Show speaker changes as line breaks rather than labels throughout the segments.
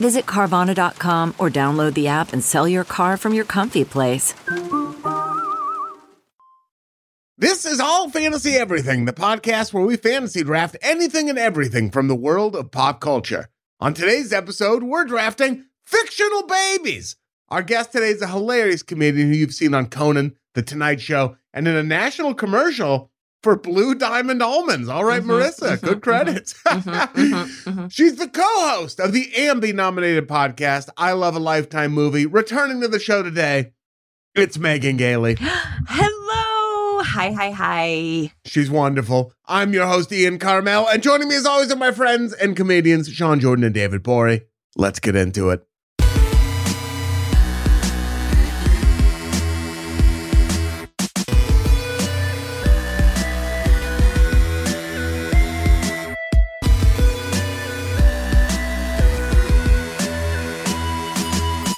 Visit Carvana.com or download the app and sell your car from your comfy place.
This is All Fantasy Everything, the podcast where we fantasy draft anything and everything from the world of pop culture. On today's episode, we're drafting fictional babies. Our guest today is a hilarious comedian who you've seen on Conan, The Tonight Show, and in a national commercial for Blue Diamond Almonds. All right, Marissa, good credits. She's the co host of the Ambi nominated podcast, I Love a Lifetime Movie. Returning to the show today, it's Megan Gailey.
Hello. Hi, hi, hi.
She's wonderful. I'm your host, Ian Carmel, and joining me as always are my friends and comedians, Sean Jordan and David Bory. Let's get into it.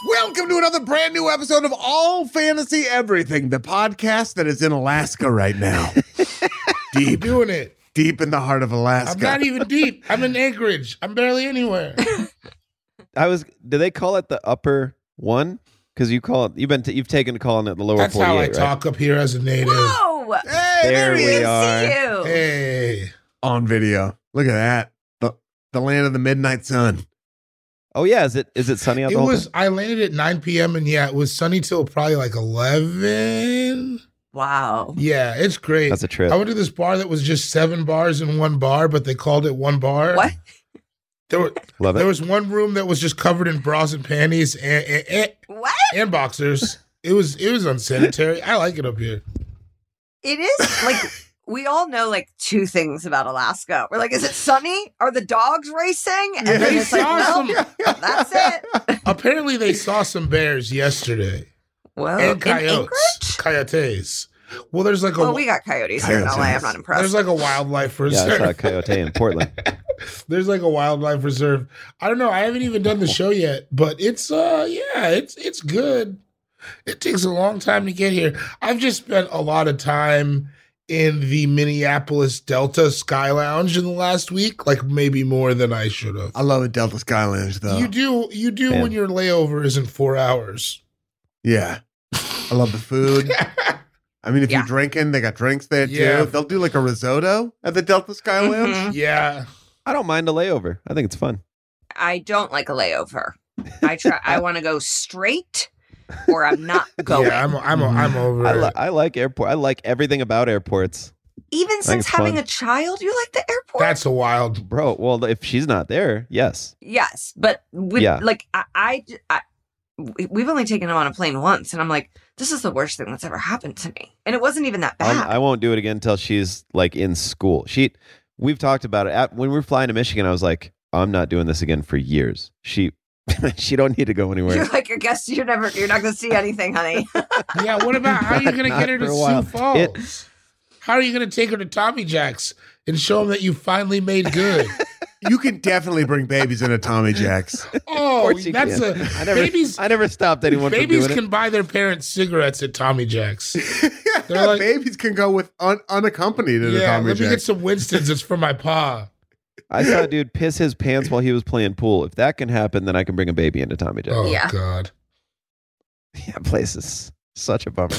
Welcome to another brand new episode of All Fantasy Everything, the podcast that is in Alaska right now. deep,
doing it.
deep in the heart of
I'm
Alaska.
not e- even deep. I'm in Anchorage. I'm barely anywhere.
I was. Do they call it the upper one? Because you call it. You've been. T- you've taken to calling it the lower
That's
forty-eight.
how I
right?
talk up here as a native.
Whoa.
hey,
There
there he
we
is.
are.
See you.
Hey,
On video. Look at that. The, the land of the midnight sun.
Oh yeah. Is it? Is it sunny out
it
the whole
was.
time?
I landed at 9 p.m. and yeah, it was sunny till probably like 11.
Wow.
Yeah, it's great.
That's a trip.
I went to this bar that was just seven bars in one bar, but they called it one bar.
What?
There were
Love
there
it.
was one room that was just covered in bras and panties and and, and,
What?
and boxers. It was it was unsanitary. I like it up here.
It is like we all know like two things about Alaska. We're like, is it sunny? Are the dogs racing? And then
They
it's like,
saw
well,
some.
that's it.
Apparently, they saw some bears yesterday.
Well,
and
Oh, in Anchorage?
coyotes, coyotes. Well, there's like a
Well, we got coyotes here in LA. I'm not impressed.
there's like a wildlife
Yeah, I saw a
reserve.
coyote in Portland.
there's like a wildlife reserve. I don't know. I haven't even done the show yet, but it's uh yeah, it's it's good. It takes a long time to get here. I've just spent a lot of time in the Minneapolis Delta Sky Lounge in the last week, like maybe more than I should have.
I love the Delta Sky Lounge, though.
You do you do
Uh, Man.
when your layover isn't four hours.
yeah. I love the food. I mean, if
Yeah.
you're drinking, they got drinks there
Yeah.
too. They'll do like a risotto at the Delta Sky Lounge.
Mhm.
yeah.
I don't mind a layover. I think it's fun.
I don't like a layover. I try I want to go straight or I'm not going.
Yeah, I'm I'm I'm over
Mm-hmm. I,
it.
li- I like airport. I like everything about airports,
Even
think
since
it's fun.
having a child, you like the airport?
That's a wild
bro. Well, if she's not there, yes.
Yes, but with,
Yeah.
like I, I, j- I- we- we've only taken him on a plane once, and I'm like, this is the worst thing that's ever happened to me, and it wasn't even that
I'm,
Ah.
bad.
I won't do it again until she's like in school. She, we've talked about it. At, when we were flying to Michigan, I was like, I'm not doing this again for years. She, she don't need to go anywhere.
you're like, I guess you're never, you're not gonna see anything, honey.
Yeah, what about how are you
Not-
going to
not
get her to
for a while.
Sioux Falls? how are you going to take her to Tommy Jack's and show them that you finally made good?
You can definitely bring babies into Tommy Jack's.
oh,
course you
that's
can.
a
I never,
babies.
I never stopped anyone from
babies
doing
can
it.
buy their parents cigarettes at Tommy Jack's.
Yeah,
They're like-
babies can go with un- unaccompanied into
yeah,
Tommy
let me get
Jack's.
some Winston's. It's for my pa.
I saw a dude piss his pants while he was playing pool. If that can happen, then I can bring a baby into Tommy Jack.
Oh
Yeah.
God.
Yeah, place is such a bummer.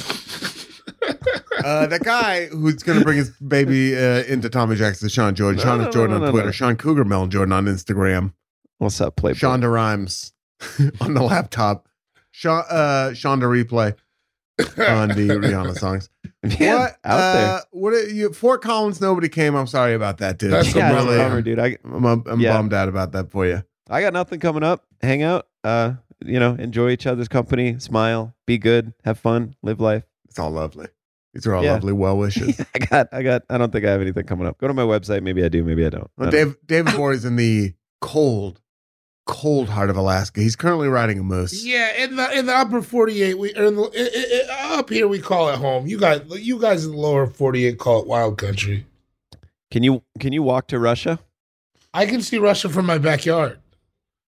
uh, the guy who's going to bring his baby uh, into Tommy Jack's is Sean Jordan.
No,
Sean
no,
is
no,
Jordan
no,
on
no,
Twitter.
no.
Sean Cougar Melon Jordan on Instagram.
What's up, Playboy?
Shonda Rhimes on the laptop. Sha uh, Shonda replay on the Rihanna songs.
Man,
what?
out
uh, What? Are you, Fort Collins, nobody came. I'm sorry about that, dude.
That's
there? Yeah,
a
it's a
really-
bummer, dude. I,
I'm, I'm
Yeah.
bummed out about that for you.
I got nothing coming up. Hang out. Uh, you know, enjoy each other's company. Smile. Be good. Have fun. Live life.
It's all lovely. These are all
Yeah.
lovely well wishes.
I got. I got. I don't think I have anything coming up. Go to my website. Maybe I do. Maybe I don't. I
well,
don't know.
Dave, David Bohr is in the cold cold heart of Alaska. He's currently riding a moose.
Yeah, in the in the upper forty eight, we or in the, i- i i up here we call it home. You guys, you guys in the lower forty eight call it wild country.
Can you can you walk to Russia?
I can see Russia from my backyard,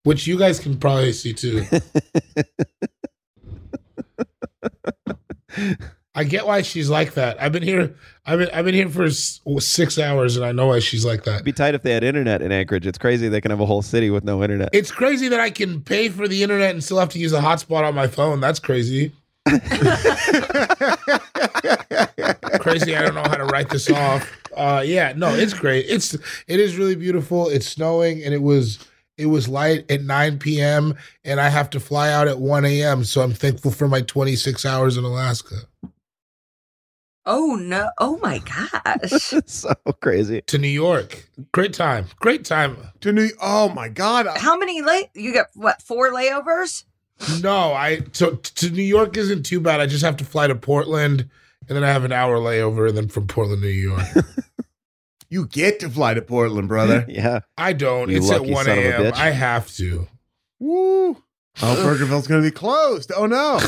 which you guys can probably see too. I get why she's like that. I've been here. I've been I've been here for s- six hours, and I know why she's like that.
It'd be tight if they had internet in Anchorage. It's crazy they can have a whole city with no internet.
It's crazy that I can pay for the internet and still have to use a hotspot on my phone. That's crazy. crazy. I don't know how to write this off. Uh, yeah, no, it's great. It's it is really beautiful. It's snowing and it was it was light at 9 p.m. and I have to fly out at 1 a.m. So I'm thankful for my 26 hours in Alaska
Oh no! Oh my gosh!
so crazy.
to New York. Great time. Great time.
To New Oh my god. I-
How many lay? You got what? Four layovers?
No, I so t- to New York isn't too bad. I just have to fly to Portland and then I have an hour layover and then from Portland to New York.
You get to fly to Portland, brother.
Yeah.
I don't.
You
it's at
lucky
1
son of a
a.m.
bitch.
I have to.
Woo. Oh, Burgerville's going to be closed. Oh no.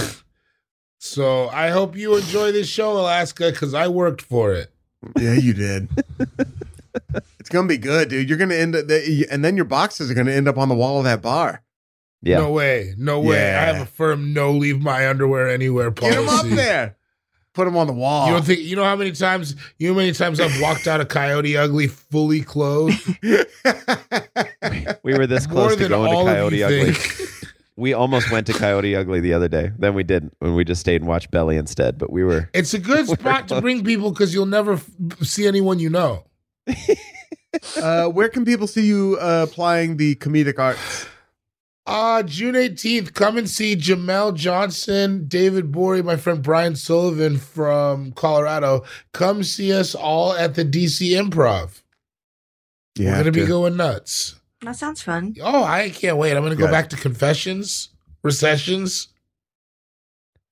So I hope you enjoy this show, Alaska, because I worked for it.
Yeah, you did. it's going to be good, dude. You're going to end up and then your boxes are going to end up on the wall of that bar.
Yeah.
No way. No way. I
Yeah.
have a firm no leave my underwear anywhere
Get
Oh,
them
policy.
up there. Put them on the wall.
You don't think you know how many times you know how many times I've walked out of Coyote Ugly fully clothed?
We were this
More
close to
than
going
all
to
of
Coyote
you
Ugly.
think.
We almost went to Coyote Ugly the other day. Then we didn't. When we just stayed and watched Belly instead. But we were
It's a good spot to bring people because you'll never f- see anyone you know.
uh, where can people see you uh, applying the comedic arts?
Uh, June 18th, come and see Jamel Johnson, David Bory, my friend Brian Sullivan from Colorado. Come see us all at the DC Improv. We're going to be going nuts.
That sounds fun.
Oh, I can't wait. I'm going to go
Good.
back to Confessions, Recessions.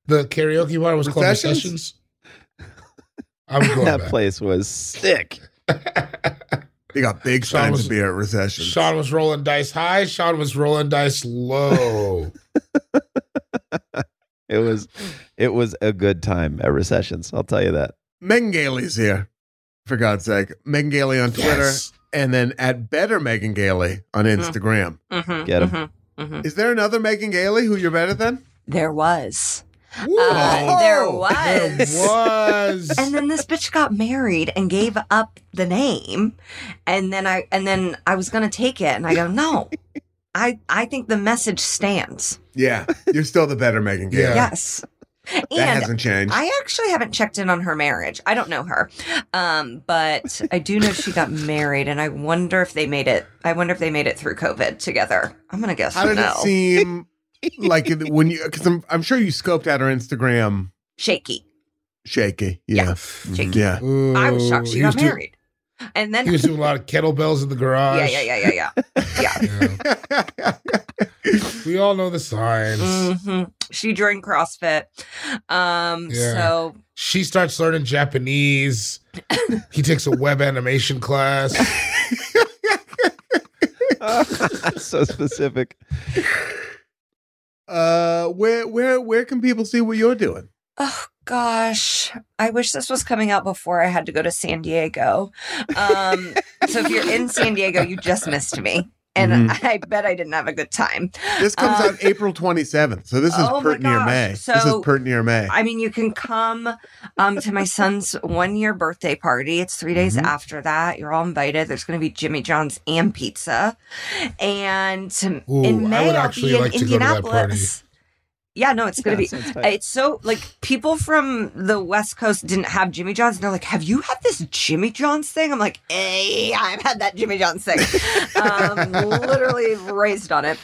The karaoke bar was called
Recessions?
Recessions. I'm going
that
back.
place was sick.
They got big
Sean
signs
was-
of beer at recession.
Sean was rolling dice high. Sean was rolling dice low.
It was it was a good time at recessions. I'll tell you that.
Megan Gailey's here, for God's sake. Megan Gailey on Twitter,
Yes.
and then at Better Megan Gailey on Instagram.
Mm-hmm,
Get 'em.
Is there another Megan Gailey who you're better than?
There was.
Whoa.
Uh, there
There
was.
was.
and then this bitch got married and gave up the name and then i and then i was gonna take it and i go no i i think the message stands
Yeah, you're still the better Megan Gailey.
Yeah.
yes
That
and
hasn't changed.
i actually haven't checked in on her marriage i don't know her um but i do know she got married and i wonder if they made it i wonder if they made it through covid together i'm gonna guess
How did
no
it seem like it- when you? Because I'm, I'm sure you scoped out her Instagram
shaky
shaky. Yeah,
shaky
yeah.
i was shocked she
He
got
was doing-
married and then
He was doing a lot of kettlebells in the garage.
yeah yeah yeah yeah yeah
Yeah. We all know the signs.
hmm She joined CrossFit. Um,
Yeah.
so
She starts learning Japanese. he takes a web animation class.
so specific.
Uh, where where where can people see what you're doing?
oh gosh, I wish this was coming out before I had to go to San Diego. Um, so if you're in San Diego, you just missed me. And
Mm-hmm.
I bet I didn't have a good time.
This comes
Uh,
out April 27th, so this is
oh my
pert near
gosh.
May. this is
So-
pert near May.
I mean, you can come um, to my son's one year birthday party. It's three
Mm-hmm.
days after that. You're all invited. There's going to be Jimmy John's and pizza. And um,
Ooh, I
in May,
would
I'll
actually
be in
like to go to that
Indianapolis. Yeah, no, it's going to be. It's so like people from the West Coast didn't have Jimmy John's. And they're like, "Have you had this Jimmy John's thing?" I'm like, "Hey, I've had that Jimmy John's thing." um, literally raised on it.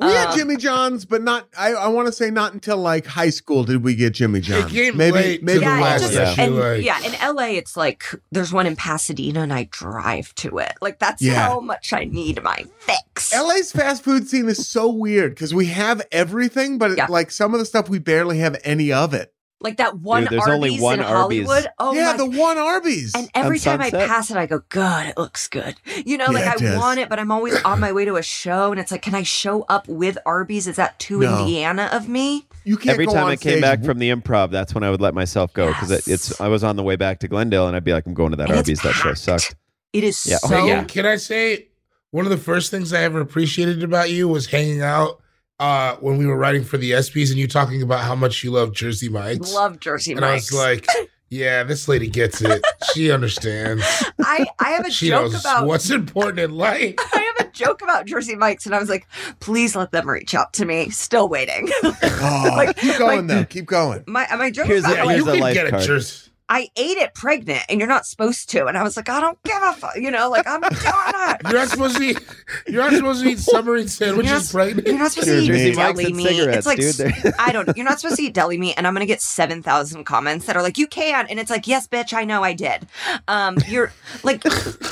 we had
Um,
Jimmy John's, but not. I, I want to say not until like high school did we get Jimmy John's.
came late to the
yeah, it
last
just-
Yeah.
issue,
and,
like-
yeah, in LA, it's like there's one in Pasadena, and I drive to it. Like that's
Yeah.
how much I need my fix.
LA's fast food scene is so weird because we have everything, but it-
Yeah.
like some of the stuff we barely have any of it.
Like that one
there's
Arby's
only one
in
Arby's.
Hollywood. Oh
yeah,
my
the one Arby's.
And every
On
time I
Sunset?
pass it, I go, God, it looks good. You know,
Yeah,
like
it
I
does.
want it, but I'm always on my way to a show. And it's like, can I show up with Arby's? Is that too
No.
Indiana of me?
you can't
Every
go
time
on
I came
stage-
back from the improv, that's when I would let myself go because
Yes.
it's I was on the way back to Glendale and I'd be like, I'm going to that
And it's
Arby's. That show
packed.
sucked.
It is
Yeah. Oh,
so.
Megan, can I say one of the first things I ever appreciated about you was hanging out uh, when we were writing for the SBs and you talking about how much you love Jersey Mike's.
Love Jersey
and
Mike's.
I was like, yeah, this lady gets it. she understands.
I, I have a
She
joke
knows
about
what's important in life.
I have a joke about Jersey Mike's, and I was like, please let them reach out to me. Still waiting.
Oh,
Like-
keep
like-
going though. Keep going.
my my joke
Here's
about
the-
like,
here's
you
the
can
life
get
card.
a jersey.
I ate it pregnant, and you're not supposed to. And I was like, I don't give a fuck. You know, like I'm doing it.
You're not supposed to eat. You're not supposed to eat submarine sandwiches
You're
pregnant.
You're not supposed
Sure,
to eat
Jersey Mike's
deli
and
meat. It's
cigarettes,
like
dude. They're-
I don't. You're not supposed to eat deli meat, and I'm gonna get seven thousand comments that are like, "You can," and it's like, "Yes, bitch, I know I did." Um, you're like,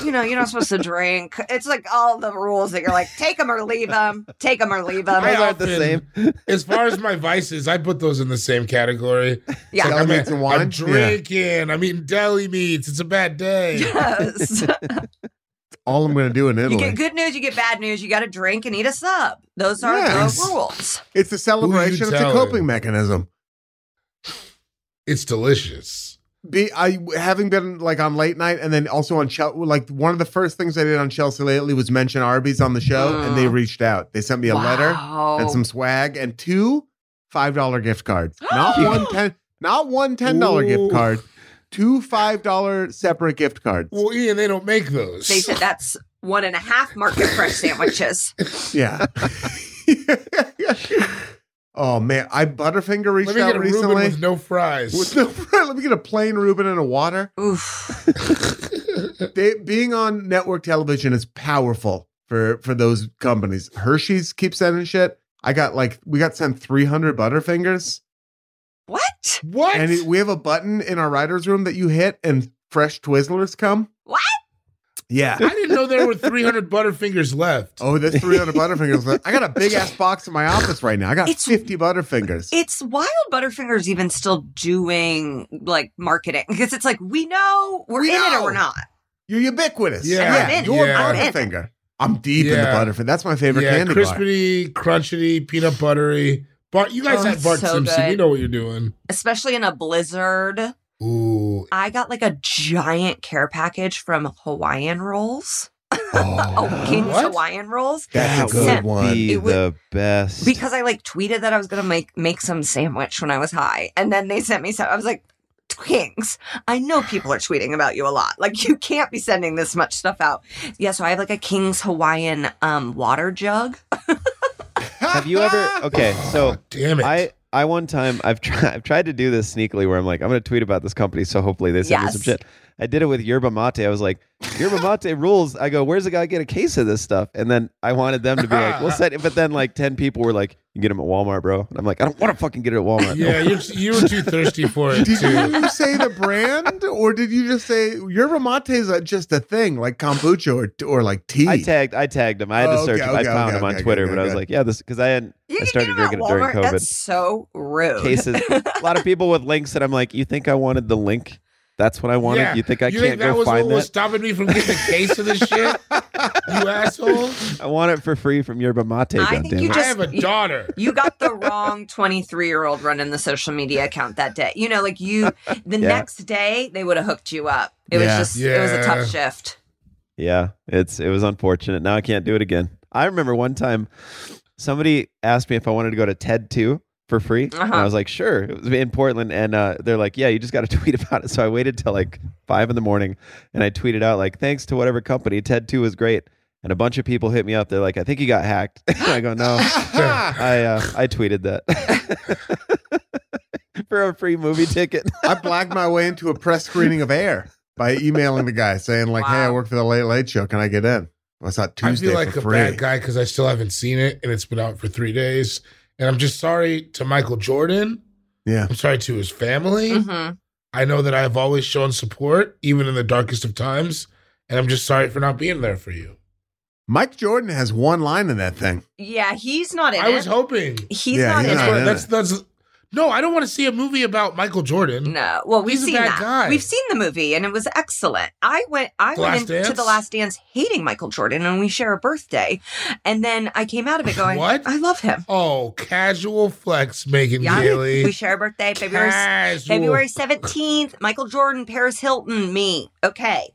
you know, you're not supposed to drink. It's like all the rules that you're like, take them or leave them, take them or leave them.
I
Those aren't the
often- as far as my vices, I put those in the same category.
Yeah.
Like,
Deli
I'm,
meats and wine?
I'm drinking. I'm eating deli meats. It's a bad day.
Yes.
All I'm going to do in
You
Italy.
get good news, you get bad news. You got to drink and eat a sub. Those are
Yes.
the rules.
it's a celebration. It's a
telling?
coping mechanism.
It's delicious.
Be I having been like on late night and then also on Chelsea. Like one of the first things I did on Chelsea lately was mention Arby's on the show, and they
Mm.
reached out. They sent me a letter. and some swag and two five dollar gift cards. Not one ten, not one ten dollar gift
Ooh.
card. Two five dollar separate gift cards.
Well, Ian, they don't make those.
They said that's one and a half market fresh sandwiches.
Yeah. oh man, I Butterfinger
Let
reached
me
out
get a
recently.
Reuben with no fries.
with no, let me get a plain Reuben and a water.
Oof.
They, being on network television is powerful for for those companies. Hershey's keep sending shit. I got like we got sent three hundred Butterfingers.
What?
what?
And it, we have a button in our writer's room that you hit and fresh Twizzlers come.
What?
Yeah.
I didn't know there were 300 Butterfingers left.
Oh, there's 300 Butterfingers. left. I got a big ass box in my office right now. I got
It's-
50 Butterfingers.
It's wild Butterfinger's even still doing like marketing because it's like, we know we're
We
in it
know.
or we're not.
You're ubiquitous.
Yeah.
I'm in.
You're
Yeah.
I'm in.
Butterfinger. I'm deep
Yeah.
in the Butterfinger. That's my favorite
yeah,
candy bar.
crispity, crunchy, peanut buttery. Bart, you guys
Oh,
had Bart
so
Simpson.
good.
You know what you're doing.
Especially in a blizzard.
Ooh.
I got like a giant care package from Hawaiian Rolls. Oh, King's
What?
Hawaiian Rolls.
That's a
Sent
good one.
Be
It would-
the best.
because I like tweeted that I was gonna make make some sandwich when I was high, and then they sent me some. I was like, "Kings, I know people are tweeting about you a lot. Like you can't be sending this much stuff out." Yeah, so I have like a King's Hawaiian um water jug.
have you ever? Okay,
Oh,
so
Damn it.
I I one time I've tried I've tried to do this sneakily where I'm like I'm gonna tweet about this company so hopefully they send me some
Yes.
shit. I did it with yerba mate. I was like yerba mate rules. I go where's the guy get a case of this stuff? And then I wanted them to be like we'll send it. But then like ten people were like you can get them at Walmart, bro. And I'm like I don't want to fucking get it at Walmart.
yeah, you're, you were too thirsty for it,
Did
too.
you say the brand or did you just say yerba mate is just a thing like kombucha or, or like tea?
I tagged I tagged him. I had to
Oh,
search.
okay,
him. I
okay,
found
okay,
him on
okay,
Twitter,
okay,
but I was
okay.
like yeah this because I hadn't
You
I
can
started
get them at
drinking it during
Walmart.
COVID.
That's so rude.
cases. a lot of people with links that I'm like you think I wanted the link. That's what I wanted.
Yeah.
You think I
you
can't
think that
go
was
find
what was
that?
stopping me from getting a case of this shit? you asshole.
I want it for free from Yerba Mate.
I
goddammit.
think you
I
just-
have a daughter.
You got the wrong 23 year old running the social media account that day. You know, like you, the
Yeah.
next day, they would have hooked you up. It
Yeah.
was just, it was a
Yeah.
tough shift.
yeah, it's it was unfortunate. Now I can't do it again. I remember one time somebody asked me if I wanted to go to TED two for free, and
Uh-huh.
I was like, sure. It was in Portland, and uh, they're like, yeah, you just got to tweet about it. So I waited till like five in the morning, and I tweeted out like, thanks to whatever company, TED two was great. And a bunch of people hit me up. They're like, I think you got hacked. And I go, no. I uh, I tweeted that for a free movie ticket.
I blagged my way into a press screening of Air by emailing the guy saying like, "Hey, I
Wow.
work for the Late Late Show. Can I get in?" Well, it's not
I
Tuesday
feel like
for
a
free.
bad guy because I still haven't seen it and it's been out for three days. And I'm just sorry to Michael Jordan.
Yeah.
I'm sorry to his family.
hmm
I know that I've always shown support, even in the darkest of times. And I'm just sorry for not being there for you.
Mike Jordan has one line in that thing.
Yeah, he's not in
I
it.
was hoping.
He's
Yeah,
not
he's
in
not
it.
in it.
That's, that's, No, I don't want to see a movie about Michael Jordan.
No. Well, we've
He's a
seen
bad
that.
guy.
We've seen the movie and it was excellent. I went I
The
went
Last
into
Dance?
The Last Dance hating Michael Jordan and we share a birthday. And then I came out of it going,
What?
I love him.
Oh, casual flex, Megan
Yeah. We
Daly.
share a birthday February
Casual.
February 17th. Michael Jordan, Paris Hilton, me. Okay.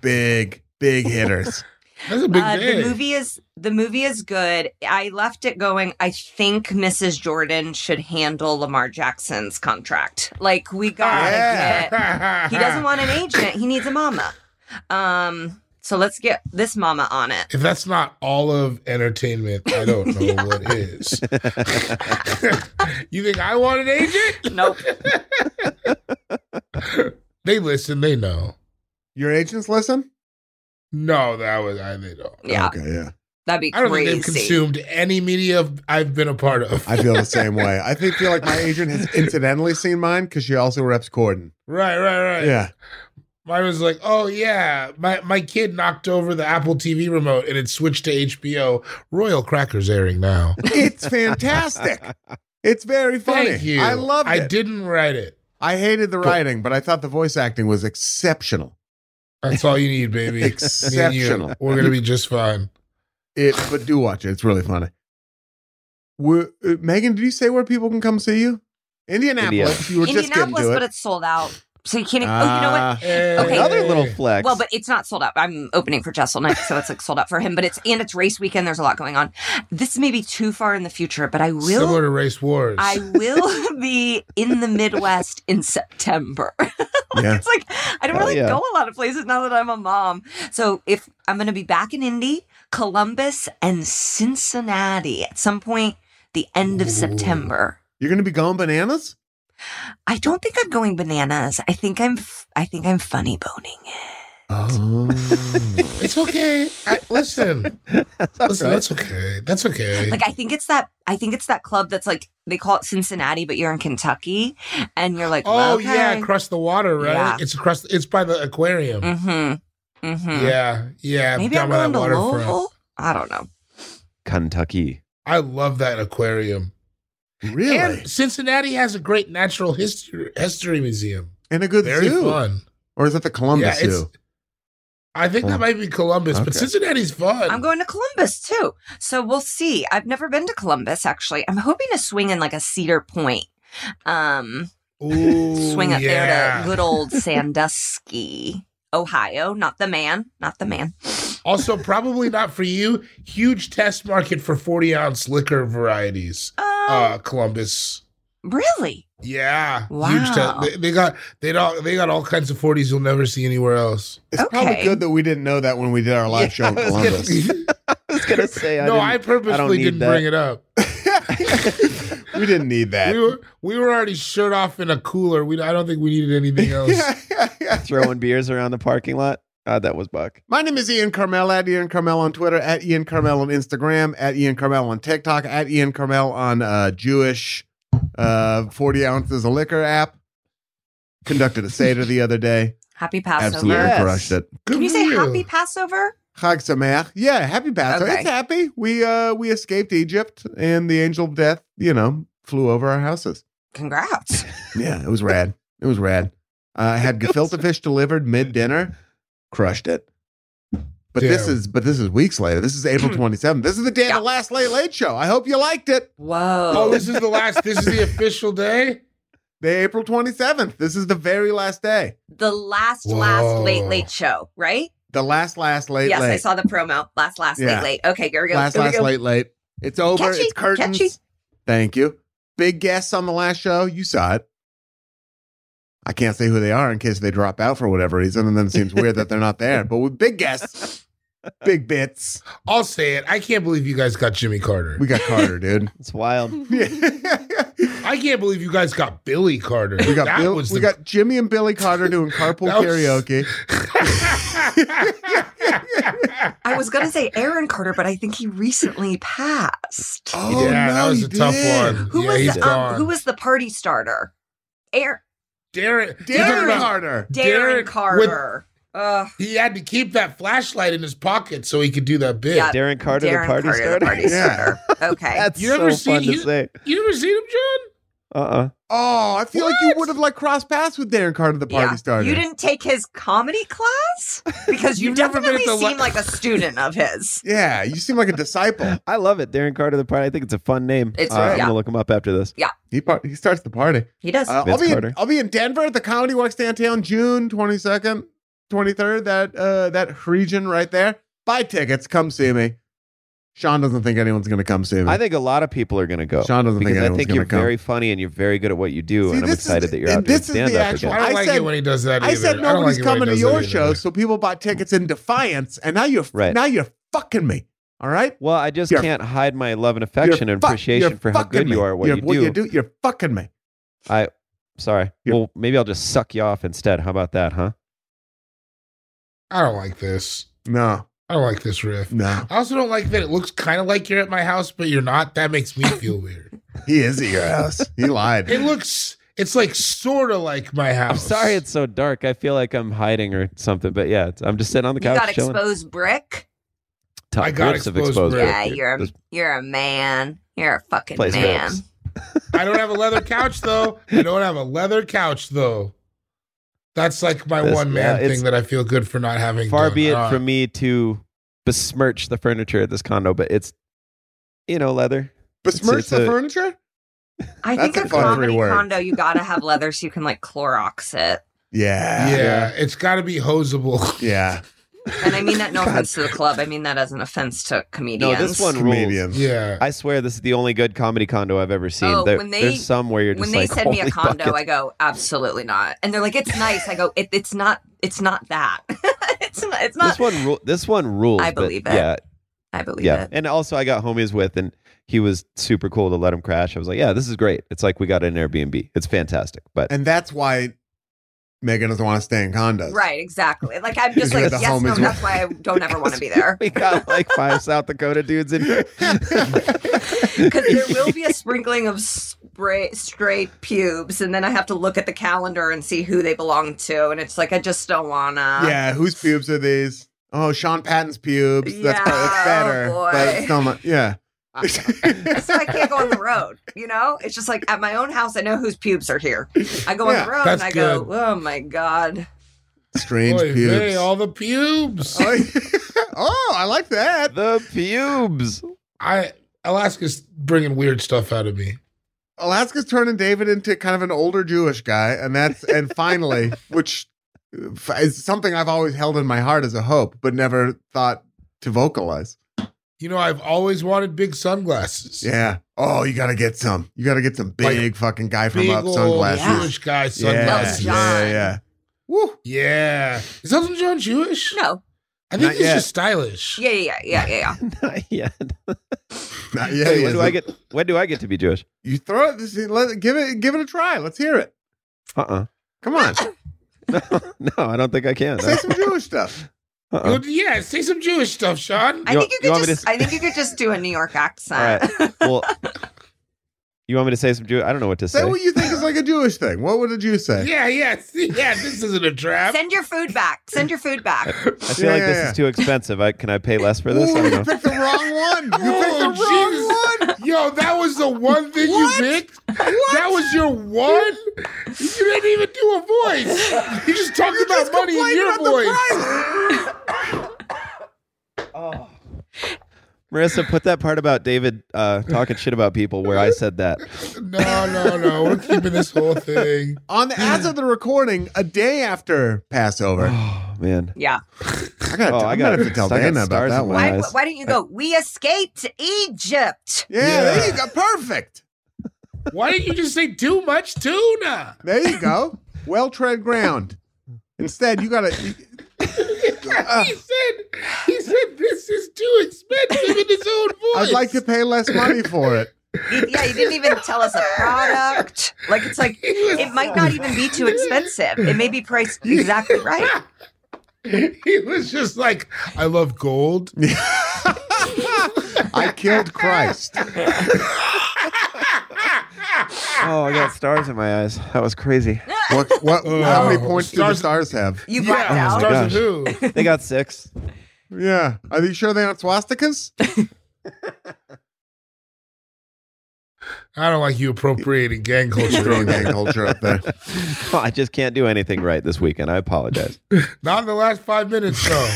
Big, big hitters.
That's a big
Uh,
day.
the movie is the movie is good. I left it going. I think Mrs. Jordan should handle Lamar Jackson's contract. Like we got
Yeah.
it. He doesn't want an agent. He needs a mama. Um, so let's get this mama on it.
If that's not all of entertainment, I don't know what is. you think I want an agent?
Nope.
They listen. They know.
Your agents listen?
No, that was I. They don't.
Yeah,
Okay, yeah.
that'd be
I don't
crazy.
think they've consumed any media I've been a part of.
I feel the same way. I think feel like my agent has incidentally seen mine because she also reps Corden.
right, right, right.
Yeah.
Mine was like, oh yeah, my my kid knocked over the Apple TV remote and it switched to HBO. Royal Crackers airing now.
It's fantastic. It's very funny.
Thank you.
I loved it.
I didn't write it.
I hated the writing, but I thought the voice acting was exceptional.
That's all you need, baby. Me and you.
Exceptional.
We're gonna be just fine.
It, but do watch it. It's really funny. Were, uh, Megan, did you say where people can come see you? Indianapolis. You were just getting
Indianapolis,
to
but
it.
it's sold out. So you can't. oh, you know what?
Ah,
Okay.
Another little flex.
Well, but it's not sold out. I'm opening for Jessel next, so it's like sold out for him. But it's and it's race weekend. There's a lot going on. This may be too far in the future, but I
similar
will.
to race wars.
I will be in the Midwest in September.
Yeah.
it's like I don't
Hell
really
yeah.
go a lot of places now that I'm a mom. So if I'm going to be back in Indy, Columbus, and Cincinnati at some point, the end of
Ooh.
September.
You're going to be going bananas?
I don't think I'm going bananas. I think I'm. f- I think I'm funny boning it.
Oh.
it's okay. I, listen,
That's
listen,
all right.
that's okay. That's okay.
Like I think it's that. I think it's that club that's like they call it Cincinnati, but you're in Kentucky, and you're like,
oh
okay.
yeah, across the water, right?
Yeah.
It's across. It's by the aquarium.
mm-hmm.
Hmm.
Mm-hmm.
Yeah, yeah.
Maybe
down
I'm
by that
going to
waterfront.
Louisville. I don't know.
Kentucky.
I love that aquarium.
really?
And Cincinnati has a great natural history history museum.
And a good
Very
zoo.
fun.
Or is it the Columbus
yeah, it's.
Zoo?
I think
Oh.
that might be Columbus, but
Okay.
Cincinnati's fun.
I'm going to Columbus too. So we'll see. I've never been to Columbus actually. I'm hoping to swing in like a Cedar Point. Um
Ooh,
swing up there
yeah.
to good old Sandusky, Ohio. Not the man. Not the man.
Also, probably not for you. Huge test market for forty ounce liquor varieties.
Oh,
Uh, Columbus.
Um, really?
Yeah, huge.
Wow.
Te- they, they got they all they got all kinds of forties you'll never see anywhere else.
It's probably
okay.
good that we didn't know that when we did our live show
Yeah,
in
I was gonna-
Columbus.
I was gonna say. I
no,
didn't-
I purposely
need
didn't
that.
bring it up.
we didn't need that.
We were we were already shirt off in a cooler. We I don't think we needed anything else.
throwing beers around the parking lot. Uh, that was Buck.
My name is Ian Carmel at Ian Carmel on Twitter, at Ian Carmel on Instagram, at Ian Carmel on TikTok, at Ian Carmel on uh, Jewish uh, 40 ounces of liquor app. Conducted a Seder the other day.
Happy Passover.
Absolutely
Yes.
crushed it.
Good
Can you
for
say happy Passover?
Chag Sameach. Yeah, happy Passover.
Okay.
It's happy. We uh we escaped Egypt and the angel of death, you know, flew over our houses.
Congrats.
Yeah, it was rad. It was rad. Uh, I had gefilte fish delivered mid dinner, crushed it. But this
Damn.
is but this is weeks later. This is April twenty seventh. This is the day of the last late late show. I hope you liked it.
Whoa.
Oh, this is the last. This is the official day.
The April twenty seventh. This is the very last day.
the last, last
Whoa.
late, late show, right?
The last last late
yes,
late.
I saw the promo. Last, last,
Yeah.
late, late. Okay, here we go.
last
here we
last
go.
late late. It's over.
Catchy,
it's curtains.
catchy.
Thank you. Big guests on the last show. You saw it. I can't say who they are in case they drop out for whatever reason, and then it seems weird that they're not there. But with big guests, big bits,
I'll say it. I can't believe you guys got Jimmy Carter.
we got Carter, dude.
It's wild.
we
I can't believe you guys got Billy Carter.
got Bill, we
was the-
got Jimmy and Billy Carter doing carpool
That was-
karaoke.
I was gonna say Aaron Carter, but I think he recently passed.
Oh,
yeah,
no,
that was
he
a tough
did.
one.
Who
Oh, yeah,
was
he's
the,
gone.
um, who was the party starter? Aaron,
Darren? you're talking
Darren
about-
Carter.
Darren,
Darren
Carter. Ugh,
He had to keep that flashlight in his pocket so he could do that bit.
Yeah.
Darren Carter,
Darren
the party
Carter, the
starter.
party starter. Okay.
That's
You
so
ever
fun
seen-
to
you-
say.
You never seen him, John?
Uh uh
Oh, I feel like you would have like crossed paths with Darren Carter, the party starter.
You didn't take his comedy class because you
You've never been at
definitely
the la-
seem like a student of his.
Yeah, you seem like a disciple.
I love it. Darren Carter, the party. I think it's a fun name.
It's
Uh,
right.
I'm
Yeah.
gonna look him up after this.
He part, he starts the party.
He does.
Uh, I'll
Vince
be in,
Carter.
I'll be in Denver at the Comedy Works downtown June 22nd, 23rd. That uh that region right there. Buy tickets. Come see me. Sean doesn't think anyone's going to come see me.
I think a lot of people are gonna go.
Sean doesn't think
because I
anyone's
think
gonna
you're
come.
very funny and you're very good at what you
See,
do, and I'm
this is the-
excited that you're out
and
doing
this is the
stand up
actual-
again.
I don't
I
like
said-
it when he does that.
I
either.
said
don't
nobody's
like it when he
coming to
does
your
that
show,
either.
so people bought tickets in defiance, and now you're
Right.
now you're fucking me. All right,
Well, I just
You're-
can't hide my love and affection and
fuck-
appreciation
you're
for how
fucking
good you
me.
are at what
You're-
you, do.
you do. You're fucking me.
I sorry.
You're-
well, maybe I'll just suck you off instead. How about that, huh?
I don't like this.
No,
I don't like this riff.
no,
I also don't like that it looks kind of like you're at my house, but you're not. That makes me feel weird.
he is at your house. He lied.
It looks, it's like sort of like my house.
I'm sorry it's so dark. I feel like I'm hiding or something, but yeah, it's, I'm just sitting on the
you got
couch chilling.
exposed brick.
T-
I got
rips of
exposed
exposed
brick.
brick.
Yeah, you're a,
This
you're a man. You're a fucking
place
man.
rips.
I don't have a leather couch though. I don't have a leather couch though. That's like my
This-
one man
yeah, it's-
thing that I feel good for not having.
Far
done.
be it
Uh,
from me to besmirch the furniture at this condo, but it's you know leather.
Besmirch
it's
the
a-
furniture.
I
That's
think
a
a,
fun
comedy
three word.
condo, you gotta have leather so you can like Clorox it.
Yeah,
Yeah, it's got to be hosable.
yeah.
And I mean that no offense to the club. I mean that as an offense to
No,
comedians.
this one rules.
Comedian.
yeah.
I swear this is the only good comedy condo I've ever seen.
Oh,
There-
when they-
there's some where you're just
When they
like,
send me a
"Holy
condo,
bucket."
I go absolutely not. And they're like, "It's nice." I go, it, "It's not. It's not that. it's not. It's not."
this one rule. This one rules.
I
but
believe it.
Yeah,
I believe
yeah.
it.
And also, I got homies with, and he was super cool to let him crash. I was like, yeah, this is great. It's like we got an Airbnb. It's fantastic. But
And that's why Megan doesn't want to stay in condos.
Right, exactly. Like I'm just
You're
like,
the
yes, no,
homies
that's
with-
why I don't ever want to Oh, be there.
we got like five South Dakota dudes in here.
Because there will be a sprinkling of spray, straight pubes, and then I have to look at the calendar and see who they belong to, and it's like I just don't wanna.
Yeah, whose pubes are these? Oh, Sean Patton's pubes. That's,
Yeah,
probably, that's better.
oh boy.
But it's still not, yeah.
So I can't go on the road. You know, it's just like at my own house, I know whose pubes are here. I go on
Yeah,
the road and
that's
I go,
good.
oh my god.
Strange
Oy
pubes.
vey, all the pubes.
oh, oh, I like that.
the pubes.
I Alaska's bringing weird stuff out of me.
Alaska's turning David into kind of an older Jewish guy, and that's and finally, which uh, is something I've always held in my heart as a hope, but never thought to vocalize.
You know, I've always wanted big sunglasses.
Yeah. Oh, you gotta get some. You gotta get some
Like
big fucking guy from
big
up
old
sunglasses.
Jewish guy
Yeah.
sunglasses.
Elton John.
yeah, yeah. Woo.
Yeah. Is Elton John Jewish?
No,
I think
Not
he's
yet.
just stylish.
yeah, yeah, yeah, yeah, yeah.
Not yet.
Not yet,
Wait,
he
when do
isn't.
I get? When do I get to be Jewish?
You throw it. This, let, give it. Give it a try. Let's hear it.
Uh uh
Come on,
No, I don't think I can.
say
Uh-uh.
some Jewish stuff.
Go- Yeah, say some Jewish stuff, Sean.
I think you
You want- you
could
want me to
just.
s-
I think you could just do a New York
All
accent.
right. Well, you want me to say some Jew? I don't know what to
Say
say.
what you think is like a Jewish thing. What would a Jew say?
Yeah, yeah, see- yeah. This isn't a trap.
Send your food back. Send your food back.
I feel like
Yeah,
this
yeah, yeah.
is too expensive. I, can I pay less for
Ooh,
this? I
you
don't know.
picked the wrong one. You picked the wrong
Oh, Jesus. Yo, that was the one thing you picked? That was your one? You didn't even do a voice. You just talked about
just
money in
complained
your
about the
voice.
Marissa, put that part about David uh, talking shit about people where I said that.
No, no, no. We're keeping this whole thing.
On the as of the recording, a day after Passover,
Oh man.
Yeah.
I gotta.
Oh,
I
I
am going
got-
to have to tell
I got
Dana about
stars
that
in
one.
Why,
my- Nice.
why don't you go? We escaped to Egypt.
Yeah, there you go. Perfect.
Why didn't you just say too much tuna?
There you go. Well tread ground. Instead, you gotta.
he said, he said, this is too expensive in his own voice.
I'd like to pay less money for it.
Yeah, you didn't even tell us a product. Like it's like it might not even be too expensive. It may be priced exactly right.
He was just like, I love gold.
I killed Christ.
Ah.
Oh, I got stars in my eyes. That was crazy.
What? What? how many points do the
Stars-
stars have?
You blacked
Yeah,
out. Oh
God.
stars with who?
They got six.
Yeah. Are you sure they aren't swastikas?
I don't like you appropriating gang culture.
Throwing
either.
gang culture up there.
Well, I just can't do anything right this weekend. I apologize.
Not in the last five minutes, though.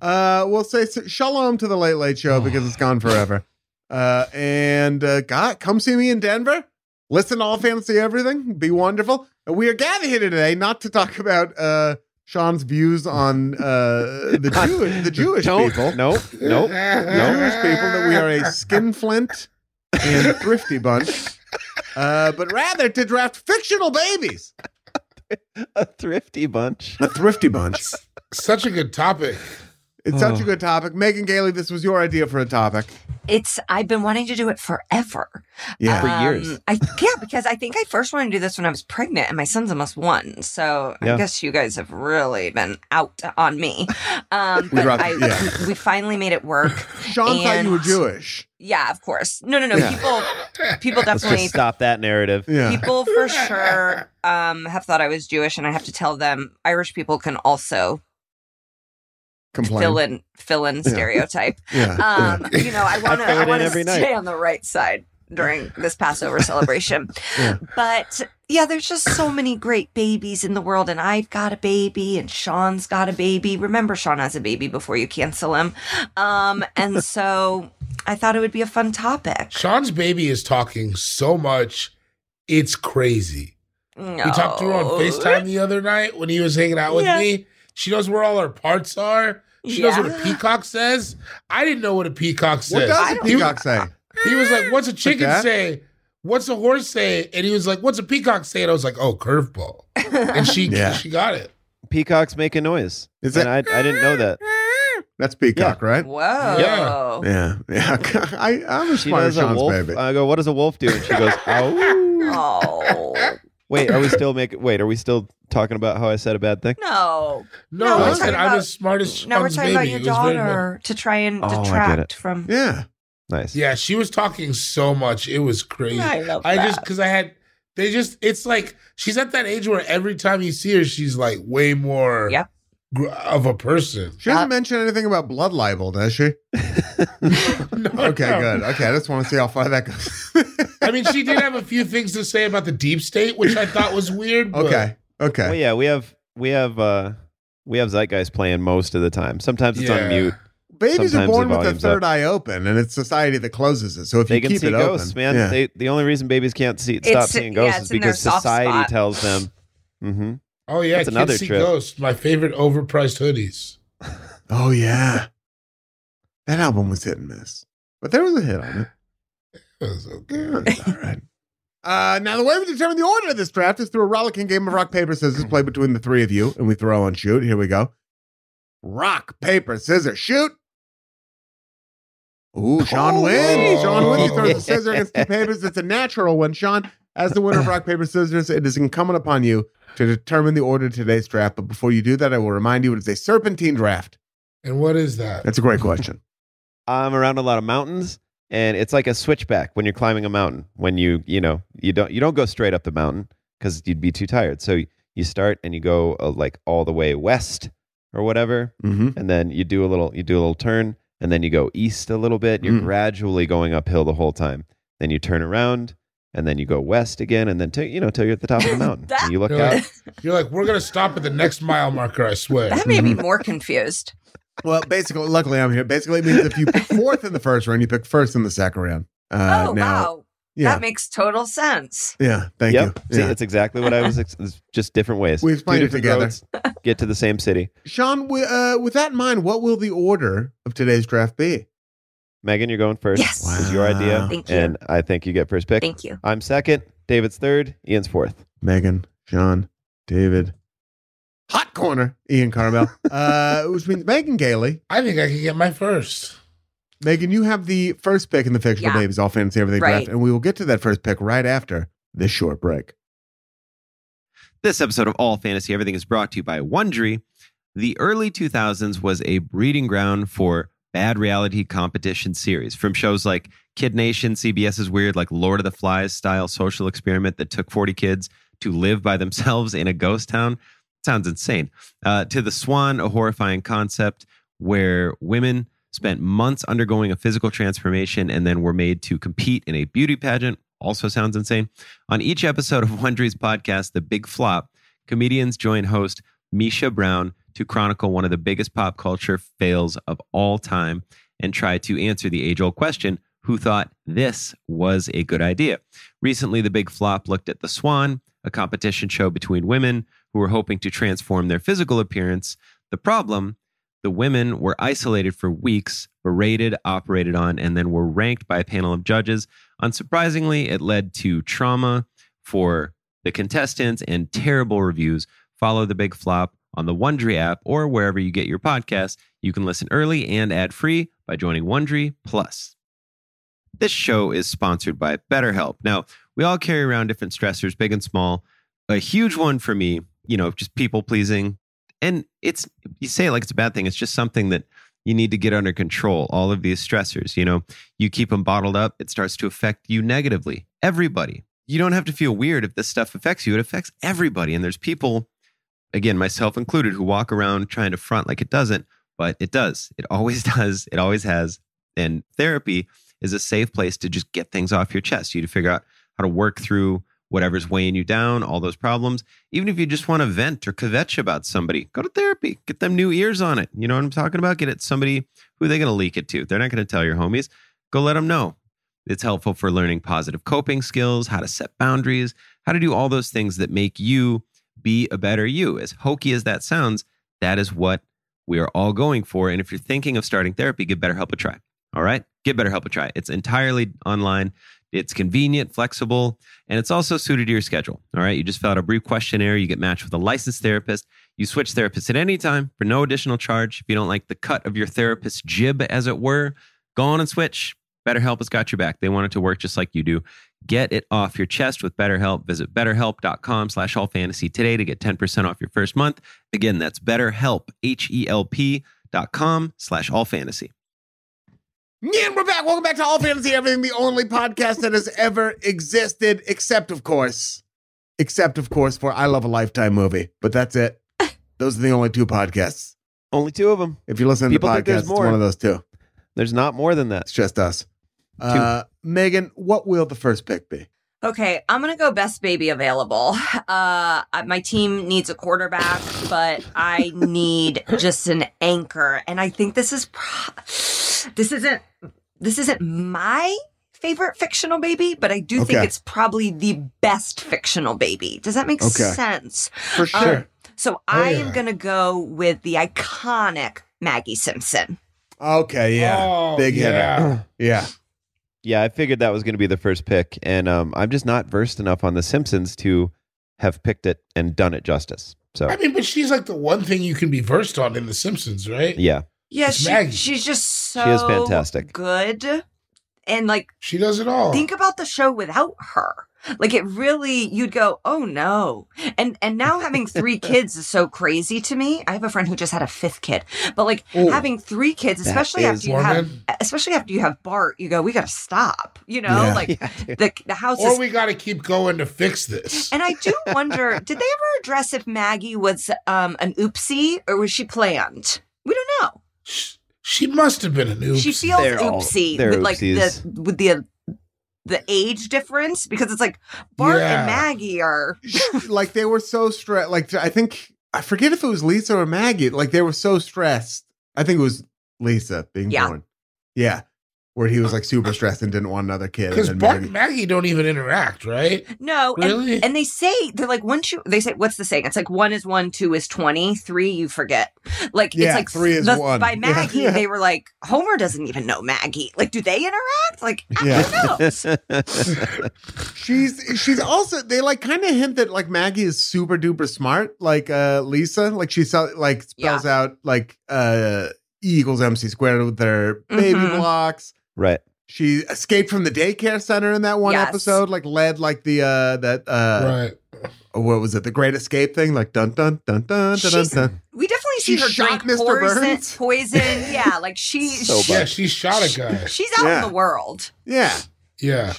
Uh, we'll say s- shalom to the Late Late Show because it's gone forever. Uh, and uh, God, come see me in Denver. Listen to all fantasy everything. Be wonderful. Uh, We are gathered here today not to talk about uh, Sean's views on uh, the Jewish, the Jewish
Don't.
people,
Nope. Nope.
the Jewish people that we are a skinflint and thrifty bunch, uh, but rather to draft fictional babies,
A thrifty bunch.
a thrifty bunch.
Such a good topic.
It's such a good topic. Megan Gailey, this was your idea for a topic.
It's I've been wanting to do it forever. Um,
Yeah.
For years.
I yeah, because I think I first wanted to do this when I was pregnant, and my son's almost one. So
Yeah.
I guess you guys have really been out on me. Um,
We
but
dropped-
I,
yeah.
we finally made it work.
Sean thought you were
And-
Jewish.
Yeah, of course. No, no, no.
Yeah.
People, people
Let's just
definitely
stop that narrative.
Yeah.
people for sure um, have thought I was Jewish, and I have to tell them Irish people can also
complain.
fill in fill in stereotype.
Yeah. yeah.
Um, you know, I want to
fill it
I
in
want to
every
stay
night.
on the right side during this Passover celebration.
Yeah.
But yeah, there's just so many great babies in the world, and I've got a baby, and Sean's got a baby. Remember, Sean has a baby before you cancel him. Um, and so I thought it would be a fun topic.
Sean's baby is talking so much, it's crazy. We talked to her on
No.
FaceTime the other night when he was hanging out with
Yeah.
me. She knows where all her parts are. She knows what a
Yeah.
peacock says. I didn't know what a peacock says.
What does a
He-
peacock say?
He was like, "What's a chicken
that?
say? What's a horse say?" And he was like, "What's a peacock say?" And I was like, "Oh, curveball." And she
Yeah.
she got it.
Peacocks make a noise.
Is
and I, I didn't know that.
That's peacock, right?
Whoa.
Yeah.
Yeah, yeah. I, I'm a
She
smart
knows a
Sean's
wolf.
baby.
I go, what does a wolf do? And she goes, oh.
Oh.
Wait, are we still making? Wait, are we still talking about how I said a bad thing?
No.
No,
No,
I
we're
said
talking
I'm the
about-
smartest.
Now we're
Sean's
talking about
baby."
your
It was very good.
daughter to try and
Oh, I get
detract
it.
from.
yeah,
Nice.
Yeah, she was talking so much. It was crazy.
I love
I
that.
just because I had they just it's like she's at that age where every time you see her, she's like way more
Yep.
gr- of a person.
she doesn't
Uh,
mention anything about blood libel, does she?
No,
Okay,
no.
good. Okay, I just want to see how far that goes.
I mean, she did have a few things to say about the deep state, which I thought was weird. But
okay,
Well,
okay.
yeah, we have we have uh we have Zeitgeist playing most of the time. Sometimes it's
Yeah.
on mute.
Babies are
Sometimes
born
the
with the
volume's
third eye open, and it's society that closes it. So if
They
you
can
keep
see
it
ghosts,
open,
man.
Yeah.
They, the only reason babies can't see stop
It's-
seeing
yeah,
ghosts is
it's in their
because
soft
society
spot.
tells them. hmm
Oh yeah,
That's
Kids
another
See
trip.
Ghost, my favorite overpriced hoodies.
Oh yeah, that album was hit and miss, but there was a hit on it.
It was okay.
Yeah, it's all right. Uh, now, the way we determine the order of this draft is through a rollicking game of rock, paper, scissors played between the three of you, and we throw on shoot. Here we go. Rock, paper, scissors, shoot. Ooh, Sean
Oh,
wins.
yeah.
Sean wins. He throws
Yeah.
the scissors against the papers. It's a natural one, Sean. As the winner of rock, paper, scissors, it is incumbent upon you to determine the order of today's draft. But before you do that, I will remind you it is a serpentine draft.
And what is that?
That's a great question.
I'm around a lot of mountains, and it's like a switchback when you're climbing a mountain. When you you know you don't you don't go straight up the mountain because you'd be too tired. So you start and you go uh, like all the way west or whatever,
Mm-hmm.
and then you do a little you do a little turn and then you go east a little bit you're
Mm.
gradually going uphill the whole time then you turn around and then you go west again and then till you know till you're at the top of the mountain
That-
and you look
You're
out
like, you're like, we're gonna stop at the next mile marker. I swear.
That made me more confused.
Well, basically, luckily I'm here. Basically, it means if you pick fourth in the first round, you pick first in the second round. Uh,
oh,
now,
wow.
Yeah.
That makes total sense.
yeah. Thank
yep
you.
see
Yeah.
it's exactly what i was ex- it's just different ways
We've played it
different
together.
get to the same city
Sean, wi- uh, with that in mind, what will the order of today's draft be?
megan you're going first
Yes.
This is your idea
Wow.
Thank you.
and i think you get first pick
Thank you.
i'm second david's third ian's fourth
Megan, Sean, David. Hot corner, Ian Carmel, uh, which means Megan Gailey.
I think I can get my first.
Megan, you have the first pick in the fictional
Yeah.
babies, all fantasy, everything
Right.
draft, and we will get to that first pick right after this short break.
This episode of All Fantasy Everything is brought to you by Wondery. The early 2000s was a breeding ground for bad reality competition series from shows like Kid Nation, CBS's weird, like Lord of the Flies style social experiment that took 40 kids to live by themselves in a ghost town. Sounds insane. Uh, to The Swan, a horrifying concept where women
spent months undergoing a physical transformation, and then were made to compete in a beauty pageant. Also sounds insane. On each episode of Wondry's podcast, The Big Flop, comedians join host Misha Brown to chronicle one of the biggest pop culture fails of all time and try to answer the age old question who thought this was a good idea? Recently, The Big Flop looked at The Swan, a competition show between women who were hoping to transform their physical appearance. The problem the women were isolated for weeks, berated, operated on, and then were ranked by a panel of judges. Unsurprisingly, it led to trauma for the contestants and terrible reviews. Follow the big flop on the Wondry app or wherever you get your podcasts. You can listen early and ad free by joining Wondry Plus. This show is sponsored by BetterHelp. Now, we all carry around different stressors, big and small. A huge one for me, you know, just people pleasing. And it's, you say it like it's a bad thing, it's just something that you need to get under control. All of these stressors, you know, you keep them bottled up, it starts to affect you negatively. Everybody. You don't have to feel weird if this stuff affects you, it affects everybody. And there's people, again, myself included, who walk around trying to front like it doesn't, but it does. It always does. It always has. And therapy is a safe place to just get things off your chest, you to figure out how to work through whatever's weighing you down, all those problems. Even if you just want to vent or kvetch about somebody, go to therapy, get them new ears on it. You know what I'm talking about? Get it somebody who they're going to leak it to. They're not going to tell your homies. Go let them know. It's helpful for learning positive coping skills, how to set boundaries, how to do all those things that make you be a better you. As hokey as that sounds, that is what we are all going for. And if you're thinking of starting therapy, give BetterHelp a try. All right? Give BetterHelp a try. It's entirely online. It's convenient, flexible, and it's also suited to your schedule. All right. You just fill out a brief questionnaire. You get matched with a licensed therapist. You switch therapists at any time for no additional charge. If you don't like the cut of your therapist's jib, as it were, go on and switch. BetterHelp has got your back. They want it to work just like you do. Get it off your chest with BetterHelp. Visit betterhelp.com slash all fantasy today to get 10% off your first month. Again, that's betterhelp, H-E-L-P dot com slash all fantasy.
Yeah, and we're back. Welcome back to All Fantasy Everything, the only podcast that has ever existed, except of course, except of course for I Love a Lifetime movie. But that's it. Those are the only two podcasts.
Only two of them.
If you listen to the
People think
podcast,
there's
it's
more.
one of those two.
There's not more than that.
It's just us. Uh, Megan, what will the first pick be?
Okay, I'm gonna go best baby available. Uh, my team needs a quarterback, but I need just an anchor, and I think this is pro- this isn't this isn't my favorite fictional baby, but I do think
Okay.
it's probably the best fictional baby. Does that make
Okay.
sense?
For
Um,
sure.
So I
yeah.
am gonna go with the iconic Maggie Simpson.
okay, yeah.
Oh,
Big hitter.
yeah.
yeah.
Yeah, I figured that was going to be the first pick, and um, I'm just not versed enough on The Simpsons to have picked it and done it justice. So
I mean, but she's like the one thing you can be versed on in The Simpsons, right?
yeah,
Yeah,
It's
she,
Maggie.
she's just so
She is fantastic.
good, and like.
She does it all.
think about the show without her like it really you'd go oh no and and now having three kids is so crazy to me i have a friend who just had a fifth kid but like
Ooh.
having three kids
That
especially
is
after you have
Mormon.
especially after you have bart you go we gotta stop you know
Yeah.
like
Yeah, dude.
the, the house
Or
is
we got to keep going to fix this.
and i do wonder did they ever address if maggie was um an oopsie or was she planned we don't know
She, she must have been an oops.
she feels
They're all-
oopsie
they're
with like the
oopsies.
with the the age difference because it's like Bart
Yeah.
and Maggie are
like they were so stressed. Like I think I forget if it was Lisa or Maggie. Like they were so stressed. I think it was Lisa being
Yeah.
born. Yeah, where he was like super stressed and didn't want another kid.
Because
and then
Bart and
Maggie-
Maggie don't even interact, right?
no and-
Really?
and, they say they're like once you they say what's the saying it's like one is one two is twenty three you forget like
Yeah,
it's like
three is
the-
one.
by
Yeah.
Maggie they were like Homer doesn't even know Maggie like do they interact like I don't know
she's she's also they like kind of hint that like Maggie is super duper smart. Like uh Lisa, like she saw like spells out like uh E equals MC squared with their baby
Mhm.
blocks.
right.
She escaped from the daycare center in that one
Yes.
episode. Like led like the uh that uh
right.
what was it? The Great Escape thing, like dun dun dun dun dun dun.
She's-
dun.
we definitely see
She
her
shot
drink
Mr.
poison
Burns?
poison yeah like she,
So
she-
Yeah, she shot a guy.
she's out
Yeah.
in the world
Yeah,
Yeah.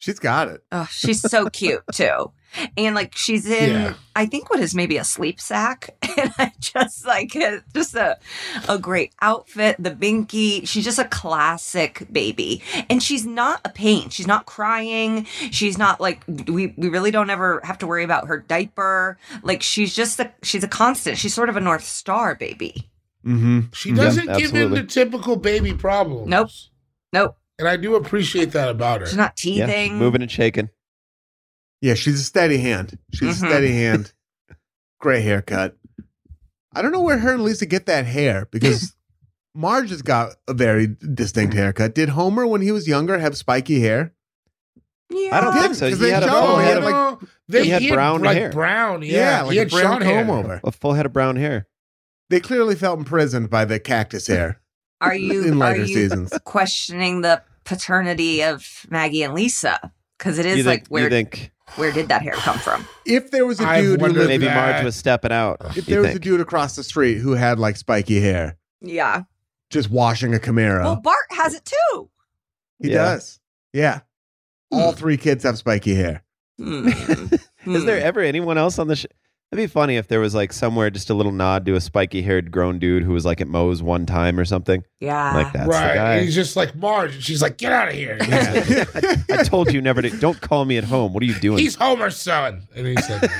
she's got it.
oh she's so cute too and like she's in
Yeah.
I think what is maybe a sleep sack, and I just like it- just a a great outfit, the binky. She's just a classic baby, and she's not a pain. She's not crying. She's not like we we really don't ever have to worry about her diaper. Like she's just a she's a constant. She's sort of a north star baby.
Mm-hmm.
She doesn't
Yeah,
give in
absolutely.
to typical baby problems.
Nope. Nope,
And I do appreciate that about
she's
her.
not
Yeah,
teething.
she's moving and shaking.
Yeah, she's a steady hand. She's
Mhm.
a steady hand. Gray haircut. I don't know where her and Lisa get that hair because Marge has got a very distinct haircut. Did Homer, when he was younger, have spiky hair?
Yeah.
I don't think so.
Because
He
they
had a
show
full
him,
head
you
of-
know,
no, they
he had brown
like
hair.
brown,
Yeah,
yeah,
like
he had
a brown
Sean
hair.
Home over.
A full head of brown hair.
They clearly felt imprisoned by the cactus hair
Are you
in
are
later
you
seasons.
questioning the paternity of Maggie and Lisa? Because it is
you
like
think,
where
you think
where did that hair come from?
If there was a
I've
dude who
wondered
lived,
maybe
that-
Marge was stepping out.
if
you
there was a
think.
dude across the street who had like spiky hair,
Yeah.
just washing a
Uh-huh.
Camaro,
Well, Bart has it too.
he
Yeah.
does. Yeah, all three kids have spiky hair.
Hmm.
Is there ever anyone else on the show? It'd be funny if there was like somewhere just a little nod to a spiky haired grown dude who was like at Moe's one time or something.
Hmm. Yeah.
Like that's
right.
the
And
guy.
he's just like Marge. And she's like, get out of here.
Yeah.
I told you never to. Don't call me at home. What are you doing?
he's Homer's son. And he's like,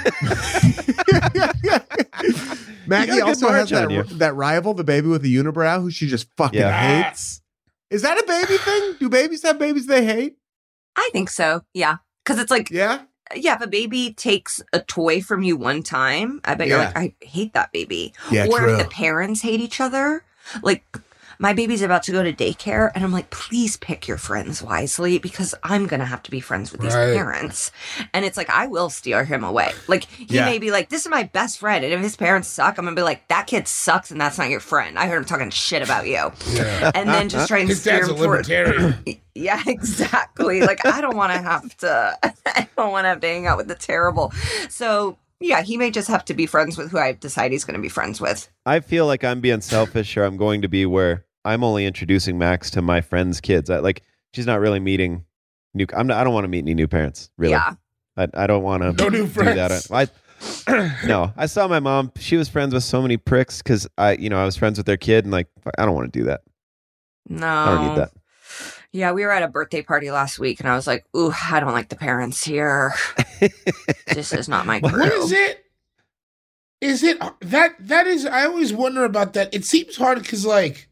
You
Maggie
got a good
also has
march
that,
on you.
that rival, the baby with the unibrow, who she just fucking
Yeah.
hates. Is that a baby thing? Do babies have babies they hate?
I think so. Yeah. Because it's like,
Yeah.
yeah, if a baby takes a toy from you one time, I bet you're
Yeah.
like, I hate that baby.
Yeah,
or
true.
if the parents hate each other, like, my baby's about to go to daycare, and I'm like, please pick your friends wisely because I'm going to have to be friends with these
Right.
parents. And it's like, I will steer him away. Like, he
Yeah.
may be like, this is my best friend. And if his parents suck, I'm going to be like, that kid sucks, and that's not your friend. I heard him talking shit about you.
yeah.
and then just try and
His
steer
dad's a
him toward.
libertarian.
Yeah, exactly. Like I don't want to have to. I don't want to have to hang out with the terrible. So yeah, he may just have to be friends with who I decide he's going to be friends with.
I feel like I'm being selfish or I'm going to be where I'm only introducing Max to my friend's kids. I, like she's not really meeting new. I'm not, I don't want to meet any new parents. Really.
Yeah,
I, I don't want to
No new
do that.
friends.
I, no, I saw my mom. She was friends with so many pricks because I, you know, I was friends with their kid, and like, I don't want to do that.
no,
I don't need that.
Yeah, we were at a birthday party last week, and I was like, "Ooh, I don't like the parents here. this is not my crew."
what is it? Is it that that is? I always wonder about that. It seems hard because like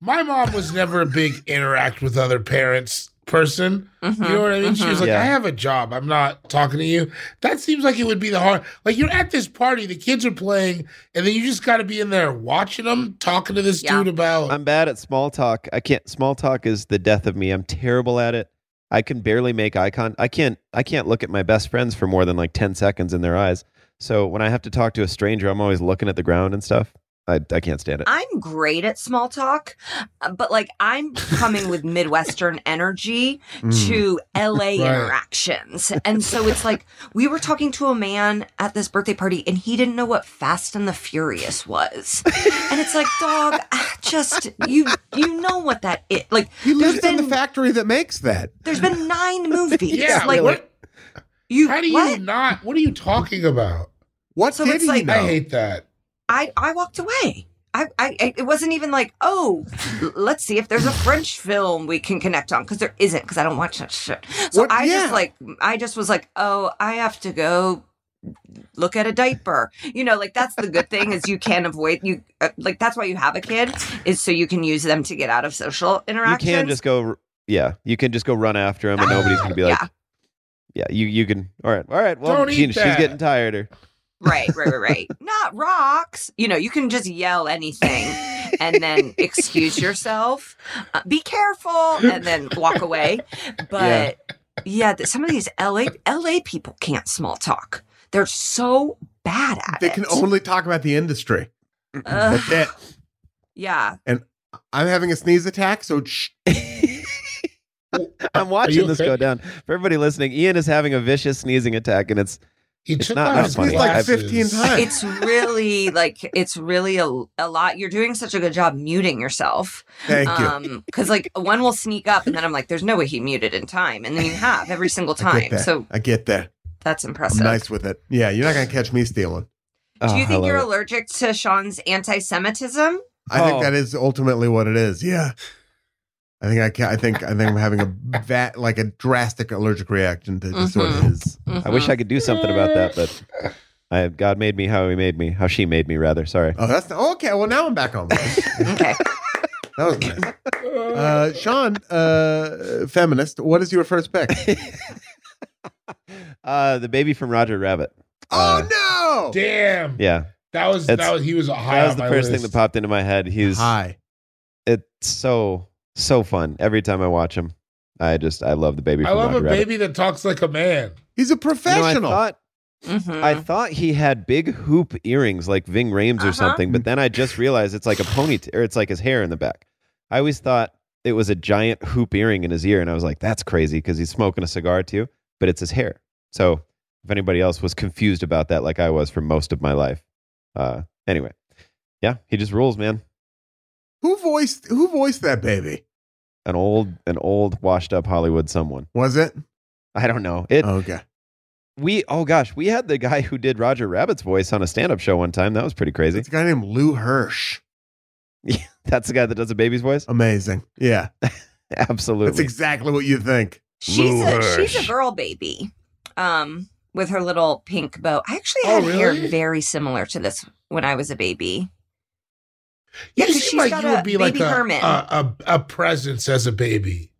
my mom was never a big interact with other parents person.
Mhm,
You know what I mean? She
mhm.
was like,
Yeah.
I have a job. I'm not talking to you. That seems like it would be the hard. Like, you're at this party, the kids are playing, and then you just got to be in there watching them, talking to this
Yeah.
dude about.
I'm bad at small talk. I can't. Small talk is the death of me. I'm terrible at it. I can barely make eye con. I can't. I can't look at my best friends for more than like ten seconds in their eyes. So when I have to talk to a stranger, I'm always looking at the ground and stuff. I, I can't stand it.
I'm great at small talk, uh, but like I'm coming with Midwestern energy
Mm.
to LA interactions. And so it's like we were talking to a man at this birthday party and he didn't know what Fast and the Furious was. And it's like, dog, I just you you know what that is. Like
He lives
there's
in the
been
factory that makes that.
there's been nine movies.
yeah,
like
what,
you
how do you
what?
not? What are you talking about?
What
So
did
it's
he
like-
know?
I hate that.
I I walked away. I, I I- it wasn't even like oh l- let's see if there's a French film we can connect on because there isn't because I don't watch that shit. So
What-
I
yeah.
just like I just was like oh I have to go look at a diaper. You know like that's the good thing is you can avoid you uh, like that's why you have a kid is so you can use them to get out of social
you
interactions.
can just go. Yeah, you can just go run after him, and nobody's gonna be like,
Yeah.
yeah. you you can. All right, all right. Well,
Don't eat
she- she's
that.
getting tired. Or
right right right right not rocks. You know you can just yell anything. and then excuse yourself, uh, be careful, and then walk away. But yeah, th- some of these LA LA people can't small talk. They're so bad at
They
it.
can only talk about the industry.
Ugh,
That's it.
yeah,
I'm having a sneeze attack, so shh.
I'm watching
you
this
okay?
go down. For everybody listening, Ian is having a vicious sneezing attack, and it's
He
It's
took
not-
off
not
his
funny.
like
glasses.
15 times.
it's really like it's really a, a lot. You're doing such a good job muting yourself.
Thank you.
Um, because like one will sneak up, and then I'm like, "There's no way he muted in time," and then you have every single
I get
time.
that.
So
I get that.
That's
I'm
impressive.
nice with it. Yeah, you're not gonna catch me stealing.
Oh,
Do you
I
think
love
you're
it.
allergic to Sean's anti-Semitism?
I
Oh.
think that is ultimately what it is. Yeah. I think I can I think I think I'm having a vat like a drastic allergic reaction to just what it
Mm-hmm.
Mhm.
is.
I wish I could do something about that, but I, God made me how He made me, how she made me, rather. Sorry.
Oh, that's okay. Well, now I'm back on. That
Okay.
was nice. Uh, Sean, uh, feminist. What is your first pick?
Uh, the baby from Roger Rabbit. Uh,
oh no!
Damn.
Yeah,
That was
That's-
that was he was high.
that was
on
the
my
first thing
list.
that popped into my head. He's
Hi.
it's so so fun every time I watch him. I just I love the baby.
I
from
love
Roger
a
Rabbit.
baby that talks like a man.
He's a
You know,
professional.
I thought
Mhm.
I thought he had big hoop earrings like Ving Rhames
Uh-huh.
or something, but then I just realized it's like a ponytail or it's like his hair in the back. I always thought it was a giant hoop earring in his ear, and I was like, that's crazy because he's smoking a cigar too, but it's his hair. So if anybody else was confused about that, like I was for most of my life. Uh, anyway, yeah, he just rules, man.
who voiced Who voiced that baby?
An old, an old, washed up Hollywood someone.
Was it?
I don't know. It
Okay.
we oh gosh, we had the guy who did Roger Rabbit's voice on a stand up show one time. That was pretty crazy.
It's a guy named Lou Hirsch.
That's the guy that does a baby's voice.
Amazing. Yeah, that's
Absolutely.
exactly what you think.
she's
Lou
a she's
Hirsch.
a girl baby. Um with her little pink bow. I actually
Oh,
had hair
really?
very similar to this when I was a baby. Yeah,
You
'cause she's
seem like
got
you
a
would be like
baby
a,
hermit.
a, a a presence as a baby.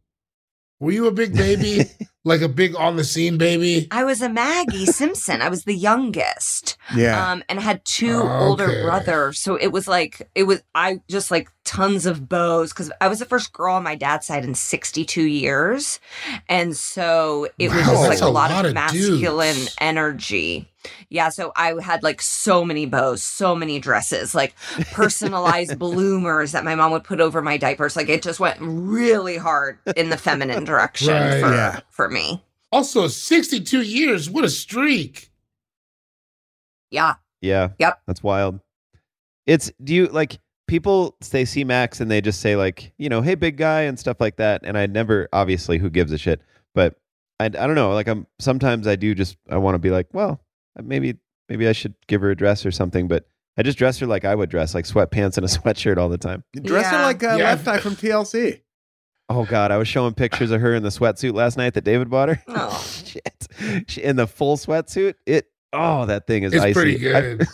Were you a big baby? like a big on the scene baby?
I was a Maggie Simpson. I was the youngest.
Yeah.
Um and had two
Oh, Okay.
older brothers. So it was like it was I just like tons of bows cuz I was the first girl on my dad's side in 62 years. And so it was
Wow,
just like
that's
a
a
lot,
lot
of
of
masculine
dudes.
energy. Yeah, so I had like so many bows, so many dresses, like personalized bloomers that my mom would put over my diapers. Like it just went really hard in the feminine direction
Right.
for,
Yeah.
for me.
Also, 62 years, what a streak.
Yeah.
yeah.
Yep.
That's wild. It's do you like people they see Max and they just say like, you know, hey big guy and stuff like that. And I never obviously who gives a shit. But I I don't know. Like I'm sometimes I do just I want to be like, well, maybe maybe I should give her a dress or something, but I just dress her like I would dress, like sweatpants and a sweatshirt all the time.
Dress her
Yeah.
like uh,
Yeah.
Left Eye from TLC.
Oh God, I was showing pictures of her in the sweatsuit last night that David bought her.
Oh.
Shit, she, in the full sweatsuit. It oh, that thing is
It's
icy.
pretty
I-
good.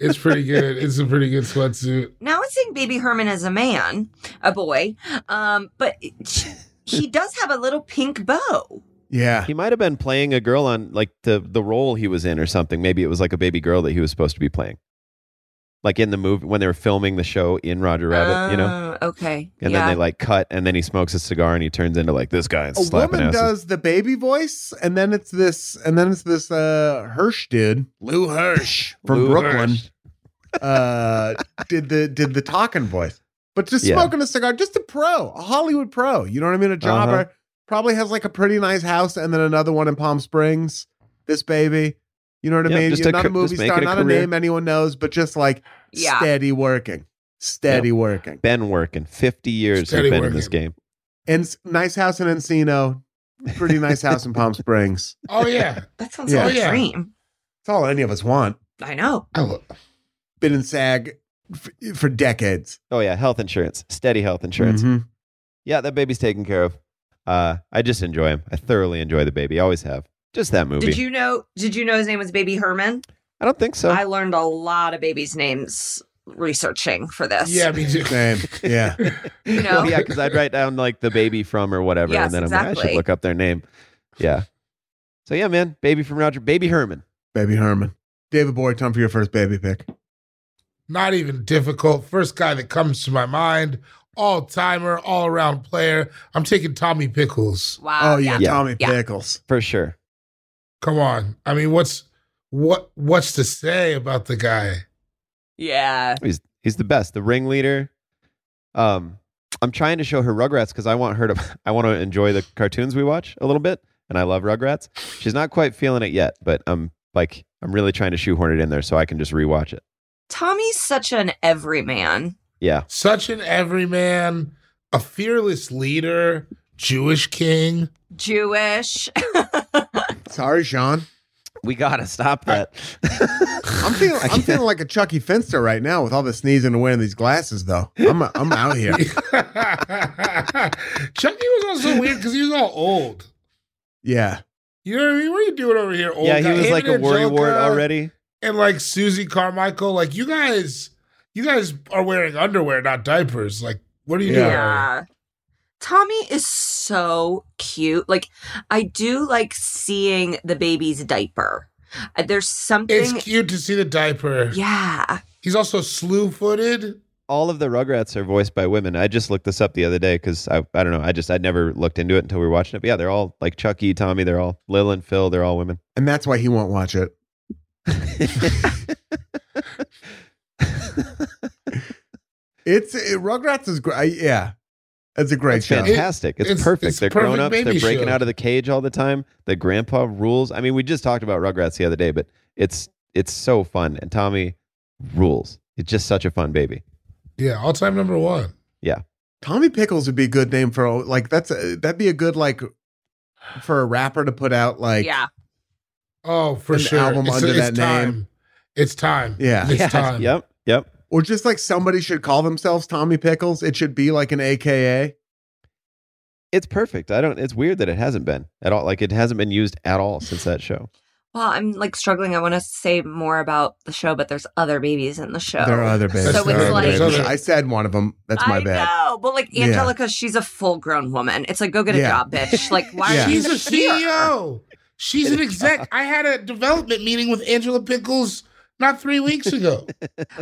it's pretty good. It's a pretty good sweatsuit.
now it's seeing baby herman as a man a boy um but it- he does have a little pink bow
Yeah.
He might have been playing a girl on like the the role he was in or something. Maybe it was like a baby girl that he was supposed to be playing. Like in the movie when they were filming the show in Roger Rabbit, you know?
Oh, okay
And
yeah
then they like cut and then he smokes a cigar and he turns into like this guy and
a
slapping
woman
asses.
does the baby voice, and then it's this, and then it's this uh Hirsch dude, Lou Hirsch from
Lou
Brooklyn,
Hirsch.
uh, did the did the talking voice, but just
Yeah.
smoking a cigar, just a pro, a Hollywood pro. You know what I mean? A jobber
Uh-huh.
probably has like a pretty nice house, and then another one in Palm Springs. This baby, you know what
Yeah,
I mean?
just
You're
a
not
ca-
a movie
just make
star,
it a
not a
career.
name anyone knows, but just like
yeah
steady working, steady working,
Been working. Fifty years he's
Steady
been in this game.
and s- nice house in Encino, pretty nice house in Palm Springs.
Oh, yeah.
that sounds
Yeah.
like a
Yeah.
dream
It's all any of us want.
i know
I lo-
Been in SAG f- for decades.
Oh yeah, health insurance. Steady health insurance.
Mhm.
Yeah, that baby's taken care of. Uh, I just enjoy him. I thoroughly enjoy the baby. I always have. Just that movie.
did you know did you know his name was baby herman
I don't think so.
i learned a lot of babies names researching for this
Yeah, me too.
Same. Yeah.
you know?
Well, yeah, because I'd write down like the baby from or whatever,
Yes,
and then I'm like, I should
exactly.
look up their name. Yeah. So yeah, man, baby from Roger, baby Herman.
baby Herman. David Boyd, time for your first baby pick.
Uh,
Not even difficult. First guy that comes to my mind, all timer, all around player. I'm taking Tommy Pickles.
wow
oh, yeah.
Yeah.
Tommy
Yeah.
Pickles.
for sure.
Come on. I mean, what's what what's to say about the guy?
yeah
He's he's the best, the ringleader. Um, I'm trying to show her Rugrats because I want her to. I want to enjoy the cartoons we watch a little bit, and I love Rugrats. She's not quite feeling it yet, but I'm like, I'm really trying to shoehorn it in there so I can just rewatch it.
tommy's such an everyman
Yeah,
Such an everyman, a fearless leader, Jewish king.
jewish
Sorry, Sean.
We gotta stop that.
I'm feeling I'm feeling like a Chucky Finster right now with all the sneezing and wearing these glasses though. I'm I'm out here.
Chucky was also weird because he was all old.
Yeah.
You know what I mean? What are you doing over here, old
yeah, he
guy?
was
Him
like a
and
worry wart
Angelica
already.
And like Susie Carmichael, like you guys, you guys are wearing underwear, not diapers. Like, what are you
Yeah.
doing?
Yeah. Tommy is so cute. Like, I do like seeing the baby's diaper. Uh, There's
It's
something.
cute to see the diaper.
Yeah.
He's also slew-footed.
All of the Rugrats are voiced by women. I just looked this up the other day because I, I don't know. I just I'd never looked into it until we were watching it. But yeah, they're all like Chucky, Tommy. They're all Lil and Phil. They're all women.
And that's why he won't watch it. It's it, Rugrats is great. Yeah. It's a great
It's
show.
fantastic. It's,
it's-
perfect.
it's
they're
perfect
grown ups. They're
baby
breaking
show.
out of the cage all the time. The grandpa rules. I mean, we just talked about Rugrats the other day, but it's it's so fun. And Tommy rules. It's just such a fun baby.
Yeah, all time number one.
Tommy Pickles would be a good name for a- like that's a, that'd be a good like for a rapper to put out like
yeah.
Oh, for
An
sure.
album under that
time.
name.
It's time.
Yeah.
It's time.
Yep. Yep.
or just like somebody should call themselves Tommy Pickles. It should be like an AKA.
It's perfect. I don't. It's weird that it hasn't been at all. Like it hasn't been used at all since that show.
Well, I'm like struggling. I want to say more about the show, but there's other babies in the show.
There are other
So
bands.
it's
There are
like-
other bands. I said one of them. That's my
I
bad.
know, but like
Yeah.
Angelica, she's a full-grown woman. It's like go get a
Yeah.
job, bitch. Like why
Yeah.
are you
She's a E
here?
CEO. She's an exec. I had a development meeting with Angela Pickles not three weeks ago.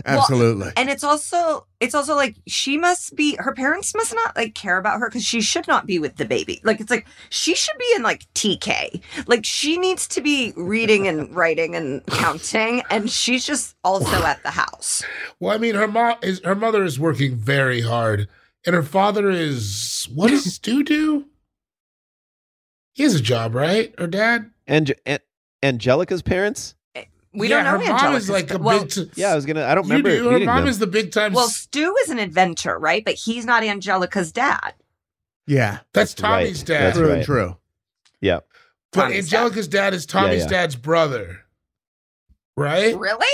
Absolutely.
And it's also it's also like she must be her parents must not like care about her because she should not be with the baby. Like it's like she should be in like TK. Like she needs to be reading and writing and counting, and she's just also at the house.
Well, I mean, her mom is her mother is working very hard, and her father is what does Stu do? He has a job, right? Her dad.
And, and Angelica's parents.
We
Yeah,
don't know.
Her mom
Angelica's-
is like a
well,
big. T-
Yeah, I was gonna. I don't
you
remember
do. Her
meeting
mom
them.
is the big time.
well, Stu is an inventor, right? But he's not Angelica's dad.
yeah.
that's
That's right.
Tommy's dad.
That's
true
right.
and true.
yeah.
But
Tommy's dad.
Angelica's dad. is Tommy's
yeah.
dad's brother, right?
Really?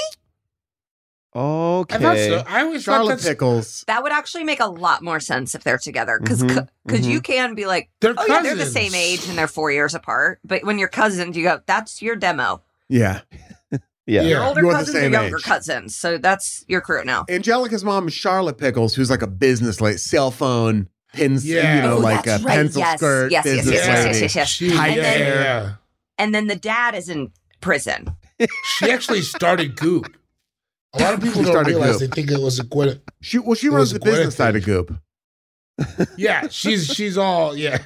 Okay.
I thought so. I always thought
Charlotte
that's
Pickles.
That would actually make a lot more sense if they're together, because
Mhm, mhm.
you can be like,
they're
oh
cousins.
yeah, they're the same age and they're four years apart. But when you're cousins, you go, that's your demo.
Yeah.
Yeah.
Yeah.
Your older
You're the
cousins are
same
younger
age.
cousins, so that's your crew now.
Angelica's mom is Charlotte Pickles, who's like a business like cell phone pins,
Yeah.
you know,
Oh,
like a
that's right.
pencil
Yes,
skirt
yes, yes,
business
yes, yes,
lady.
yes, yes, yes.
She, yeah,
High
yeah,
hair.
yeah.
And then the dad is in prison.
She actually started Goop. A lot of people
She
don't
started
realize
Goop.
they think it was a Gwyneth.
She well, she
It
runs
was
the
Gwyneth
business side
Paltrow.
of Goop.
Yeah, she's she's all yeah.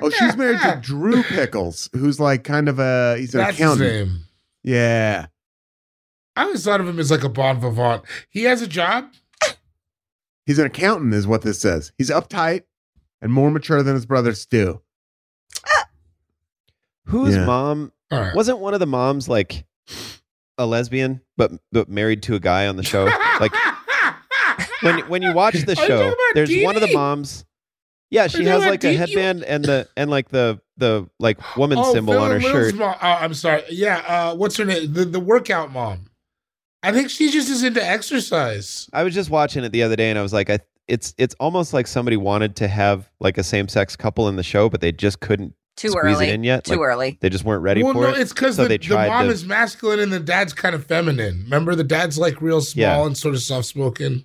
Oh, she's married to Drew Pickles, who's like kind of a he's an
That's his
accountant.
name.
Yeah.
I always thought of him as like a bon vivant. He has a job.
He's an accountant, is what this says. He's uptight and more mature than his brother Stu.
Whose
Yeah.
mom
All right.
wasn't one of the moms like a lesbian, but but married to a guy on the show? like when when you watch the
Are you talking
show,
about
there's one of the
Dee Dee?
moms. Yeah, she
you talking
has
about
like a
Dee Dee?
headband and the and like the the like woman
Oh,
symbol on her
Villain Will's
shirt.
mom- oh, I'm sorry. Yeah. Uh, what's her name? The the workout mom. I think she just is into exercise.
I was just watching it the other day, and I was like, I it's it's almost like somebody wanted to have like a same sex couple in the show, but they just couldn't
Too
squeeze
early.
it in yet.
Too
Like,
early.
They just weren't ready
well,
for
no,
it.
it's because
so
the,
they
the
tried
mom
to-
is masculine and the dad's kind of feminine. Remember, the dad's like real small
Yeah.
and sort of soft spoken.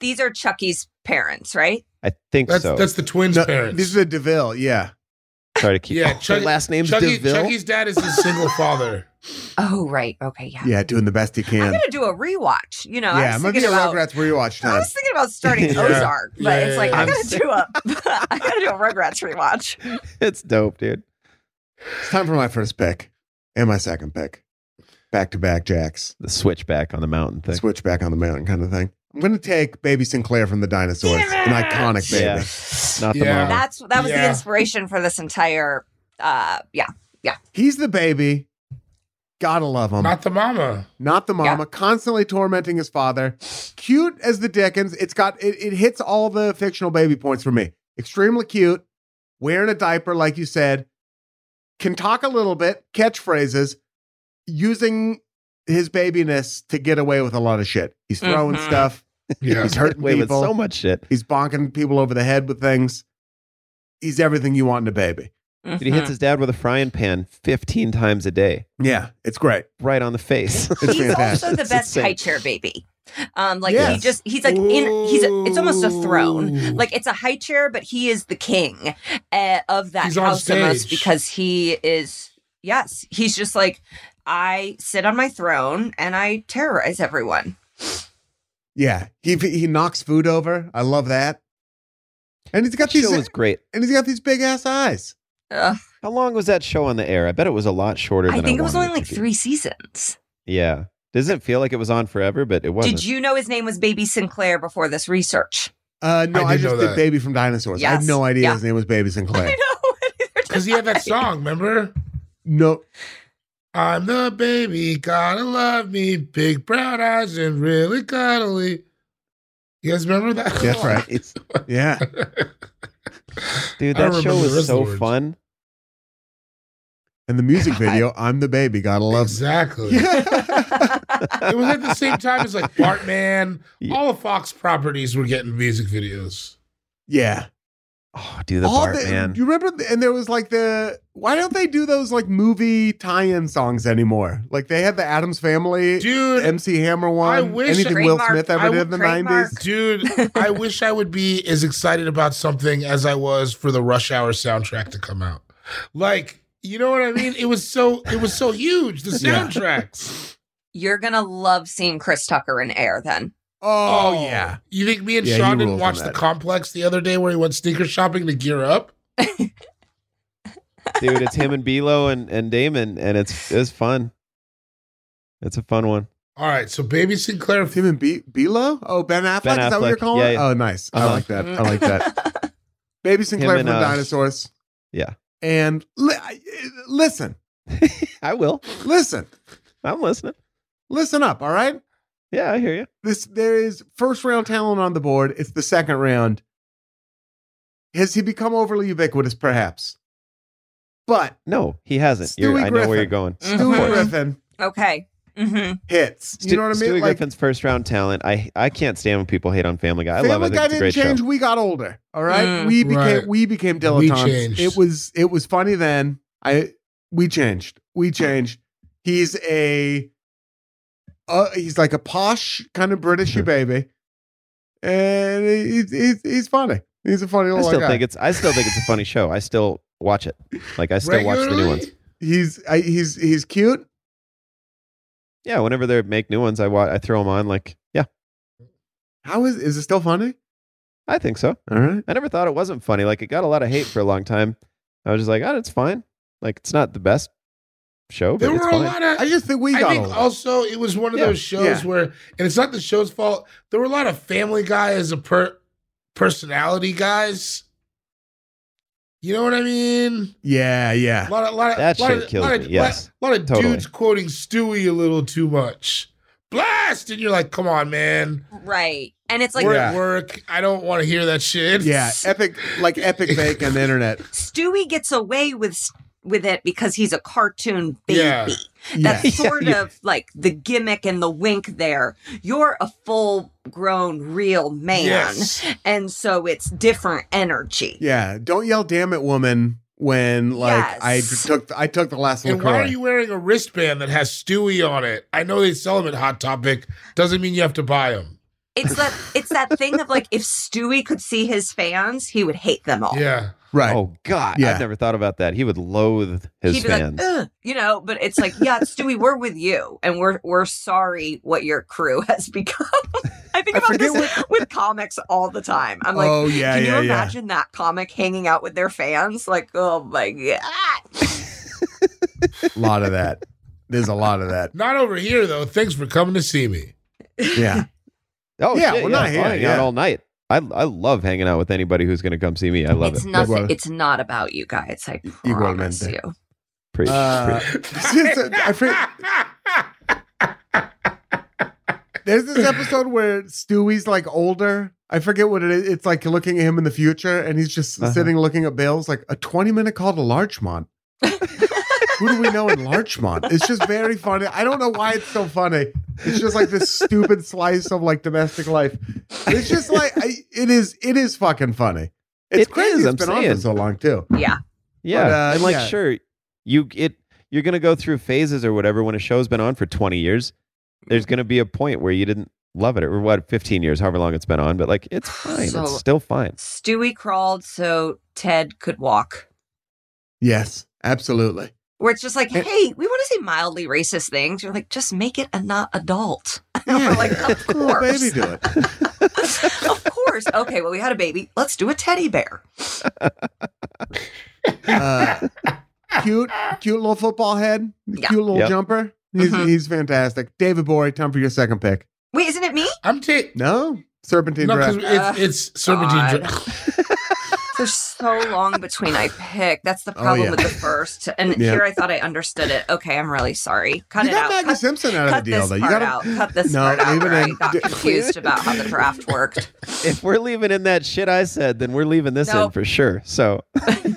These are Chucky's parents, right?
I think
That's
so.
that's the twins'
No,
parents.
this is a DeVille, yeah.
Try to keep.
yeah,
Oh,
Chuck-
their last name's
Chucky,
Deville.
Chucky's dad is his single father.
Oh, right. Okay, yeah.
Yeah, doing the best he
I'm
can.
gonna do a rewatch. You know, I
yeah,
was
maybe
thinking
a
about.
Rugrats rewatch
I
time.
was thinking about starting
Yeah.
Ozark, but
Yeah,
it's like
yeah,
I
yeah.
gotta do a I gotta do a Rugrats rewatch.
it's dope, dude.
It's time for my first pick and my second pick. Back to back jacks.
The switchback on the mountain thing.
Switch back on the mountain kind of thing. I'm going to take Baby Sinclair from the Dinosaurs, an iconic baby.
Yeah. Not the
Yeah.
mom.
That's that was the
Yeah.
inspiration for this entire. uh Yeah,
He's the baby. Gotta love him. Not,
Not the mama.
the mama. Constantly tormenting his father. Cute as the dickens. It's got it, it hits all the fictional baby points for me. Extremely cute. Wearing a diaper, like you said. can talk a little bit, catchphrases, using his babiness to get away with a lot of shit. He's throwing
Mhm.
stuff.
Yeah.
He's hurting
Wait, with
people.
so much shit.
He's bonking people over the head with things. He's everything you want in a baby.
Dude,
Mm-hmm.
he hits his dad with a frying pan 15 times a day,
Yeah, it's great.
right on the face.
It's
he's
fantastic.
also the
It's
best
insane.
high chair baby. Um, like he
Yes.
just he's like in he's a, it's almost a throne. Like it's a high chair, but he is the king uh, of that
He's on
house almost
stage.
because he is. Yes, he's just like I sit on my throne and I terrorize everyone.
Yeah, he he knocks food over. I love that. And he's got
that
these
show was great.
and he's got these big ass eyes.
Ugh.
How long was that show on the air? I bet it was a lot shorter than
I
I
think it was
wanted
only like
to be.
three seasons.
Yeah. Doesn't feel like it was on forever, but it wasn't.
Did you know his name was Baby Sinclair before this research?
Uh, no,
I
I,
did
just
know
did
that.
Baby from Dinosaurs. I had
Yes.
no idea
Yeah.
his name was Baby Sinclair.
Because he had that song, remember?
no,
I'm the baby, gotta love me, big brown eyes and really cuddly. You guys remember that?
that's right. yeah,
Dude,
I don't
that show
remember the
was
rest of
so
the words.
fun.
and the music video, "I'm the Baby," gotta love.
exactly. it was at the same time as like Bartman.
Yeah.
All the Fox properties were getting music videos.
Yeah,
Oh, dude, the
All
Bart
the-
man.
You remember? th- And there was like the why don't they do those like movie tie-in songs anymore? Like they had the Adams Family,
Dude,
MC Hammer one.
I wish-
anything Will
Trademark.
Smith ever
I
did
would
in the
trademark.
nineties.
dude, I wish I would be as excited about something as I was for the Rush Hour soundtrack to come out. Like, you know what I mean? It was so it was so huge, the
Yeah.
soundtracks.
You're gonna love seeing Chris Tucker in Air then.
Oh, yeah,
You think me and
Yeah, he
Sean
rules
didn't
on
watch the
that.
complex the other day where he went sneaker shopping to gear up?
Dude, it's him and Belo and, and Damon, and it's it's fun. It's a fun one.
All right, so Baby Sinclair
Tim and B- Bilo. Oh, Ben Affleck.
Ben
Is that what you're
Affleck.
calling?
Yeah,
it?
yeah.
Oh, nice. I
Uh-huh.
like that.
Mm.
I like that. Baby Sinclair
and,
from
uh,
Dinosaurs.
yeah.
And li- I- listen,
I will.
listen,
I'm listening.
listen up. All right.
Yeah, I hear you.
This there is first round talent on the board. It's the second round. Has he become overly ubiquitous? Perhaps. But
No, he hasn't.
Stewie
You're, I know where
Griffin.
you're going.
Stewie
Mhm.
Griffin
okay. Mm-hmm.
hits. You
Stu-
know what I mean?
Stewie
like
Griffin's first round talent. I I can't stand when people hate on Family Guy. I
Family
love it. I think
Guy
it's a
didn't
great
change.
show.
We got older. All right.
Mm.
we became
Right.
we became
We
dilettantes.
changed.
it was it was funny then. I we changed. We changed. He's a uh, he's like a posh kind of
Hmm.
Britishy baby, and he's he's, he's funny. He's a funny
I
little
still
guy.
think it's I still think it's a funny show. I still watch it. Like I still watch the new ones.
he's I, he's he's cute.
Yeah, whenever they make new ones, I watch. I throw them on. Like yeah,
How is is it still funny?
I think so.
All right.
I never thought it wasn't funny. Like it got a lot of hate for a long time. I was just like, oh, it's fine. Like it's not the best show, but
There
it's
were a
fine.
lot of
I just think we
I
got
think
older.
also it was one of
Yeah,
those shows
yeah.
where, and it's not the show's fault. There were a lot of Family Guy as a per personality guys. You know what I mean?
yeah,
A
yeah.
lot of, lot of,
That
lot
shit
of,
kills
lot of,
me, yes.
lot, lot of
Totally.
dudes quoting Stewie a little too much. Blast, and you're like, come on, man.
Right. And it's like
We're
Yeah.
at work. I don't want to hear that shit.
Yeah, epic like epic fake on the internet.
Stewie gets away with s- with it because he's a cartoon baby.
Yeah.
Yeah.
That's sort of like the gimmick and the wink there. You're a full grown real man.
Yes.
And so it's different energy.
Yeah, don't yell "damn it, woman" when like I
Yes.
took I took the last
And
LaCroix.
why are you wearing a wristband that has Stewie on it? I know they sell them at Hot Topic. Doesn't mean you have to buy them.
It's that it's that thing of like if Stewie could see his fans, he would hate them all.
Yeah.
right?
Oh God,
Yeah.
I've never thought about that. He would loathe his
He'd be
fans.
like, Ugh, you know, but it's like, yeah, Stewie, we're with you, and we're we're sorry what your crew has become. I think
I
about
forget
this with comics all the time. I'm like,
oh yeah,
Can
yeah,
you
yeah.
imagine that comic hanging out with their fans? Like, oh my god!
A lot of that. There's a lot of that.
Not over here though. Thanks for coming to see me.
Yeah,
oh
Yeah,
shit,
we're
yeah,
not
I'll
here,
hang out
yeah.
all night. I I love hanging out with anybody who's going to come see me. I love
it's
it.
nothing.
Igualmente.
It's not about you guys. I promise
E-, Igualmente.
you.
Preach,
Uh,
preach.
this is a- I forget- there's this episode where Stewie's like older. I forget what it is. It's like looking at him in the future, and he's just
Uh-huh.
sitting looking at bills. Like a 20 minute call to Larchmont. Who do we know in Larchmont? It's just very funny. I don't know why it's so funny. It's just like this stupid slice of like domestic life. It's just like I, it is. It is fucking funny. It's
It
crazy.
is,
It's
I'm
been on
saying.
for so long too.
Yeah.
Yeah,
But, uh,
and like
yeah.
sure, you it you're gonna go through phases or whatever. When a show's been on for 20 years,
Mm.
there's gonna be a point where you didn't love it, or what 15 years, however long it's been on. But like, it's fine.
So-
it's still fine.
Stewie crawled so Ted could walk.
Yes, absolutely.
Where it's just like,
And-
hey, we want to say mildly racist things. You're like, just make it a not adult.
Yeah.
like, of
Let the
course.
baby do it.
of course. Okay, well, we had a baby. Let's do a teddy bear.
Uh, cute, cute little football head.
Yeah.
Cute little
Yep.
jumper. He's
Mhm.
he's fantastic. David Bory, time for your second pick.
Wait, isn't it me?
I'm taking
No serpentine
no because
draft.
it's, it's serpentine.
God.
Dra-
There's so long between I pick. That's the problem
Oh, yeah.
with the first. And
Yeah.
here I thought I understood it. Okay, I'm really sorry. Cut
You
it
got
out.
Maggie
Cut,
Simpson out
cut
of the deal
this
though. You
part
gotta
out. Cut this
No,
part out.
leave it
Where I
in.
got
Do-
confused about how the draft worked.
If we're leaving in that shit I said, then we're leaving this in
Nope.
for sure. So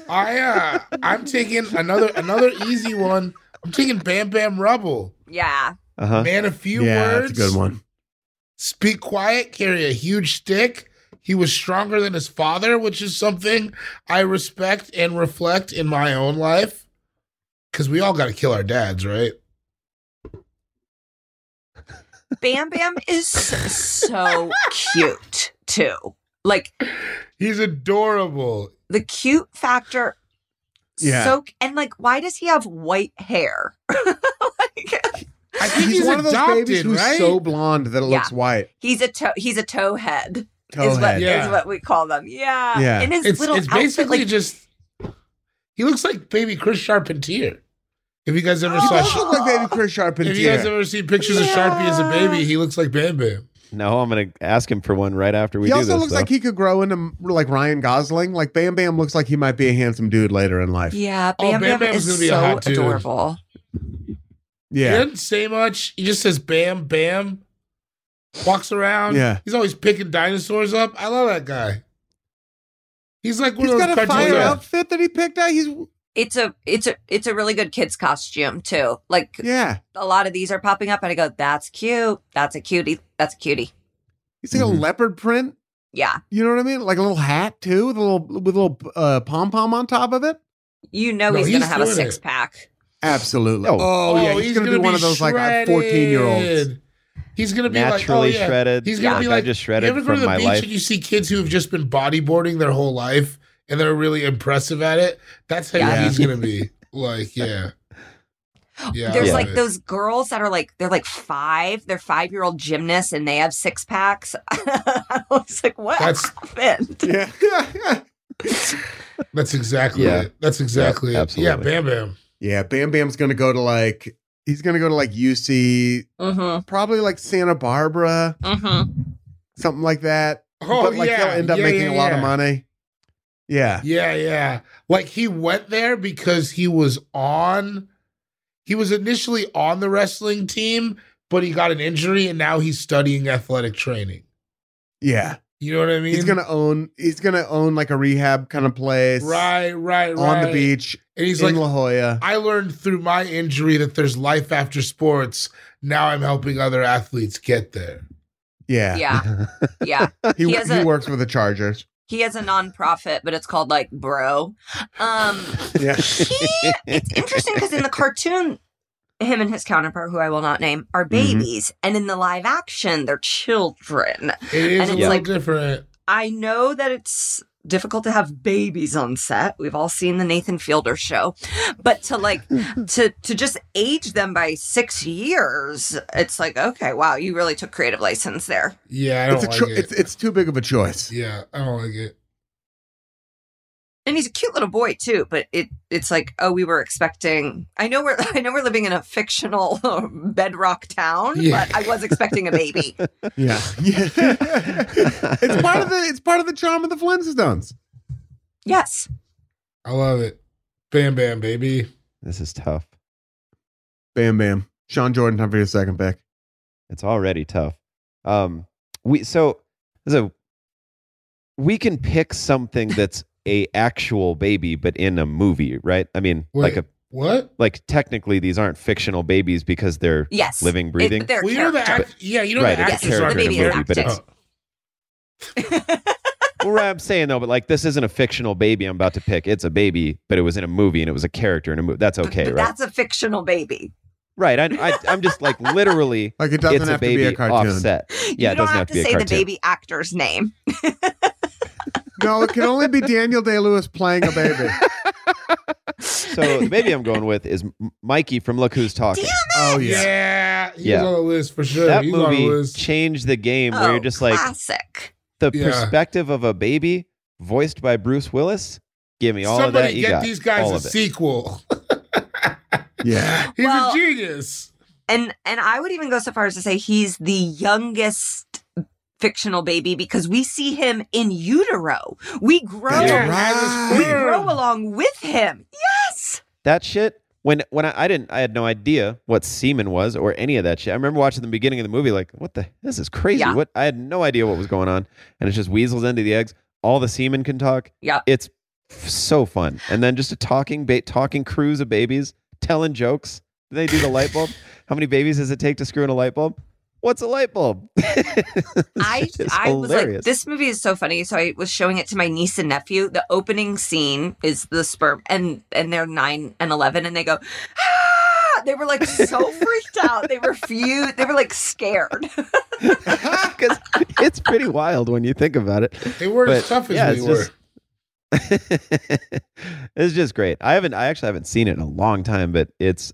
I uh, I'm taking another another easy one. I'm taking Bam Bam Rubble.
Yeah.
uh huh.
Man, a few
yeah,
words.
that's a good one.
Speak quiet. Carry a huge stick. He was stronger than his father, which is something I respect and reflect in my own life. Because we all got to kill our dads, right?
Bam Bam is s- so cute, too. Like,
He's adorable.
the cute factor.
Yeah.
So, and like, why does he have white hair? like,
I think he's,
one of those
adopted,
babies who's
right?
so blonde that it
Yeah.
looks white.
he's a toe, he's a toe head. is
Toehead.
what is
Yeah.
what we call them. Yeah.
Yeah.
And his
it's
little
it's
outfit,
basically
like,
just he looks like baby Chris Charpentier. If you guys ever
He
saw,
does look like baby Chris Charpentier.
if you guys ever see pictures of Sharpie as a baby, he looks like Bam Bam.
No, I'm gonna ask him for one right after we
he
do
also
this.
looks
though.
like he could grow into like Ryan Gosling. Like Bam Bam looks like he might be a handsome dude later in life. Yeah,
Yeah,
Oh,
Bam Bam,
Bam
is
Bam's gonna be a
so
hot dude.
adorable.
He
yeah,
doesn't say much. He just says Bam Bam. Walks around.
Yeah.
he's always picking dinosaurs up. I love that guy. He's like one
he's
of those
got a
cartoons.
fire
Yeah.
outfit that he picked out. He's
It's a it's a it's a really good kids costume too. Like
yeah,
a lot of these are popping up, and I go, "That's cute. That's a cutie. That's a cutie."
he's like
Mm-hmm.
a
Mhm.
leopard print.
Yeah,
You know what I mean? Like a little hat too, with a little with a little uh, pom pom on top of it.
you know
No,
he's,
he's
gonna have a
doing it.
six pack.
Absolutely.
Oh.
yeah, he's, gonna, be one of those like fourteen year olds.
shredded. He's gonna be
naturally
like, oh, yeah.
shredded.
He's gonna
like
be like
I just
you
shredded
ever go
from
to the
my
beach
life.
and you see kids who have just been bodyboarding their whole life and they're really impressive at it? That's how
Yeah.
he's gonna be. Like, yeah. Yeah. I
There's
love
like
it.
those girls that are like they're like five, they're five year old gymnasts, and they have six packs. I was like, "What
That's-
happened?"
Yeah.
That's exactly
Yeah.
it. That's exactly
Yeah,
it. Yeah,
absolutely.
bam bam.
yeah, Bam Bam's gonna go to like he's gonna go to like UC,
Mm-hmm.
probably like Santa Barbara,
Mm-hmm.
something like that.
Oh,
but like
yeah.
they'll end up
Yeah,
making
yeah,
a lot of
yeah.
money. Yeah.
Yeah, yeah. Like he went there because he was on he was initially on the wrestling team, but he got an injury and now he's studying athletic training.
Yeah.
You know what I mean?
He's gonna own he's gonna own like a rehab kind of place.
Right, right, right.
On the beach
And he's
in
like
La Jolla.
I learned through my injury that there's life after sports. Now I'm helping other athletes get there.
Yeah.
Yeah, yeah.
He,
He
he,
has a-
works with the Chargers.
He has a nonprofit, but it's called like Bro. Um,
Yeah.
he, it's interesting because in the cartoon, him and his counterpart, who I will not name,
Mm-hmm.
are babies, and in the live action, they're children.
It is
And it's
a little
like-
different.
I know that it's difficult to have babies on set. We've all seen the Nathan Fielder show, but to like to to just age them by six years, it's like okay, wow, you really took creative license there.
Yeah, I don't
It's a
like
cho-
it.
it's it's too big of a choice.
yeah, I don't like it.
and he's a cute little boy too but it it's like oh we were expecting i know we're i know we're living in a fictional bedrock town
Yeah.
but i was expecting a baby
Yeah. Yeah. it's part of the it's part of the charm of the Flintstones.
yes
I love it. Bam, bam, baby.
this is tough.
Bam bam. Sean Jordan, time for your second pick.
It's already tough. Um, we so so we can pick something that's a actual baby, but in a movie, right? I mean, like
Wait.
a
What?
like technically these aren't fictional babies because they're
Yes.
living, breathing.
It, they're
Well, you know the
character.
act- yeah, you know
Right,
the
it's a
actors
character
aren't
in a
gonna
movie, but
do it.
it's- well, right, I'm saying though, but like this isn't a fictional baby I'm about to pick. It's a baby, but it was in a movie and it was a character in a movie. That's okay,
But
right?
That's a fictional baby.
right. I, I, I'm just like literally,
Like it doesn't
it's a
have
baby
to be a cartoon.
offset. Yeah,
you
it
don't
doesn't have to be a
say the
cartoon.
baby actor's name.
No, it can only be Daniel Day Lewis playing a baby.
So the baby I'm going with is M- Mikey from Look Who's Talking.
Oh
Yeah,
yeah.
he's
Yeah.
on the list for sure.
that
he's on the
movie
list.
changed the game where
Oh,
you're just like
classic.
the
Yeah.
perspective of a baby voiced by Bruce Willis. Give me all
Somebody
of that. You
get
got
these guys
all
a
of it.
sequel.
Yeah.
He's
Well-
a genius.
And and I would even go so far as to say he's the youngest fictional baby because we see him in utero. We grow
Yeah.
we
Right.
grow along with him. Yes.
that shit when when I, I didn't I had no idea what semen was or any of that shit. I remember watching the beginning of the movie like what the this is crazy.
Yeah.
What I had no idea what was going on and it's just weasels into the eggs. All the semen can talk.
Yeah.
It's f- so fun. And then just a talking ba- talking cruise of babies telling jokes. Do they do the light bulb? How many babies does it take to screw in a light bulb? What's a light bulb?
I
It's
I was like,
hilarious.
this movie is so funny. So I was showing it to my niece and nephew. The opening scene is the sperm, and and they're nine and eleven, and they go. "Ah!" They were like so freaked out. They refused. They were like scared.
because it's pretty wild when you think about it.
They weren't as
But,
tough as
yeah,
we
it's
were.
just- it's just great. I haven't. I actually haven't seen it in a long time, but it's.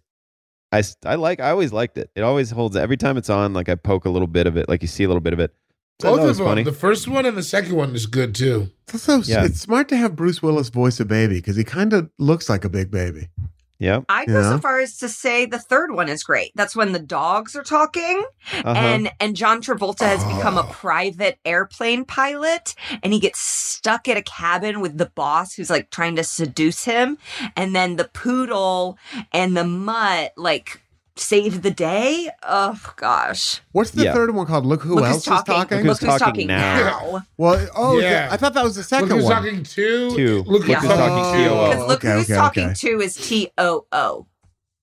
I s- I like. I always liked it. It always holds. Every time it's on, like I poke a little bit of it. Like you see a little bit of it. So
Both
that
of
was
them.
funny.
The first one and the second one is good too.
It's also,
Yeah.
it's smart to have Bruce Willis voice a baby because he kind of looks like a big baby.
yeah.
I go
Yeah.
so far as to say the third one is great. That's when the dogs are talking,
Uh-huh.
and and John Travolta has become a
Oh.
private airplane pilot, and he gets stuck at a cabin with the boss who's like trying to seduce him, and then the poodle and the mutt like save the day. Oh gosh,
What's the
Yeah.
third one called? Look who
look who's
else
talking!
is talking.
Look who's talking,
Talking
now!
Now.
well, oh,
Yeah.
the- I thought that was the second
Look who's
one.
talking two.
Two.
Look
Look
who's
who's
talking
talking
two.
Because
Oh,
look
okay,
who's
okay,
talking
okay.
to is T O O.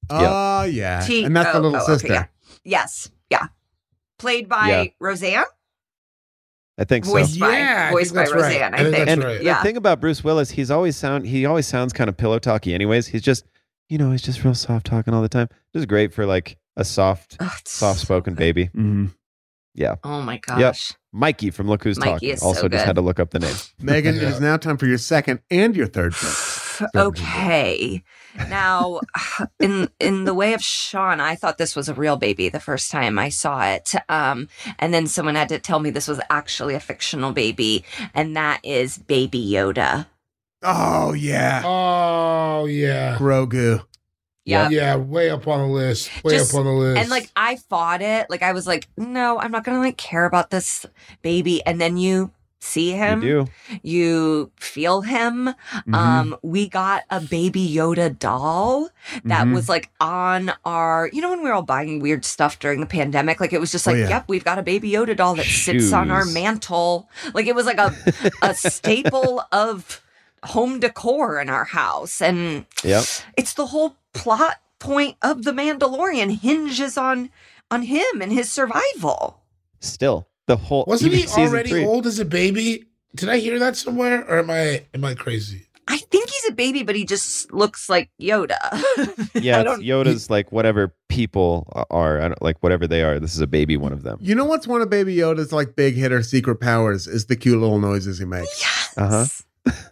Oh, yeah.
T
and that's the
O
little
O, okay,
sister.
yeah. Yes, yeah. Played by
Yeah.
Roseanne.
I think so.
voiced by
Yeah, I
voiced
think
by
that's right.
Roseanne.
I
I
think
think.
that's
And
right.
the
Yeah.
thing about Bruce Willis, he's always sound. He always sounds kind of pillow talky. Anyways, he's just you know he's just real soft talking all the time. Just great for like a soft,
Ugh, it's
soft spoken
so good.
baby.
Oh my gosh.
Mikey from Look Who's
Mikey
Talking.
is so
Also, just
good.
had to look up the name.
Megan, it
Yeah.
is now time for your second and your third pick.
okay. Now, in in the way of Sean, I thought this was a real baby the first time I saw it, um, and then someone had to tell me this was actually a fictional baby, and that is Baby Yoda.
Oh, yeah.
Oh yeah.
Grogu.
Yeah.
Yeah, way up on the list. Way
Just-
up on the list.
And like I fought it, like I was like, no, I'm not gonna like care about this baby. And then you see
You
him,
do. Mm-hmm.
you feel him, Um, we got a baby Yoda doll that
Mm-hmm.
Mhm.
was like on our, you know, when we were all buying weird stuff during the pandemic, like it was just
Oh,
like,
yeah.
yep, we've got a baby Yoda doll that sits on our
Shoes.
mantle. Like it was like a, a staple of home decor in our house. And
Yep.
it's the whole plot point of The Mandalorian hinges on, on him and his survival.
Still, the whole
wasn't
even
he
season
already
three-
old as a baby? Did I hear that somewhere? Or am I am I crazy?
I think he's a baby, but he just looks like Yoda.
Yeah,
I
it's
don't-
Yoda's like whatever people are, I don't, like whatever they are. This is a baby one of them.
You know what's one of Baby Yoda's like big hitter secret powers is the cute little noises he makes.
Yes.
Uh-huh.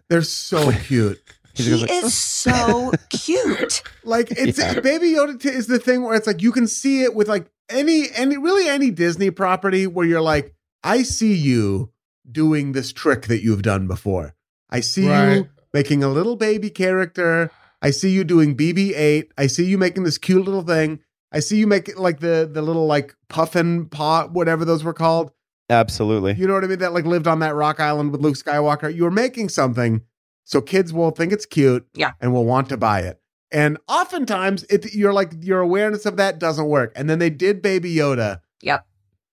They're so cute.
He's
he
like,
is so cute.
Like it's
Yeah.
Baby Yoda t- is the thing where it's like you can see it with like any any really any Disney property where you're like I see you doing this trick that you've done before. I see
Right.
you making a little baby character. I see you doing BB-8. I see you making this cute little thing. I see you make like the the little like puffin pot whatever those were called.
"Oh, Absolutely.
You know what I mean? That like lived on that rock island with Luke Skywalker. You were making something so kids will think it's cute
Yeah.
and will want to buy it. And oftentimes it you're like your awareness of that doesn't work. And then they did Baby Yoda.
Yep.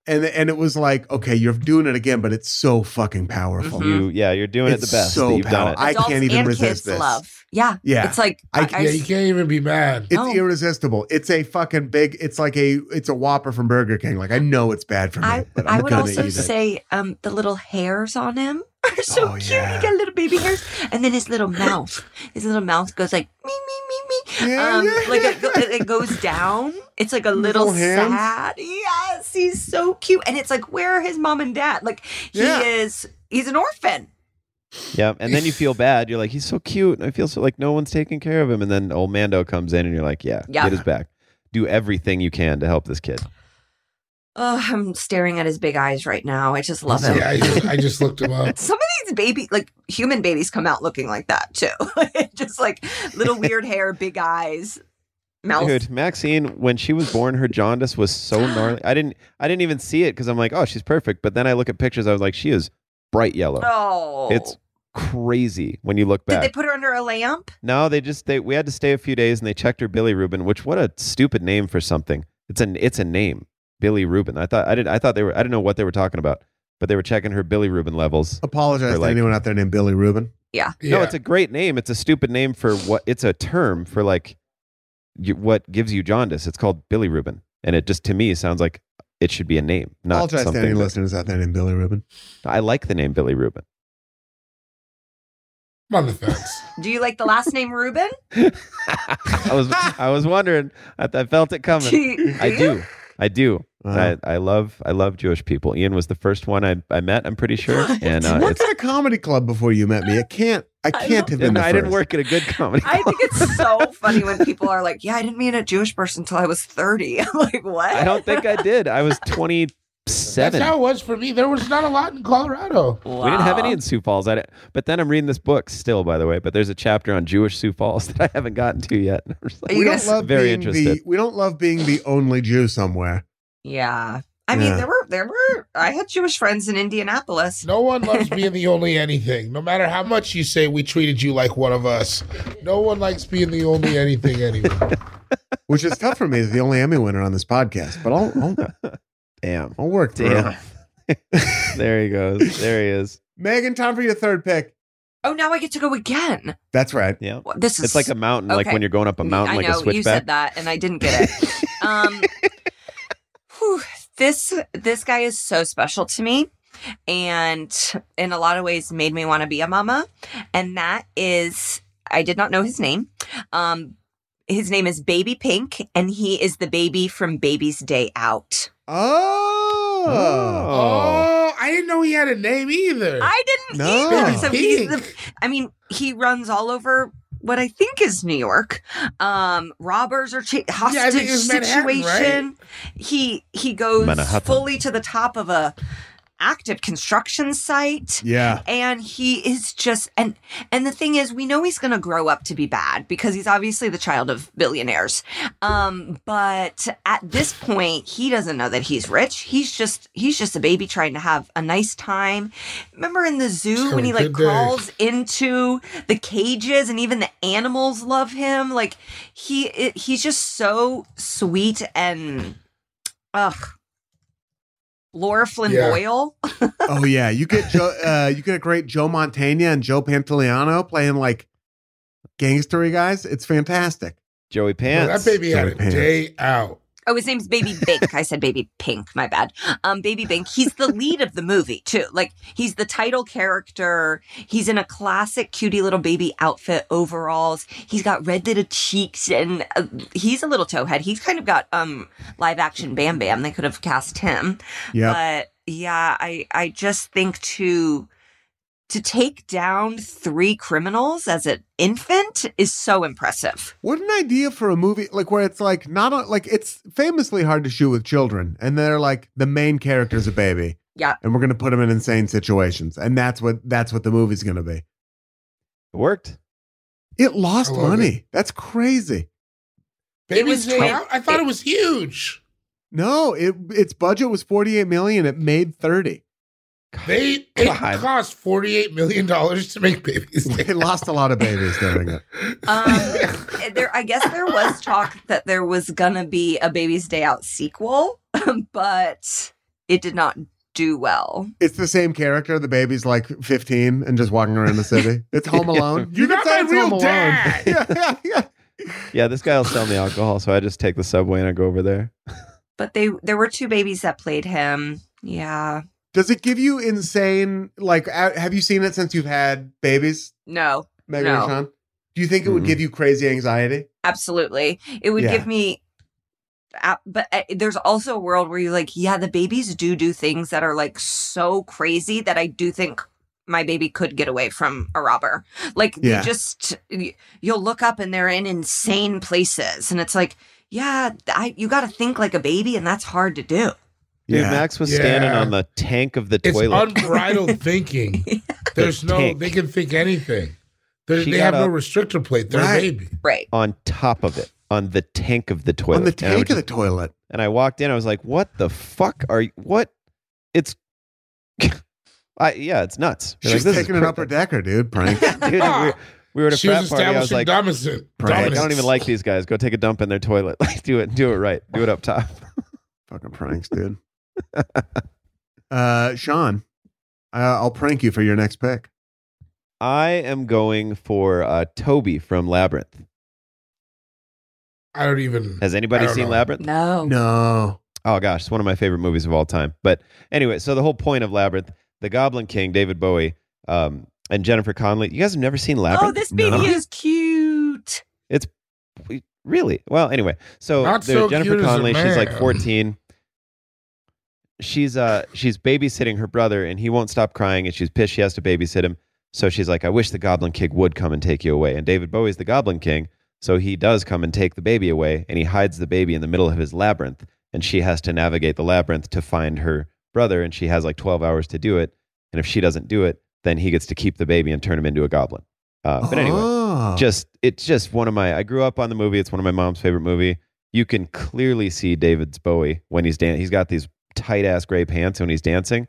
and and it was like, okay, you're doing it again, but it's so fucking powerful.
Mhm.
You, yeah, you're doing
It's
it the best.
so
that you've done it.
powerful. I
Adults
can't even
and
resist
kids
this.
Love. Yeah.
Yeah.
It's like
I-
I,
yeah,
Yeah, you can't even be mad.
It's
No.
irresistible. It's a fucking big. It's like a it's a Whopper from Burger King. Like I know it's bad for me,
I,
but
I
I'm
would
gonna
also
eat it.
say um, the little hairs on him are so
Oh,
cute.
yeah.
He got little baby hairs, and then his little mouth, his little mouth goes like me me me me,
Yeah,
um,
yeah.
like it, go- it goes down. It's like a little
Little hands.
sad. Yes, he's so cute, and it's like where are his mom and dad? Like he
Yeah.
is, he's an orphan.
Yeah, and then you feel bad. You're like, he's so cute. And I feel so like no one's taking care of him. And then old Mando comes in, and you're like, yeah,
Yeah.
get his back. Do everything you can to help this kid.
Oh, I'm staring at his big eyes right now. I just love him.
Yeah, I just, I just looked him up.
Some of these baby, like human babies, come out looking like that too. just like little weird hair, big eyes, mouth.
Dude, Maxine, when she was born, her jaundice was so gnarly. I didn't, I didn't even see it because I'm like, oh, she's perfect. But then I look at pictures. I was like, she is bright yellow.
Oh,
It's crazy when you look
did
back.
they put her under a lamp?
no, they just they we had to stay a few days and they checked her Billy Rubin, which what a stupid name for something. It's an it's a name, Billy Rubin. I thought I did I thought they were I didn't know what they were talking about, but they were checking her Billy Rubin levels.
Apologize
Or
to
like-
anyone out there named Billy Rubin.
No,
Yeah.
it's a great name. It's a stupid name for what it's a term for like you, what gives you jaundice. It's called Billy Rubin, and it just to me sounds like it should be a name, not
Apologize to
something.
any
that-
listeners out there named Billy Rubin.
I like the name Billy Rubin.
I'm on the fence.
Do you like the last name Ruben?
I was I was wondering. I, I felt it coming. I do. I do.
Uh-huh.
I, I love I love Jewish people. Ian was the first one I, I met. I'm pretty sure, and
You
uh,
worked
it's,
at a comedy club before you met me. I can't. I
I
can't
know.
have been. the
I didn't
first.
work at a good comedy.
I think it's so funny when people are like, "Yeah, I didn't meet a Jewish person until I was 30. I'm like, "What?"
I don't think I did. I was 27.
That's how it was for me. There was not a lot in Colorado.
We didn't have any in Sioux Falls. I didn't, but then I'm reading this book still, by the way. But there's a chapter on Jewish Sioux Falls that I haven't gotten to yet. I'm just
Are
like,
We
you
don't
guys-
love
Very
being
interested.
The, we don't love being the only Jew somewhere.
Yeah. I mean,
Yeah.
there were there were I had Jewish friends in Indianapolis.
No one loves being the only anything. No matter how much you say we treated you like one of us, no one likes being the only anything anymore.
which is tough for me as the only Emmy winner on this podcast. But I'll I'll,
damn,
I'll work through.
damn.
it.
there he goes. There he is.
Megan, time for your third pick.
Oh, now I get to go again.
That's right.
Yeah,
Well, This is
it's like a mountain. Like
okay.
when you're going up a mountain,
I
like
know
a switchback.
you said that, and I didn't get it. um, whew, this this guy is so special to me, and in a lot of ways made me want to be a mama. And that is, I did not know his name. Um, his name is Baby Pink, and he is the baby from Baby's Day Out.
Oh,
Oh.
Oh, I didn't know he had a name either.
I didn't
No.
either. So he's the
Pink.
I mean, he runs all over what I think is New York. Um, robbers or cha- hostage
I think it was Manhattan,
situation.
right?
He he goes
Manhattan.
fully to the top of a active construction site.
yeah.
And he is just and and the thing is we know he's going to grow up to be bad because he's obviously the child of billionaires. Um but at this point he doesn't know that he's rich. He's just he's just a baby trying to have a nice time. Remember in the zoo when he
Having a
like
good day.
crawls into the cages and even the animals love him. Like he it, he's just so sweet and ugh Laura Flynn
Yeah.
Boyle.
Oh yeah. You get Joe, uh, you get a great Joe Montana and Joe Pantoliano playing like gangstery guys. It's fantastic.
Joey
Bro,
Pants.
that baby had a
Pants.
day out.
Oh, his name's Baby Bink. I said Baby Pink. My bad. Um, Baby Bink. He's the lead of the movie too. Like he's the title character. He's in a classic cutie little baby outfit, overalls. He's got red little cheeks, and uh, he's a little towhead. He's kind of got um live action Bam Bam. They could have cast him.
Yeah.
But yeah, I I just think to to take down three criminals as an infant is so impressive.
What an idea for a movie like where it's like not a, like it's famously hard to shoot with children, and they're like the main character's a baby.
Yeah.
And we're gonna put him in insane situations, and that's what that's what the movie's gonna be.
It worked.
It lost
I love
money. That's crazy.
was
Baby's day
twin-
out? I thought it was huge.
No, it its budget was 48 million, it made 30.
They
God.
it cost forty eight million dollars to make babies.
They lost a lot of babies during it.
Um, there, I guess there was talk that there was gonna be a Baby's Day Out sequel, but it did not do well.
It's the same character. The baby's like 15 and just walking around the city. It's Home Alone.
You're
can
not
say
my
it's Home
real
Alone.
dad.
yeah, yeah, yeah.
Yeah, this guy will sell me alcohol, so I just take the subway and I go over there.
But they there were two babies that played him. Yeah.
Does it give you insane? Like, a- have you seen it since you've had babies,
No.
Megan
No.
and Sean? Do you think it would
Mhm.
give you crazy anxiety?
absolutely it would
Yeah.
give me ab- but uh, there's also a world where you're like yeah the babies do do things that are like so crazy that i do think my baby could get away from a robber like they
Yeah.
just y- you'll look up and they're in insane places and it's like yeah I, you got to think like a baby and that's hard to do
Dude,
Yeah.
Max was standing
Yeah.
on the tank of the
It's
toilet.
unbridled thinking. There's
The
no,
tank.
they can think anything. They're,
She
they have
got
no
up-
restrictor plate. They're
Right.
baby.
right
on top of it, on the tank of the toilet.
On the
and I, would
tank of the
just-
toilet.
and I walked in, I was like, "What the fuck are you? What? It's, I yeah, it's nuts." You're
She's
like, this is
taking an
cra-
upper decker, dude. Prank.
Dude, we, we were at a
She
frat
was
party. I was
establishing
like,
dominance.
"Like, I
dominance.
don't even like these guys. Go take a dump in their toilet. Like, do it, do it right. Do it up top.
Fucking pranks, dude. uh, Sean, uh, I'll prank you for your next pick.
I am going for uh, Toby from Labyrinth.
I don't even.
Has
I
anybody
don't
seen
know.
Labyrinth?
no
No.
Oh gosh, it's one of my favorite movies of all time. But anyway, so the whole point of Labyrinth, the Goblin King, David Bowie, um, and Jennifer Connelly. You guys have never seen
oh
Labyrinth?
this baby
No.
is cute
We- Really? Well, anyway, so
Not
there's
so
Jennifer
cute as a
Connelly. She's like
man.
14. She's uh she's babysitting her brother, and he won't stop crying, and she's pissed she has to babysit him. So she's like, "I wish the Goblin King would come and take you away." And David Bowie's the Goblin King, so he does come and take the baby away, and he hides the baby in the middle of his labyrinth, and she has to navigate the labyrinth to find her brother, and she has like 12 hours to do it. And if she doesn't do it, then he gets to keep the baby and turn him into a goblin. Uh, but anyway,
Oh.
just it's just one of my I grew up on the movie. It's one of my mom's favorite movie. You can clearly see David's Bowie when he's dancing. He's got these tight ass gray pants when he's dancing,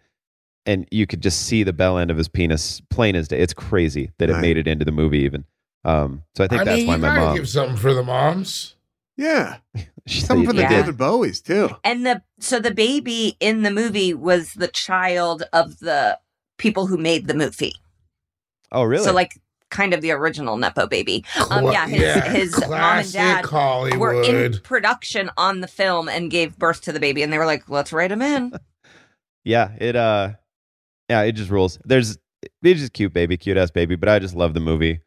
and you could just see the bell end of his penis plain as day. It's crazy that it
Right.
made it into the movie even. Um, so I think
I
that's
mean,
why
you
my
gotta
mom.
give something for the moms.
yeah.
she,
Something for the
Yeah.
David Bowies, too.
And the so the baby in the movie was the child of the people who made the movie.
oh really?
So like kind of the original Nepo baby. Um,
Cla-
yeah, his- his mom and
classic
dad
Hollywood.
were in production on the film and gave birth to the baby and they were like, "Let's write him in."
yeah, it uh, yeah, it just rules. There's it's just cute baby, cute ass baby. But I just love the movie.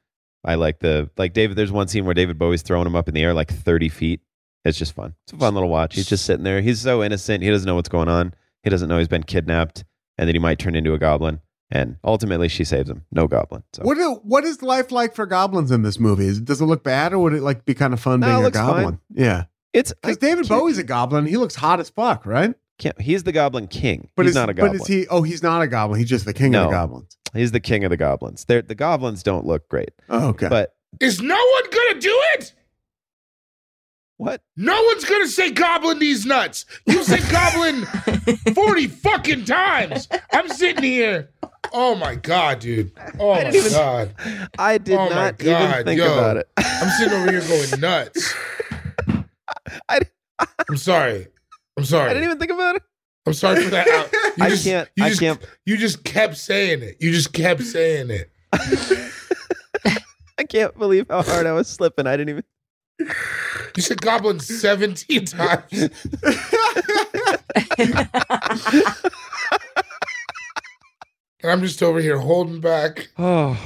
I like the like David. There's one scene where David Bowie's throwing him up in the air like 30 feet. It's just fun. It's a fun little watch. He's just sitting there. He's so innocent. He doesn't know what's going on. He doesn't know he's been kidnapped and that he might turn into a goblin. And ultimately, she saves him. No goblin. So.
What do- what is life like for goblins in this movie? Is- Does it look bad, or would it like be kind of fun
No, it
being a
looks
goblin?
fine.
Yeah,
It's I
because David
can't-
Bowie's a goblin. He looks hot as fuck, right?
can't- he's the Goblin King.
But
he's
is,
not a goblin.
But is he? Oh, he's not a goblin. He's just the king of
No.
the goblins.
He's the king of the goblins. They're, the goblins don't look great.
Oh, okay.
But
Is no one gonna do it?
what?
No one's gonna say goblin these nuts. You said goblin forty fucking times. I'm sitting here. Oh my god, dude. Oh my
even-
god.
I did
Oh my
not even
God,
think
yo.
about it.
I'm sitting over here going nuts.
I-
I'm sorry. I'm sorry.
I didn't even think about it.
I'm sorry for that. out. You
I
just-
can't.
You
I
just,
can't.
You just kept saying it. You just kept saying it.
I can't believe how hard I was slipping. I didn't even.
You said goblin 17 times. And I'm just over here holding back.
Oh,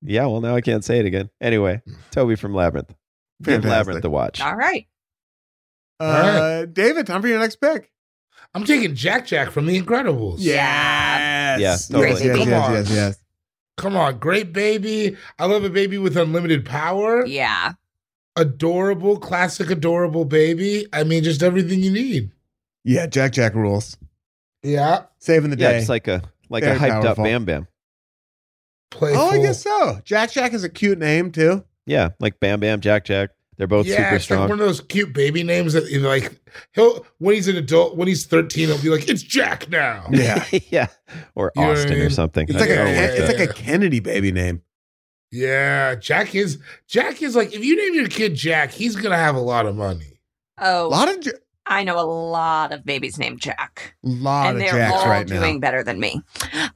yeah. Well, now I can't say it again. Anyway, Toby from Labyrinth. Give
Fantastic.
Labyrinth the watch.
All right.
uh, David, time for your next pick.
I'm taking Jack Jack from The Incredibles.
Yes.
Yeah, totally.
Yes, yes,
Come
yes,
on.
yes, yes.
Come on, great baby. I love a baby with unlimited power.
Yeah.
Adorable, classic, adorable baby. I mean, just everything you need.
Yeah, Jack Jack rules.
Yeah.
Saving the
Yeah,
day.
just like a like
Very
a hyped
powerful.
up Bam Bam.
Playful.
oh, I guess so. Jack Jack is a cute name too.
Yeah, like Bam Bam, Jack Jack. They're both
yeah,
super
it's like
strong.
one of those cute baby names that you know, like he'll when he's an adult, when he's 13, he'll be like, It's Jack now.
Yeah.
yeah, or
You know what I
Austin or
mean?
something.
It's like,
Yeah,
a,
yeah,
it's
yeah.
like a Kennedy baby name.
Yeah, Jack is Jack is like if you name your kid Jack, he's gonna have a lot of money.
A
Oh.
lot of J-
I know a lot of babies named Jack,
lot
and
of
they're
jacks
all
right
doing
now.
better than me.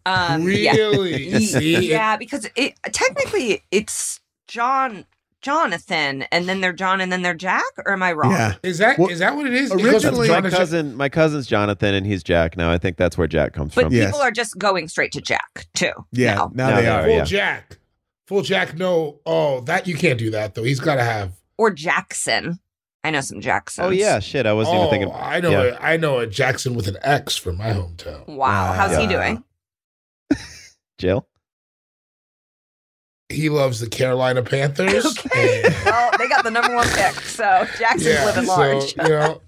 Um, yeah.
really? See?
yeah, because it technically it's John, Jonathan, and then they're John, and then they're Jack. Or am I wrong?
Yeah.
Is that is
Well,
that what it is? It
That's
originally-
goes from
my
John to Jack-
cousin, my cousin's Jonathan, and he's Jack. Now I think that's where Jack comes
But
from.
Yeah.
people
Yes.
are just going straight to Jack too.
Yeah,
now.
now
Now
they
they
are.
are.
full
yeah.
Jack, full Jack. No, oh, that you can't do that though. He's got to have.
or Jackson. I know some Jacksons.
Oh yeah, shit! I wasn't
oh,
even thinking.
I know.
yeah.
A, I know a Jackson with an X from my hometown.
Wow. How's he
Wow.
doing?
Jail.
He loves the Carolina Panthers.
Okay.
and-
well, they got the number one pick, so Jackson's living
so,
large.
you know,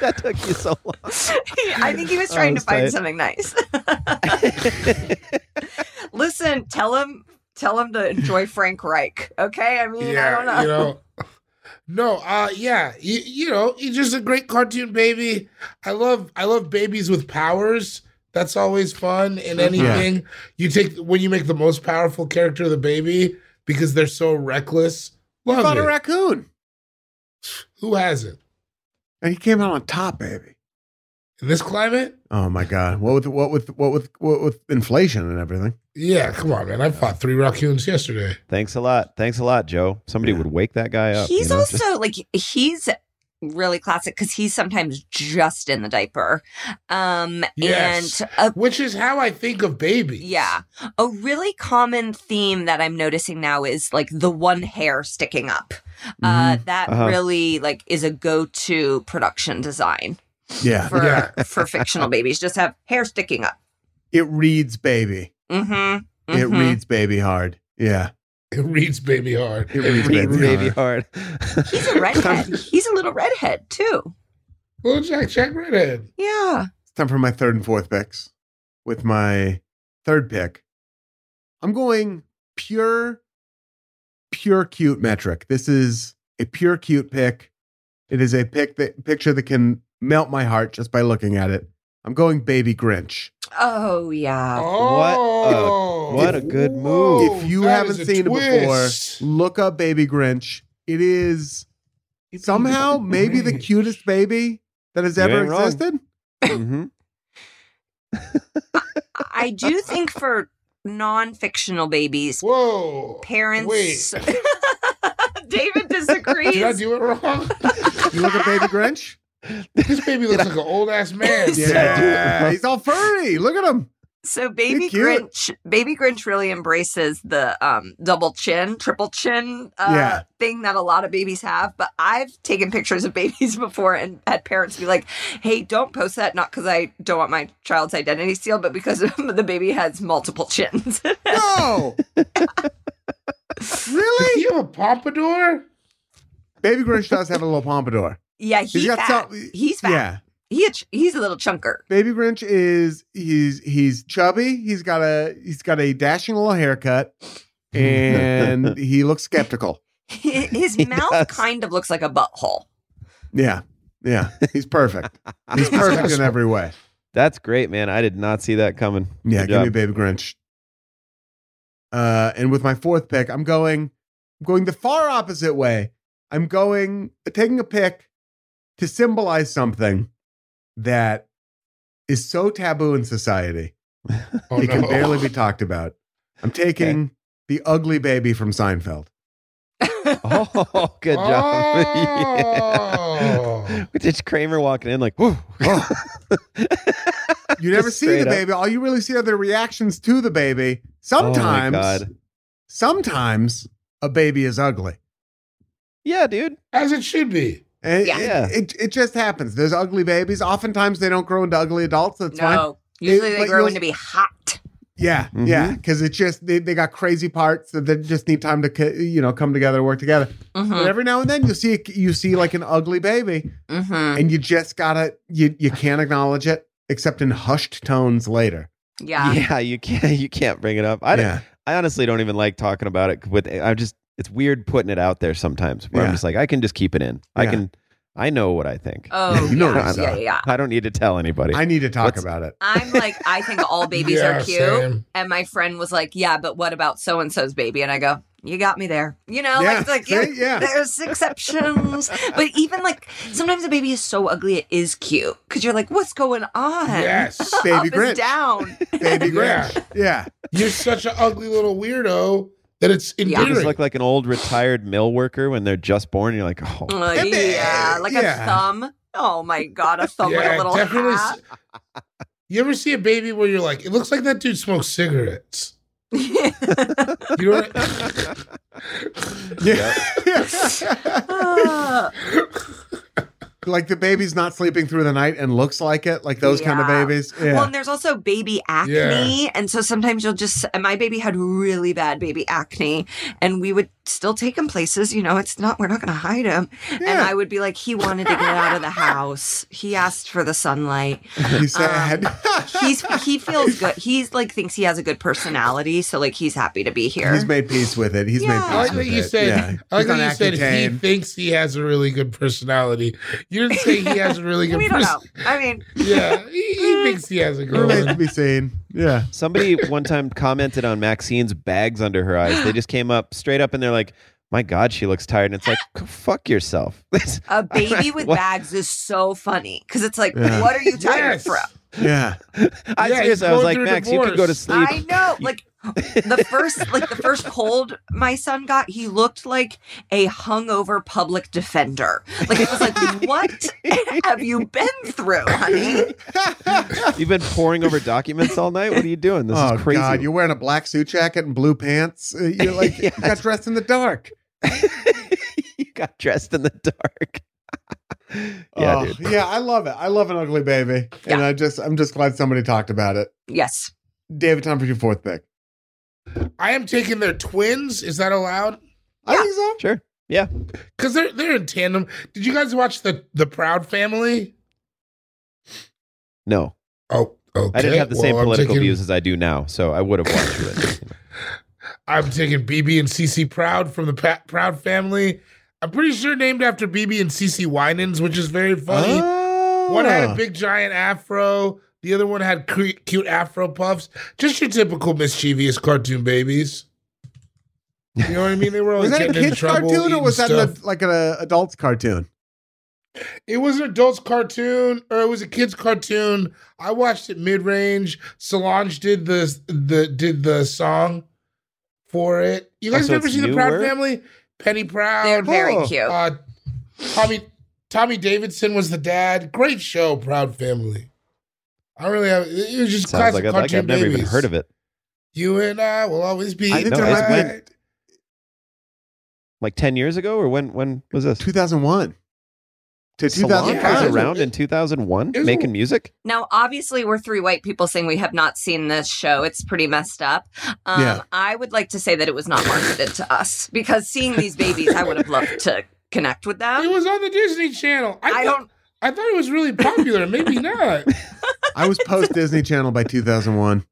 That took you so long.
I think he was
Oh,
trying to
that's
find
tight.
something nice. Listen, tell him tell him to enjoy Frank Reich. Okay? I mean, I
yeah,
don't know.
you know. No, uh, yeah, you, you know, he's just a great cartoon baby. I love, I love babies with powers. That's always fun in anything. You take when you make the most powerful character the baby because they're so reckless.
What
Love
about
it.
a raccoon?
Who hasn't
And he came out on top, baby.
in this climate?
Oh my god! What with what with what with what with inflation and everything?
Yeah, come on, man. I fought three raccoons yesterday.
Thanks a lot. Thanks a lot, Joe. Somebody would wake that guy up.
he's
you know,
also
just-
like he's really classic because he's sometimes just in the diaper. Um
Yes.
and a
Which is how I think of babies.
Yeah. A really common theme that I'm noticing now is like the one hair sticking up.
Mm-hmm.
Uh, that
Uh-huh.
really like is a go-to production design
Mm-hmm. Yeah,
for
Yeah.
for fictional babies. Just have hair sticking up.
it reads baby.
Mm-hmm.
It reads baby hard. Yeah,
It reads baby hard.
it reads
Read
baby,
Baby
hard.
hard.
He's a redhead. He's a little redhead too.
Little Jack Jack Redhead.
Yeah.
It's time for my third and fourth picks. With my third pick, I'm going pure, pure cute metric. This is a pure cute pick. It is a pick that picture that can melt my heart just by looking at it. I'm going baby Grinch.
Oh
Uh,
yeah.
Oh,
what a good move.
if you
that
haven't
is a
seen it
twist.
before, look up Baby Grinch. It is somehow maybe the
Grinch.
cutest baby that has
You
ever
ain't wrong.
existed.
hmm
I do think for non-fictional babies,
Whoa.
parents.
Wait.
David
Did I
disagrees.
do it wrong?
You look at Baby Grinch.
this baby looks like an old ass man.
Yeah.
Yeah, he's all furry. Look at him.
So baby
cute.
Grinch, baby Grinch really embraces the um, double chin, triple chin uh,
Yeah.
thing that a lot of babies have. But I've taken pictures of babies before and had parents be like, "Hey, don't post that, not because I don't want my child's identity sealed, but because the baby has multiple chins."
No, really?
Do you have a pompadour?
Baby Grinch does have a little pompadour.
yeah, he's
got
fat.
some-
he's fat.
Yeah,
He a ch- he's a little chunker.
Baby Grinch is he's he's chubby. He's got a he's got a dashing little haircut, and he looks skeptical.
His mouth
does.
kind of looks like a butthole.
Yeah, yeah, he's perfect. He's perfect in every way.
That's great, man. I did not see that coming.
Yeah,
Good
give me
job.
Baby Grinch. Uh, and with my fourth pick, I'm going, I'm going the far opposite way. I'm going taking a pick to symbolize something that is so taboo in society
Oh,
it can
no.
barely be talked about. I'm taking the ugly baby from Seinfeld.
Oh, good job.
Oh.
yeah. Just Kramer walking in like, Oh whoo.
You never
Just
see the
straight up. Oh
baby. All you really see are their reactions to the baby. Sometimes,
God.
sometimes a baby is ugly.
yeah, dude.
As it should be.
And
Yeah.
Yeah.
It, it, it just happens. There's ugly babies. Oftentimes they don't grow into ugly adults. That's fine.
no, usually
It-
they
but
grow
you'll-
into be hot.
Yeah,
Mhm.
yeah. Because it just they, they got crazy parts that they just need time to co- you know come together, work together.
Mhm.
But every now and then you see a- you see like an ugly baby,
Mm-hmm.
and you just gotta you you can't acknowledge it except in hushed tones later.
Yeah.
yeah, you can't you can't bring it up. I don't
yeah,
I honestly don't even like talking about it with I just it's weird putting it out there sometimes where
Yeah.
I'm just like, I can just keep it in. I
Yeah.
can I know what I think.
Oh,
you know
yeah.
what I'm
yeah,
saying.
yeah.
I don't need to tell anybody.
I need to talk
What's-
about it.
I'm like, I think all babies
Yeah,
are cute.
same.
And my friend was like, Yeah, but what about so and so's baby? And I go, you got me there. You know,
Yeah,
like, like
see?
yeah,
Yeah.
there's exceptions. but even like sometimes a baby is so ugly, it is cute because you're like, what's going on?
Yes.
Up
Baby
is
Grinch.
down.
Baby
Yeah.
Grinch. Yeah.
You're such an ugly little weirdo that it's
Yeah.
You
endearing.
just look like an old retired mill worker when they're just born. You're like, oh,
Mm.
Uh,
Baby,
yeah, like
yeah.
a thumb. Oh my god, a thumb with a little hat.
s- You ever see a baby where you're like, it looks like that dude smokes cigarettes? You know what
Yeah.
Ah.
like the baby's not sleeping through the night and looks like it, like those kind of
Yeah.
babies. Yeah.
Well, and there's also baby acne. And so sometimes you'll just, and my baby had really bad baby acne, and we would still take him places. You know, it's not, we're not going to hide him. And
Yeah.
I would be like, he wanted to get out of the house. He asked for the sunlight.
you sad.
He's, he feels good. He's like, thinks he has a good personality. So, like, he's happy to be here.
He's made peace with it. He's
Yeah.
I
made
like
peace
that
with
you
it.
said.
yeah.
I like
He's on
that you said he
Accutane.
thinks he has a really good personality. You didn't say he has a really good.
we don't know.
personality.
I mean,
Yeah, he, he thinks he has a good
Remains to
one.
be seen. Yeah.
Somebody one time commented on Maxine's bags under her eyes. They just came up straight up and they're like, "My God, she looks tired." And it's like, "Go "Fuck yourself."
a baby with
What?
bags is so funny because it's like,
Yeah.
what are you tired
Yes.
from?
Yeah.
I,
Yeah,
serious,
he's
I was
going
like,
through
"Max, you could go to
divorce.
sleep."
I know. Like the first like the first cold my son got, he looked like a hungover public defender. Like it was like, what have you been through, honey?
You've been poring over documents all night. What are you doing? This
oh
is crazy.
God, you're wearing a black suit jacket and blue pants. Uh, You're like you got dressed in the dark.
you got dressed in the dark. yeah,
Oh,
dude.
yeah, I love it. I love an ugly baby, and I just I'm just glad somebody talked about it.
Yes.
David, time for your fourth pick.
I am taking their twins. Is that allowed?
I think so.
Sure.
Because they're they're in tandem. Did you guys watch the the Proud Family?
No,
Oh, okay.
I didn't have the same
Well, I'm
political
taking-
views as I do now, so I would have watched it.
I'm taking BB and CC Proud from the pa- Proud Family. I'm pretty sure named after BB and CC Winans, which is very funny.
Oh.
One had a big giant afro. The other one had cute, cute afro puffs. Just your typical mischievous cartoon babies. You know what I mean? They were always
was that a
Oh, getting in
kids
trouble.
cartoon or
eating
was that
stuff.
an, like an uh, adults cartoon?
It was an adult's cartoon, or it was a kid's cartoon. I watched it mid range. Solange did the the did the song for it. You
Oh,
guys
so
never
it's
seen the
newer?
Proud Family? Penny Proud.
They're very
oh,
cute.
Uh, Tommy Tommy Davidson was the dad. Great show, Proud Family. I really have. It was just
Sounds
classic
like I
cartoon
like. I've never
babies.
even heard of it.
You and I will always be.
I think
No,
that
it's
might
been-
be
tied.
Like ten years ago, or when? When was this?
2001 to
Solange
2005.
was
Yeah.
around in 2001
It was a-
making music.
Now, obviously, we're three white people saying we have not seen this show. It's pretty messed up. Um,
Yeah.
I would like to say that it was not marketed to us because seeing these babies, I would have loved to connect with
It
them.
was on the Disney Channel. I,
I
thought,
don't.
I thought it was really popular. Maybe not.
I was post Disney Channel by 2001.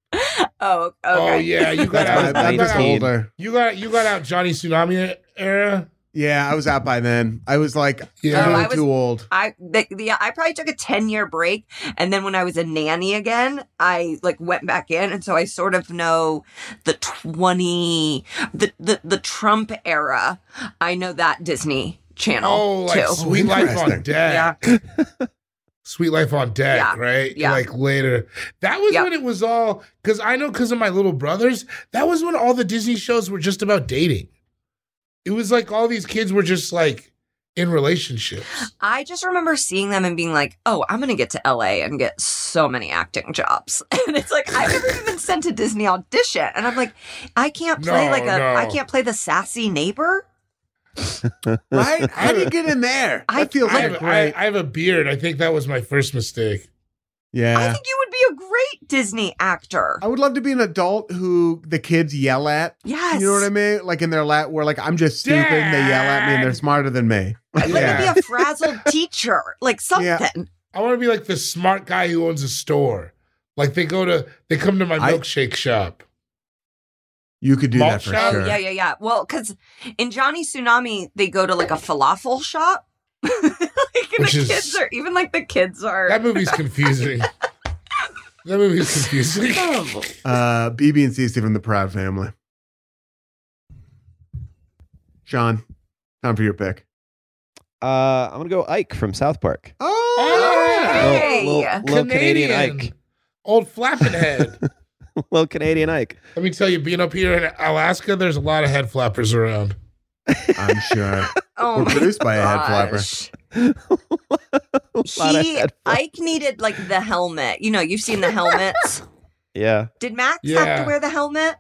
Oh, okay.
Oh yeah, you got
That's
I was
out.
my, I
you
was
19.
got out,
older.
you got you got out Johnny Tsunami era.
Yeah, I was out by then. I was like, a
Yeah.
Oh,
little
I was-
too old.
I the, the I probably took a 10 year break and then when I was a nanny again, I like went back in and so I sort of know the 20 the the, the Trump era. I know that Disney channel
Oh, like
too.
Sweet Life on
interesting.
Deck. Sweet Life on Deck,
Yeah.
right?
Yeah.
Like later. That was
Yeah.
when it was all because I know because of my little brothers. That was when all the Disney shows were just about dating. It was like all these kids were just like in relationships.
I just remember seeing them and being like, "Oh, I'm going to get to LA and get so many acting jobs." And it's like I've never even been sent a Disney audition and I'm like, "I can't play
No,
like a
no.
I can't play the sassy neighbor?"
Right? How do you get in there?
I-
That feels
I
like a
have,
great.
I, I have a beard. I think that was my first mistake.
I
yeah.
think you would be a great Disney actor.
I would love to be an adult who the kids yell at.
Yes.
You know what I mean? Like in their lap, where like I'm just stupid, and they yell at me, and they're
Dad!
smarter than me.
I'd Let me
Yeah.
be a frazzled teacher, like
Yeah.
something.
I want to be like the smart guy who owns a store. Like they go to they come to my
I-
milkshake shop.
You could do
Malt
that for
shop?
Oh,
sure.
yeah, yeah, yeah. Well, because in Johnny Tsunami, they go to like a falafel shop. like, and the
Which is-
kids are, even like the kids are.
That movie's confusing. that movie's
Oh,
confusing.
Uh, BB and CC from the Proud Family. Sean, time for your pick.
Uh, I'm gonna go Ike from South Park.
Oh,
All
right.
Little-
Hey.
little, little Canadian Ike.
Old flapping head.
little Canadian Ike.
Let me tell you, being up here in Alaska, there's a lot of head flappers around.
I'm sure.
Oh
We're
my
produced by a head flapper.
gosh.
Lot of
He
head flap-
Ike needed like the helmet. You know, you've seen the helmets.
yeah.
Did Max have
Yeah.
to wear the helmet?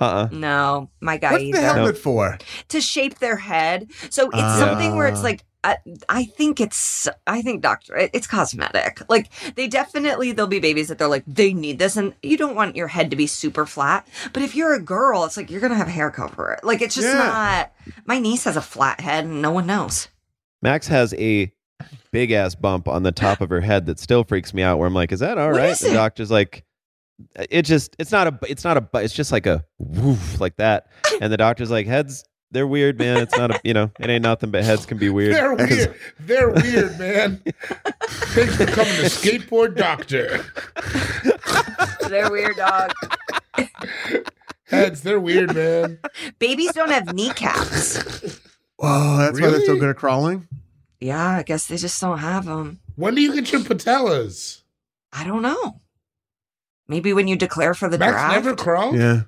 Uh-uh.
No, my guy
What's
either.
the helmet for?
to shape their head. So it's
Ah.
something where it's like I, I think it's I think doctor it- it's cosmetic. Like they definitely there'll be babies that they're like they need this and you don't want your head to be super flat. But if you're a girl, it's like you're gonna have hair cover. Like it's just
Yeah.
not. My niece has a flat head and no one knows.
Max has a big ass bump on the top of her head that still freaks me out. Where I'm like, is that all right?
What is
The
it?
doctor's like, it just, it's not a, it's not a, bu- it's just like a woof like that. And the doctor's like, heads, they're weird, man. It's not a, you know, it ain't nothing, but heads can be weird.
They're
'Cause-
weird. They're weird, man. Thanks for coming to Skateboard Doctor.
They're weird dog.
Heads, they're weird, man.
Babies don't have kneecaps.
Whoa, Oh, that's why they're so
Really?
good at crawling.
Yeah, I guess they just don't have them.
When do you get your patellas?
I don't know. Maybe when you declare for the
Max
draft.
never crawled?
Yeah.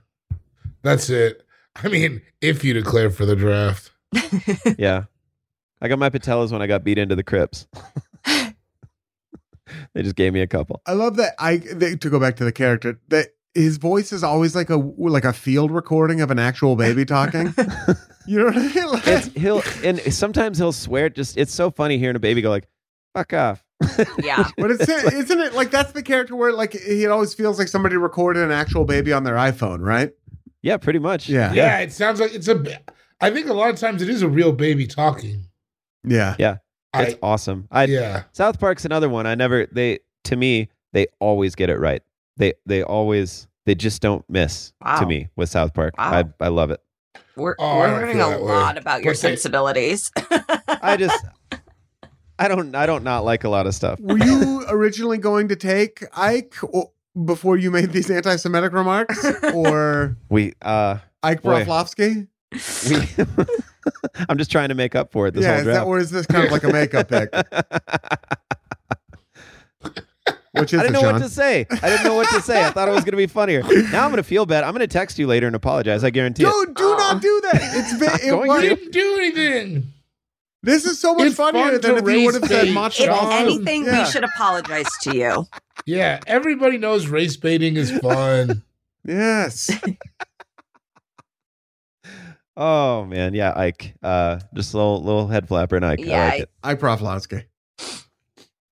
That's it. I mean, if you declare for the draft.
yeah. I got my patellas when I got beat into the crypts. they just gave me a couple.
I love that. I they, to go back to the character that his voice is always like a like a field recording of an actual baby talking. you know what I mean? Like,
It's, he'll, and sometimes he'll swear. Just, it's so funny hearing a baby go like, fuck off.
yeah.
but it's, isn't it like that's the character where like it always feels like somebody recorded an actual baby on their iPhone, right?
Yeah, pretty much.
Yeah.
Yeah, it sounds like it's a. ba- I think a lot of times it is a real baby talking.
Yeah.
I,
It's awesome. I,
yeah.
South Park's another one. I never they to me they always get it right. They they always they just don't miss
Wow.
to me with South Park.
Wow.
I I love it.
We're,
Oh, I
we're
don't
learning
feel
a
that way.
lot about your
But they-
sensibilities.
I just I don't I don't not like a lot of stuff.
Were you originally going to take Ike o- before you made these anti-Semitic remarks, or
We uh
Ike
Boy.
Broflovsky?
we I'm just trying to make up for it this
yeah,
whole
is that,
draft.
or is this kind of like a makeup pick? Which is
I didn't
it,
know what
Sean?
to say. I didn't know what to say. I thought it was going to be funnier. Now I'm going to feel bad. I'm going to text you later and apologize. I guarantee it.
Dude, do not do that. It's va- it
going
You
was,
to.
didn't do anything.
This is so much
It's
funnier
fun
than
to
if you would have
raise
said
bait,
matcha.
if
Sean.
anything,
Yeah.
we should apologize to you.
Yeah, everybody knows race baiting is fun.
Yes.
Oh man, yeah, Ike. Uh, just a little little head flapper and Ike.
Yeah,
I like
I-
it.
I Proflonsky.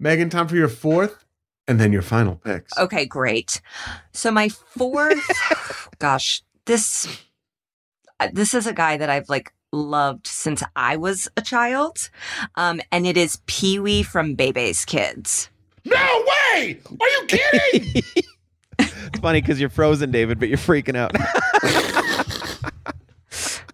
Megan, time for your fourth and then your final picks.
Okay, great. So my fourth, gosh, this uh, this is a guy that I've like loved since I was a child, um, and it is Pee Wee from Bebe's Kids.
No way! Are you kidding?
It's funny because you're frozen, David, but you're freaking out.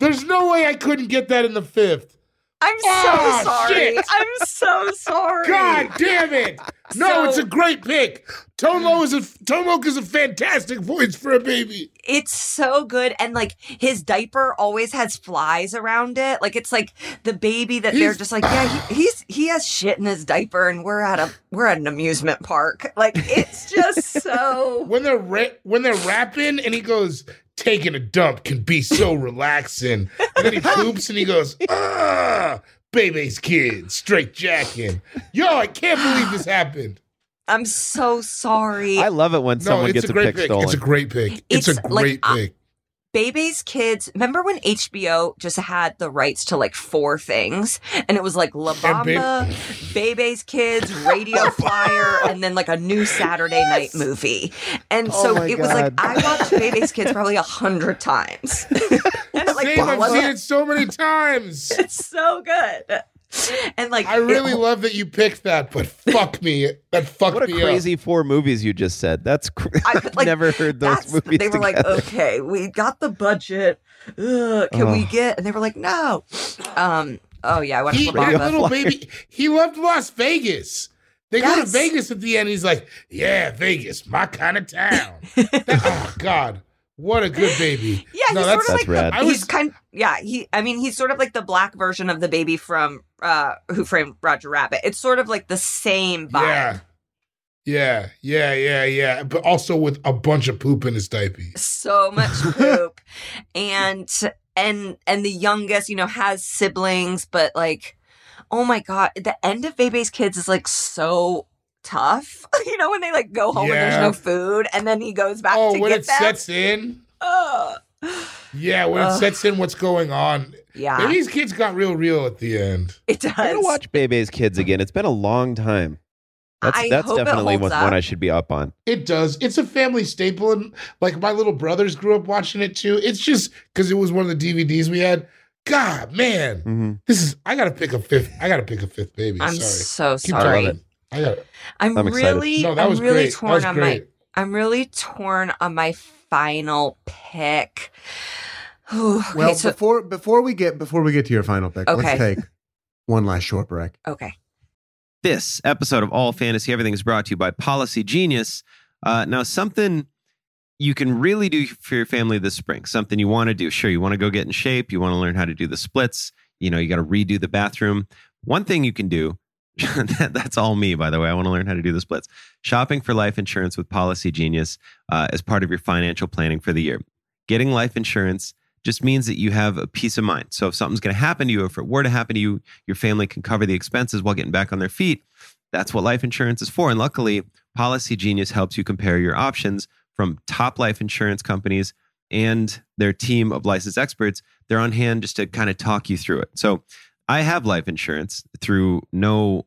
There's no way I couldn't get that in the fifth.
I'm so
Oh,
sorry.
shit.
I'm so sorry.
God damn it! No,
So-
it's a great pick. Tone Loc is a Tone Loc is a fantastic voice for a baby.
It's so good. And like his diaper always has flies around it. Like it's like the baby that they're
He's-
just like, yeah, he, he's he has shit in his diaper and we're at a we're at an amusement park. Like it's just so
When they're ra- when they're rapping and he goes, taking a dump can be so relaxing. And then he poops and he goes, ah, baby's kid, straight jacking. Yo, I can't believe this happened.
I'm so sorry.
I love it when
No,
someone
it's
gets
a
a,
great
pick
pick.
stolen.
It's a great pick. It's,
It's
a great
like, uh,
pick.
Baby's Kids, remember when HBO just had the rights to like four things? And it was like La
And Babe-
Bamba, Baby's Kids, Radio Flyer, and then like a new Saturday night movie. And
Oh
so
my
it was like,
God.
I watched Baby's Kids probably a hundred times. and it, like,
Same, I've
was
seen it so many times.
so good. And like,
I
it-
really love that you picked that, but fuck me, that fucked
what a
me
crazy four movies you just said. That's cr-
I
I've
could, like,
never heard those
that's
movies.
they were like
together.
okay we got the budget Ugh, can we
Ugh.
get and they were like no um oh yeah i
up.
watched
He,
La
that
Bamba.
little baby, he loved Las Vegas. They go to
Yes.
Vegas at the end. He's like, "Yeah, Vegas, my kind of town." That- oh God, What a good baby.
Yeah,
No,
he's
that's-
sort
That's
of like
rad.
I
he's
was-
kind. Yeah, he. I mean, he's sort of like the black version of the baby from uh Who Framed Roger Rabbit. It's sort of like the same vibe.
Yeah. Yeah, yeah, yeah, yeah. But also with a bunch of poop in his diaper.
so much poop and and and the youngest you know has siblings but like oh my god the end of bebe's kids is like so tough you know when they like go home and there's
Yeah.
no food and then he goes back
Oh,
to
when
get
it
them
sets in.
Ugh.
Yeah, when it
Ugh. Ah.
sets in what's going on.
yeah
Maybe these kids got real real at the end.
it
I gotta
does
watch Bebe's Kids again. It's been a long time. That's
I
that's
hope it
definitely
holds
one,
up.
one I should be up on.
It does. It's a family staple, and like my little brothers grew up watching it too. It's just because it was one of the DVDs we had. God, man,
Mm-hmm.
this is. I gotta pick a fifth. I gotta pick a fifth baby.
Hmm. i'm so
Sorry, keep
sorry
talking. I got.
i'm,
I'm excited.
really
No, that was
i'm really
great.
torn
that was
on my
great.
i'm really torn on my final pick Whew, okay,
Well,
so-
before before we get before we get to your final pick,
Okay.
let's take one last short break.
okay
This episode of All Fantasy Everything is brought to you by Policy Genius. Uh, now, something you can really do for your family this spring, something you want to do. Sure, you want to go get in shape, you want to learn how to do the splits, you know, you got to redo the bathroom. One thing you can do, that- that's all me, by the way. I want to learn how to do the splits. Shopping for life insurance with Policy Genius uh, as part of your financial planning for the year. Getting life insurance just means that you have a peace of mind. So if something's going to happen to you, if it were to happen to you, your family can cover the expenses while getting back on their feet. That's what life insurance is for. And luckily, Policy Genius helps you compare your options from top life insurance companies and their team of licensed experts. They're on hand just to kind of talk you through it. So I have life insurance through no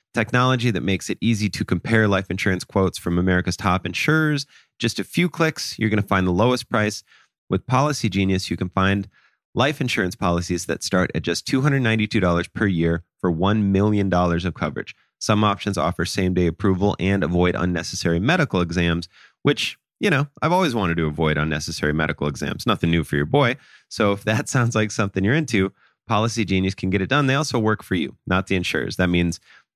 technology that makes it easy to compare life insurance quotes from America's top insurers. Just a few clicks, you're going to find the lowest price. With Policy Genius, you can find life insurance policies that start at just $292 per year for $1 million of coverage. Some options offer same day approval and avoid unnecessary medical exams, which, you know, I've always wanted to avoid unnecessary medical exams. Nothing new for your boy. So if that sounds like something you're into, Policy Genius can get it done. They also work for you, not the insurers. That means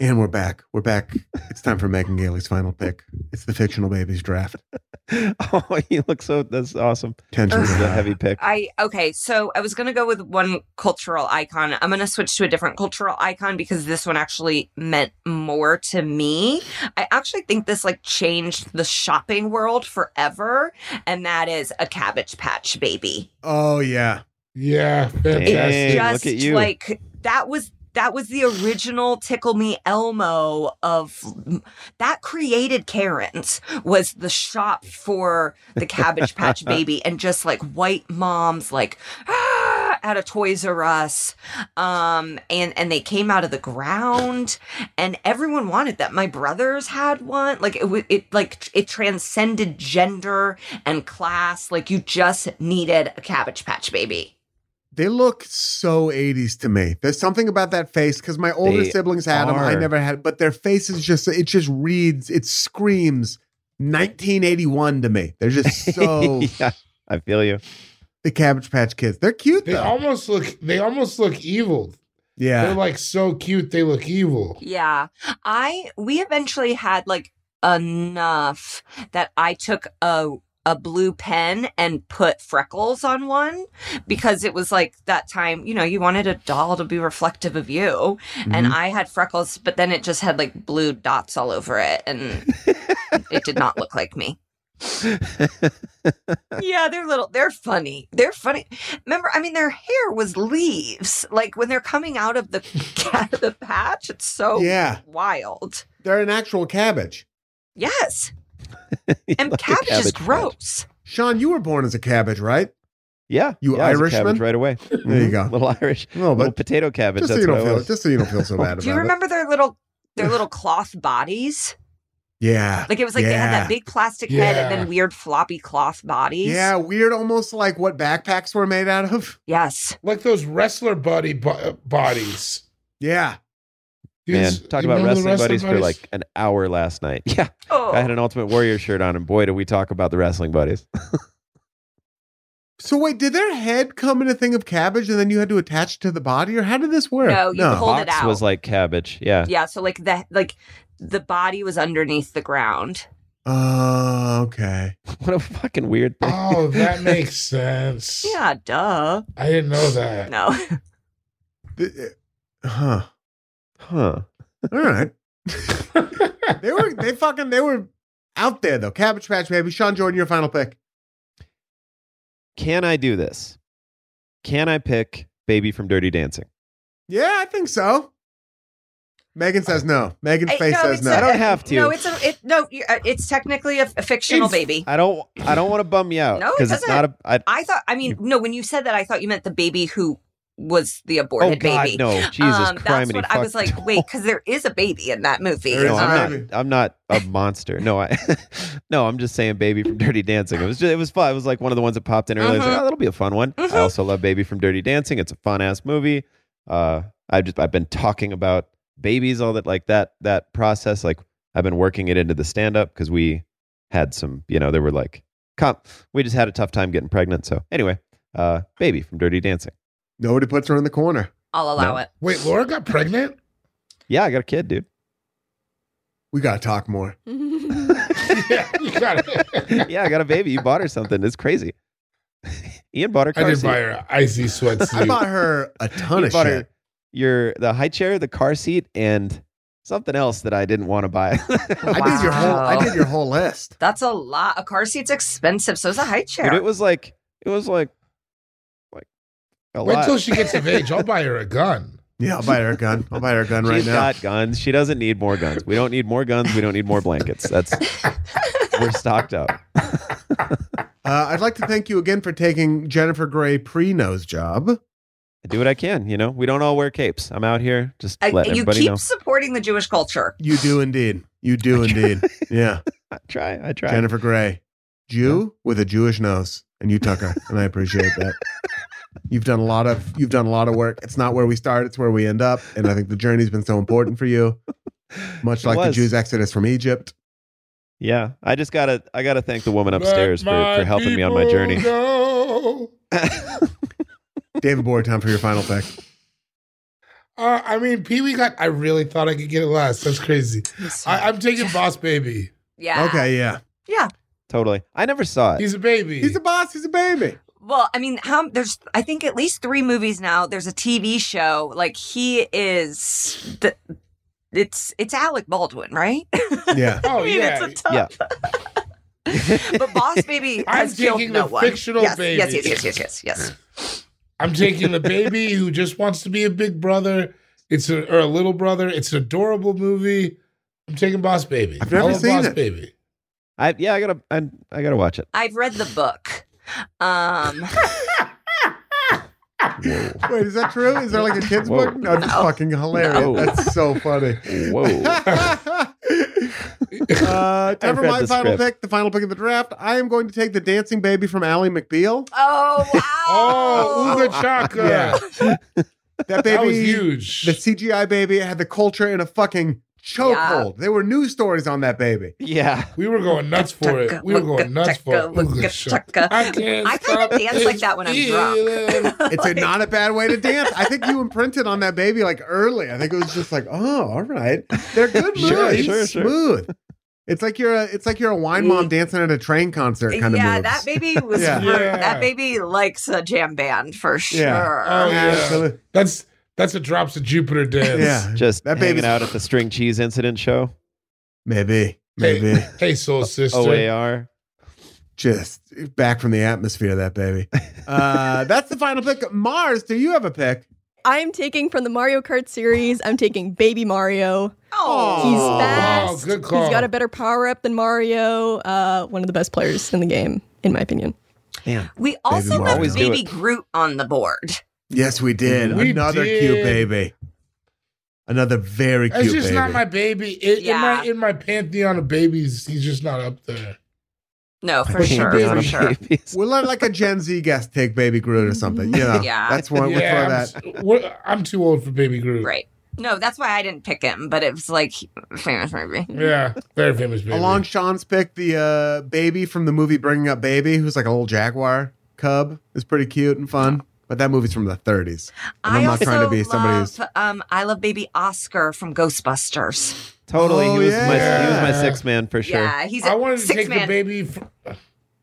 And we're back. We're back. It's time for Megan Gailey's final pick. It's the fictional babies draft.
Oh, you look so. That's awesome.
Tension.
This is a
high.
heavy pick.
I okay, so I was gonna go with one cultural icon. I'm gonna switch to a different cultural icon because this one actually meant more to me. I actually think this like changed the shopping world forever, and that is a Cabbage Patch Baby.
Oh yeah.
Yeah,
Dang, look
fantastic.
at you.
like that was that was the original Tickle Me Elmo of that created Karen's was the shop for the Cabbage Patch Baby and just like white moms like "Ah," out of Toys R Us, um, and and they came out of the ground and everyone wanted that. My brothers had one. Like it wa- it like tr- it transcended gender and class. Like you just needed a Cabbage Patch Baby.
They look so 80s to me. There's something about that face because my older
They
siblings had them. I
are.
never had, but their faces just it just reads, it screams 1981 to me. They're just so
yeah, I feel you.
the Cabbage Patch Kids. They're cute
They
though.
almost look they almost look evil. They're
yeah.
like so cute they look evil.
Yeah. I we eventually had like enough that I took a a blue pen and put freckles on one because it was like that time, you know, you wanted a doll to be reflective of you. And I had freckles, but then it just had like blue dots all over it and it did not look like me. Yeah, they're little. They're funny. They're funny. Remember, I mean, their hair was leaves. Like when they're coming out of the cat of the patch, it's
oh.
so
Yeah.
wild.
They're an actual cabbage.
Yes,
You
and
love the
cabbage, is
Patch.
gross.
Sean, you were born as a cabbage, right?
Yeah,
You
yeah, I was a cabbage
Irishman?
right away. Mm-hmm.
There you go.
little Irish,
No,
little
but
potato cabbage.
just so
That's
you
what
don't
I
feel
was.
just so you don't feel so bad about
Do you remember their little their little cloth bodies?
it. Yeah.
Like it was like they had
Yeah.
that big plastic head and
Yeah.
then weird floppy cloth bodies.
Yeah, weird almost like what backpacks were made out of.
Yes.
Like those wrestler buddy bo- bodies.
Yeah.
Man,
Dudes,
talk
you
about
remember the
wrestling buddies for
buddies?
like an hour last night. Yeah,
Oh,
I had an Ultimate Warrior shirt on, and boy, did we talk about the wrestling buddies.
So wait, did their head come in a thing of cabbage and then you had to attach to the body, or how did this work?
No, you pulled- Hold it
Box was
out.
like cabbage. Yeah,
yeah. So like the like the body was underneath the ground.
Oh, okay.
what a fucking weird
Ah.
thing.
Oh, that makes sense.
Yeah. Duh.
I didn't know that.
No.
Th- uh, Huh.
Huh?
All right. they were they fucking they were out there though. Cabbage Patch Baby. Sean Jordan, your final pick.
Can I do this? Can I pick Baby from Dirty Dancing?
Yeah, I think so. Megan says no. Megan's
Hey,
face
no,
says
it's
no.
a-
I don't have to.
No, it's a it, no. you- uh, It's technically a, a fictional
It's-
baby.
I don't. I don't want to bum you out
No, it
because it's not a. I,
I thought. I mean, no. When you said that, I thought you meant the baby who was the
oh
aborted
God,
baby.
no! Jesus
um, that's
Christ!
what I was like. Wait, because there is a baby in that movie.
There is
No,
It's
Uh,
a
I'm
baby.
not. I'm not a monster. No, I. no, I'm just saying, Baby from Dirty Dancing. It was. Just, it was fun. It was like one of the ones that popped in earlier. I was
Uh-huh.
like,
Mhm.
oh, that'll be a fun one.
Mhm.
Mm-hmm.
I also love Baby from Dirty Dancing. It's a fun ass movie. Uh, I've just I've been talking about babies all that like that that process. Like I've been working it into the stand up because we had some. You know, there were like, com we just had a tough time getting pregnant. So anyway, uh, Baby from Dirty Dancing.
Nobody puts her in the corner.
I'll allow
No.
it.
Wait, Laura got pregnant?
Yeah, I got a kid, dude.
We gotta talk more.
yeah, you got it.
yeah, I got a baby. You bought her something. It's crazy. Ian bought her.
I
car
did
seat.
buy her an icy
I bought
sweatsuit.
her a ton
You
of
bought
shit.
her your the high chair, the car seat, and something else that I didn't want to buy.
I did your whole I
Wow.
did your whole list.
That's a lot. A car seat's expensive. So is a high
Dude,
chair.
it was like it was like like a
Wait
lot.
till she gets of age. I'll buy her a gun.
Yeah, I'll buy her a gun. I'll buy her a gun
She's
right now.
got guns. She doesn't need more guns. We don't need more guns. We don't need more blankets. That's we're stocked up.
Uh, I'd like to thank you again for taking Jennifer Gray pre nose job.
I do what I can. You know, we don't all wear capes. I'm out here just
I-
let
Uh, you
everybody
keep
know.
supporting the Jewish culture.
You do indeed. You do indeed. Yeah.
I try. I try.
Jennifer Gray, Jew with a Jewish nose, and you took her, and I appreciate that. You've done a lot of you've done a lot of work. It's not where we start; it's where we end up. And I think the journey's been so important for you, much
It
like the
was.
Jews' exodus from Egypt.
Yeah, I just gotta I gotta thank the woman upstairs for,
Let my
for helping me on my
people
journey.
Go.
David Boyd, time for your final pick.
Uh, I mean, Pee Wee got. I really thought I could get it last. That's crazy. I, I'm taking Boss Baby.
yeah.
Okay, yeah,
Yeah.
totally. I never saw it.
He's a baby.
he's a boss. He's a baby.
Well, I mean, how there's I think at least three movies now. There's a TV show. Like he is the it's it's Alec Baldwin, right?
Yeah,
oh
I mean,
yeah.
it's a tough.
Yeah.
But Boss Baby
I'm
has killed
taking
no
the
one.
fictional
yes,
baby.
yes, yes, yes, yes, yes, yes.
I'm taking the baby who just wants to be a big brother. It's a, or a little brother. It's an adorable movie. I'm taking Boss Baby.
I've never
I love
seen
Boss
it.
Baby.
I yeah, I gotta I, I gotta watch it.
I've read the book. Um,
Wait, is that true? Is there like a kids
Whoa.
book? No, it's
No.
fucking hilarious.
No.
That's so funny.
Whoa.
uh, time for
read
my final
the script.
pick, the final pick of the draft. I am going to take the dancing baby from Ally McBeal.
oh wow!
Oh, Uga Chaka.
Yeah. That baby,
That was huge.
the CGI baby, had the culture in a fucking chokehold. There were news stories on that baby.
Yeah.
We were going nuts for it. We were going nuts for it. Look at Shaka.
I
can't
kind of
stop
dance like that when I'm drunk.
feeling.
It's
Like,
a, not a bad way to dance. I think you imprinted on that baby like early. I think it was just like, oh, all right, they're good moves.
Sure,
It's
sure, sure.
Smooth. It's like you're a it's like you're a wine mom dancing at a train concert kind of
yeah,
moves.
that baby was
Yeah.
for-
Yeah.
that baby likes a jam band for sure.
Yeah.
Oh, yeah.
Absolutely.
That's that's a drops of Jupiter dance.
Yeah,
Just
That
hanging
baby's-
out at the string cheese incident show.
maybe,
Hey,
maybe
hey,
Oh,
soul sister.
OAR.
just back from the atmosphere. That baby. Uh, that's the final pick. Mars, do you have a pick?
I'm taking from the Mario Kart series, I'm taking Baby Mario.
Oh,
He's
Oh.
fast.
Oh, good call.
He's got a better power up than Mario. Uh, one of the best players in the game, in my opinion.
we also
Mom.
have
Always do
baby
it.
Groot on the board.
Yes, we did.
We
Another
did.
cute baby. Another very cute
That's just
baby.
not my baby. In, in my
Yeah.
in my pantheon of babies, he's just not up there.
No, for sure,
baby.
for sure.
We'll let like a Gen Z guest take Baby Groot or something. You know,
Yeah.
that's one. we'll throw
yeah,
that.
I'm, s- we're- I'm too old for Baby Groot.
Right. No, that's why I didn't pick him, but it was like famous movie.
Yeah, very famous baby.
Along Sean's pick, the uh, baby from the movie Bringing Up Baby, who's like a little jaguar cub, is pretty cute and fun. But that movie's from the 30s. And
I
I'm not
also
trying to be somebody
love,
who's.
um, I love baby Oscar from Ghostbusters.
Totally.
Oh,
he, was my, he was
yeah.
my sixth man for sure.
Yeah, he's a
I wanted to
six
take
man.
the baby. Fr-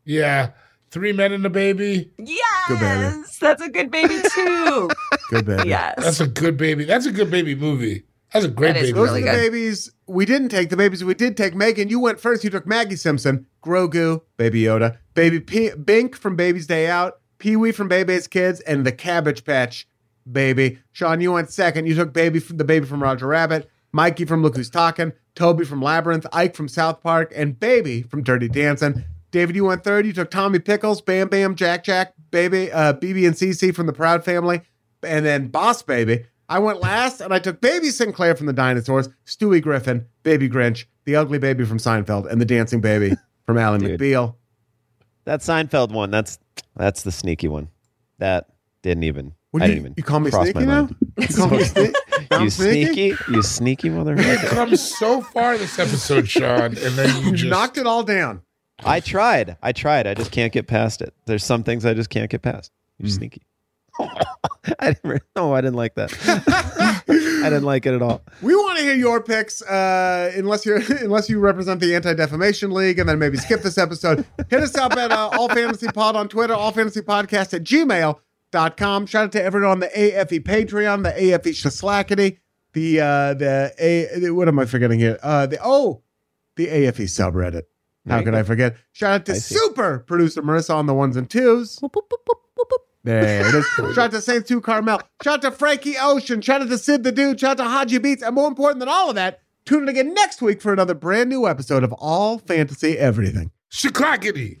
yeah, three men and a baby.
Good baby.
Yes, that's a good baby too.
Good baby.
That's
yes,
a good baby. That's a good baby movie. That's a great
That is
baby.
Those
really
are
movie.
the
good.
babies. We didn't take the babies. We did take Megan. You went first. You took Maggie Simpson, Grogu, Baby Yoda, Baby P- Bink from Baby's Day Out, Pee Wee from Baby's Kids, and the Cabbage Patch Baby. Sean, you went second. You took Baby from, the baby from Roger Rabbit, Mikey from Look Who's Talking, Toby from Labyrinth, Ike from South Park, and Baby from Dirty Dancing. David, you went third. You took Tommy Pickles, Bam Bam, Jack Jack, Baby, uh, BB and CC from the Proud Family, and then Boss Baby. I went last, and I took Baby Sinclair from the Dinosaurs, Stewie Griffin, Baby Grinch, the Ugly Baby from Seinfeld, and the Dancing Baby from Alan
Dude.
McBeal.
That Seinfeld one. That's that's the sneaky one. That didn't even.
What
I
do you,
didn't even.
you call me
cross
sneaky
my
now?
mind.
You call me sne- I'm
You sneaky. You sneaky
We've
motherfucker.
come so far this episode, Sean, and then you
You
just
knocked it all down.
I tried. I tried. I just can't get past it. There's some things I just can't get past. You're sneaky. I didn't. re- No, I didn't like that. I didn't like it at all.
We want to hear your picks, uh, unless you're unless you represent the Anti Defamation League, and then maybe skip this episode. Hit us up at uh, All Fantasy Pod on Twitter, All Fantasy Podcast at gmail.com. Shout out to everyone on the AFE Patreon, the AFE Shislackity, the uh, the A. the- What am I forgetting here? Uh, the oh, the AFE subreddit. How
There you
could
go.
I forget? Shout out to
I see.
super producer Marissa on the ones and twos.
Boop, boop, boop, boop, boop, boop.
There it is. Shout out to Saint Two Carmel. Shout out to Frankie Ocean. Shout out to Sid the Dude. Shout out to Haji Beats. And more important than all of that, tune in again next week for another brand new episode of All Fantasy Everything.
Chicockity.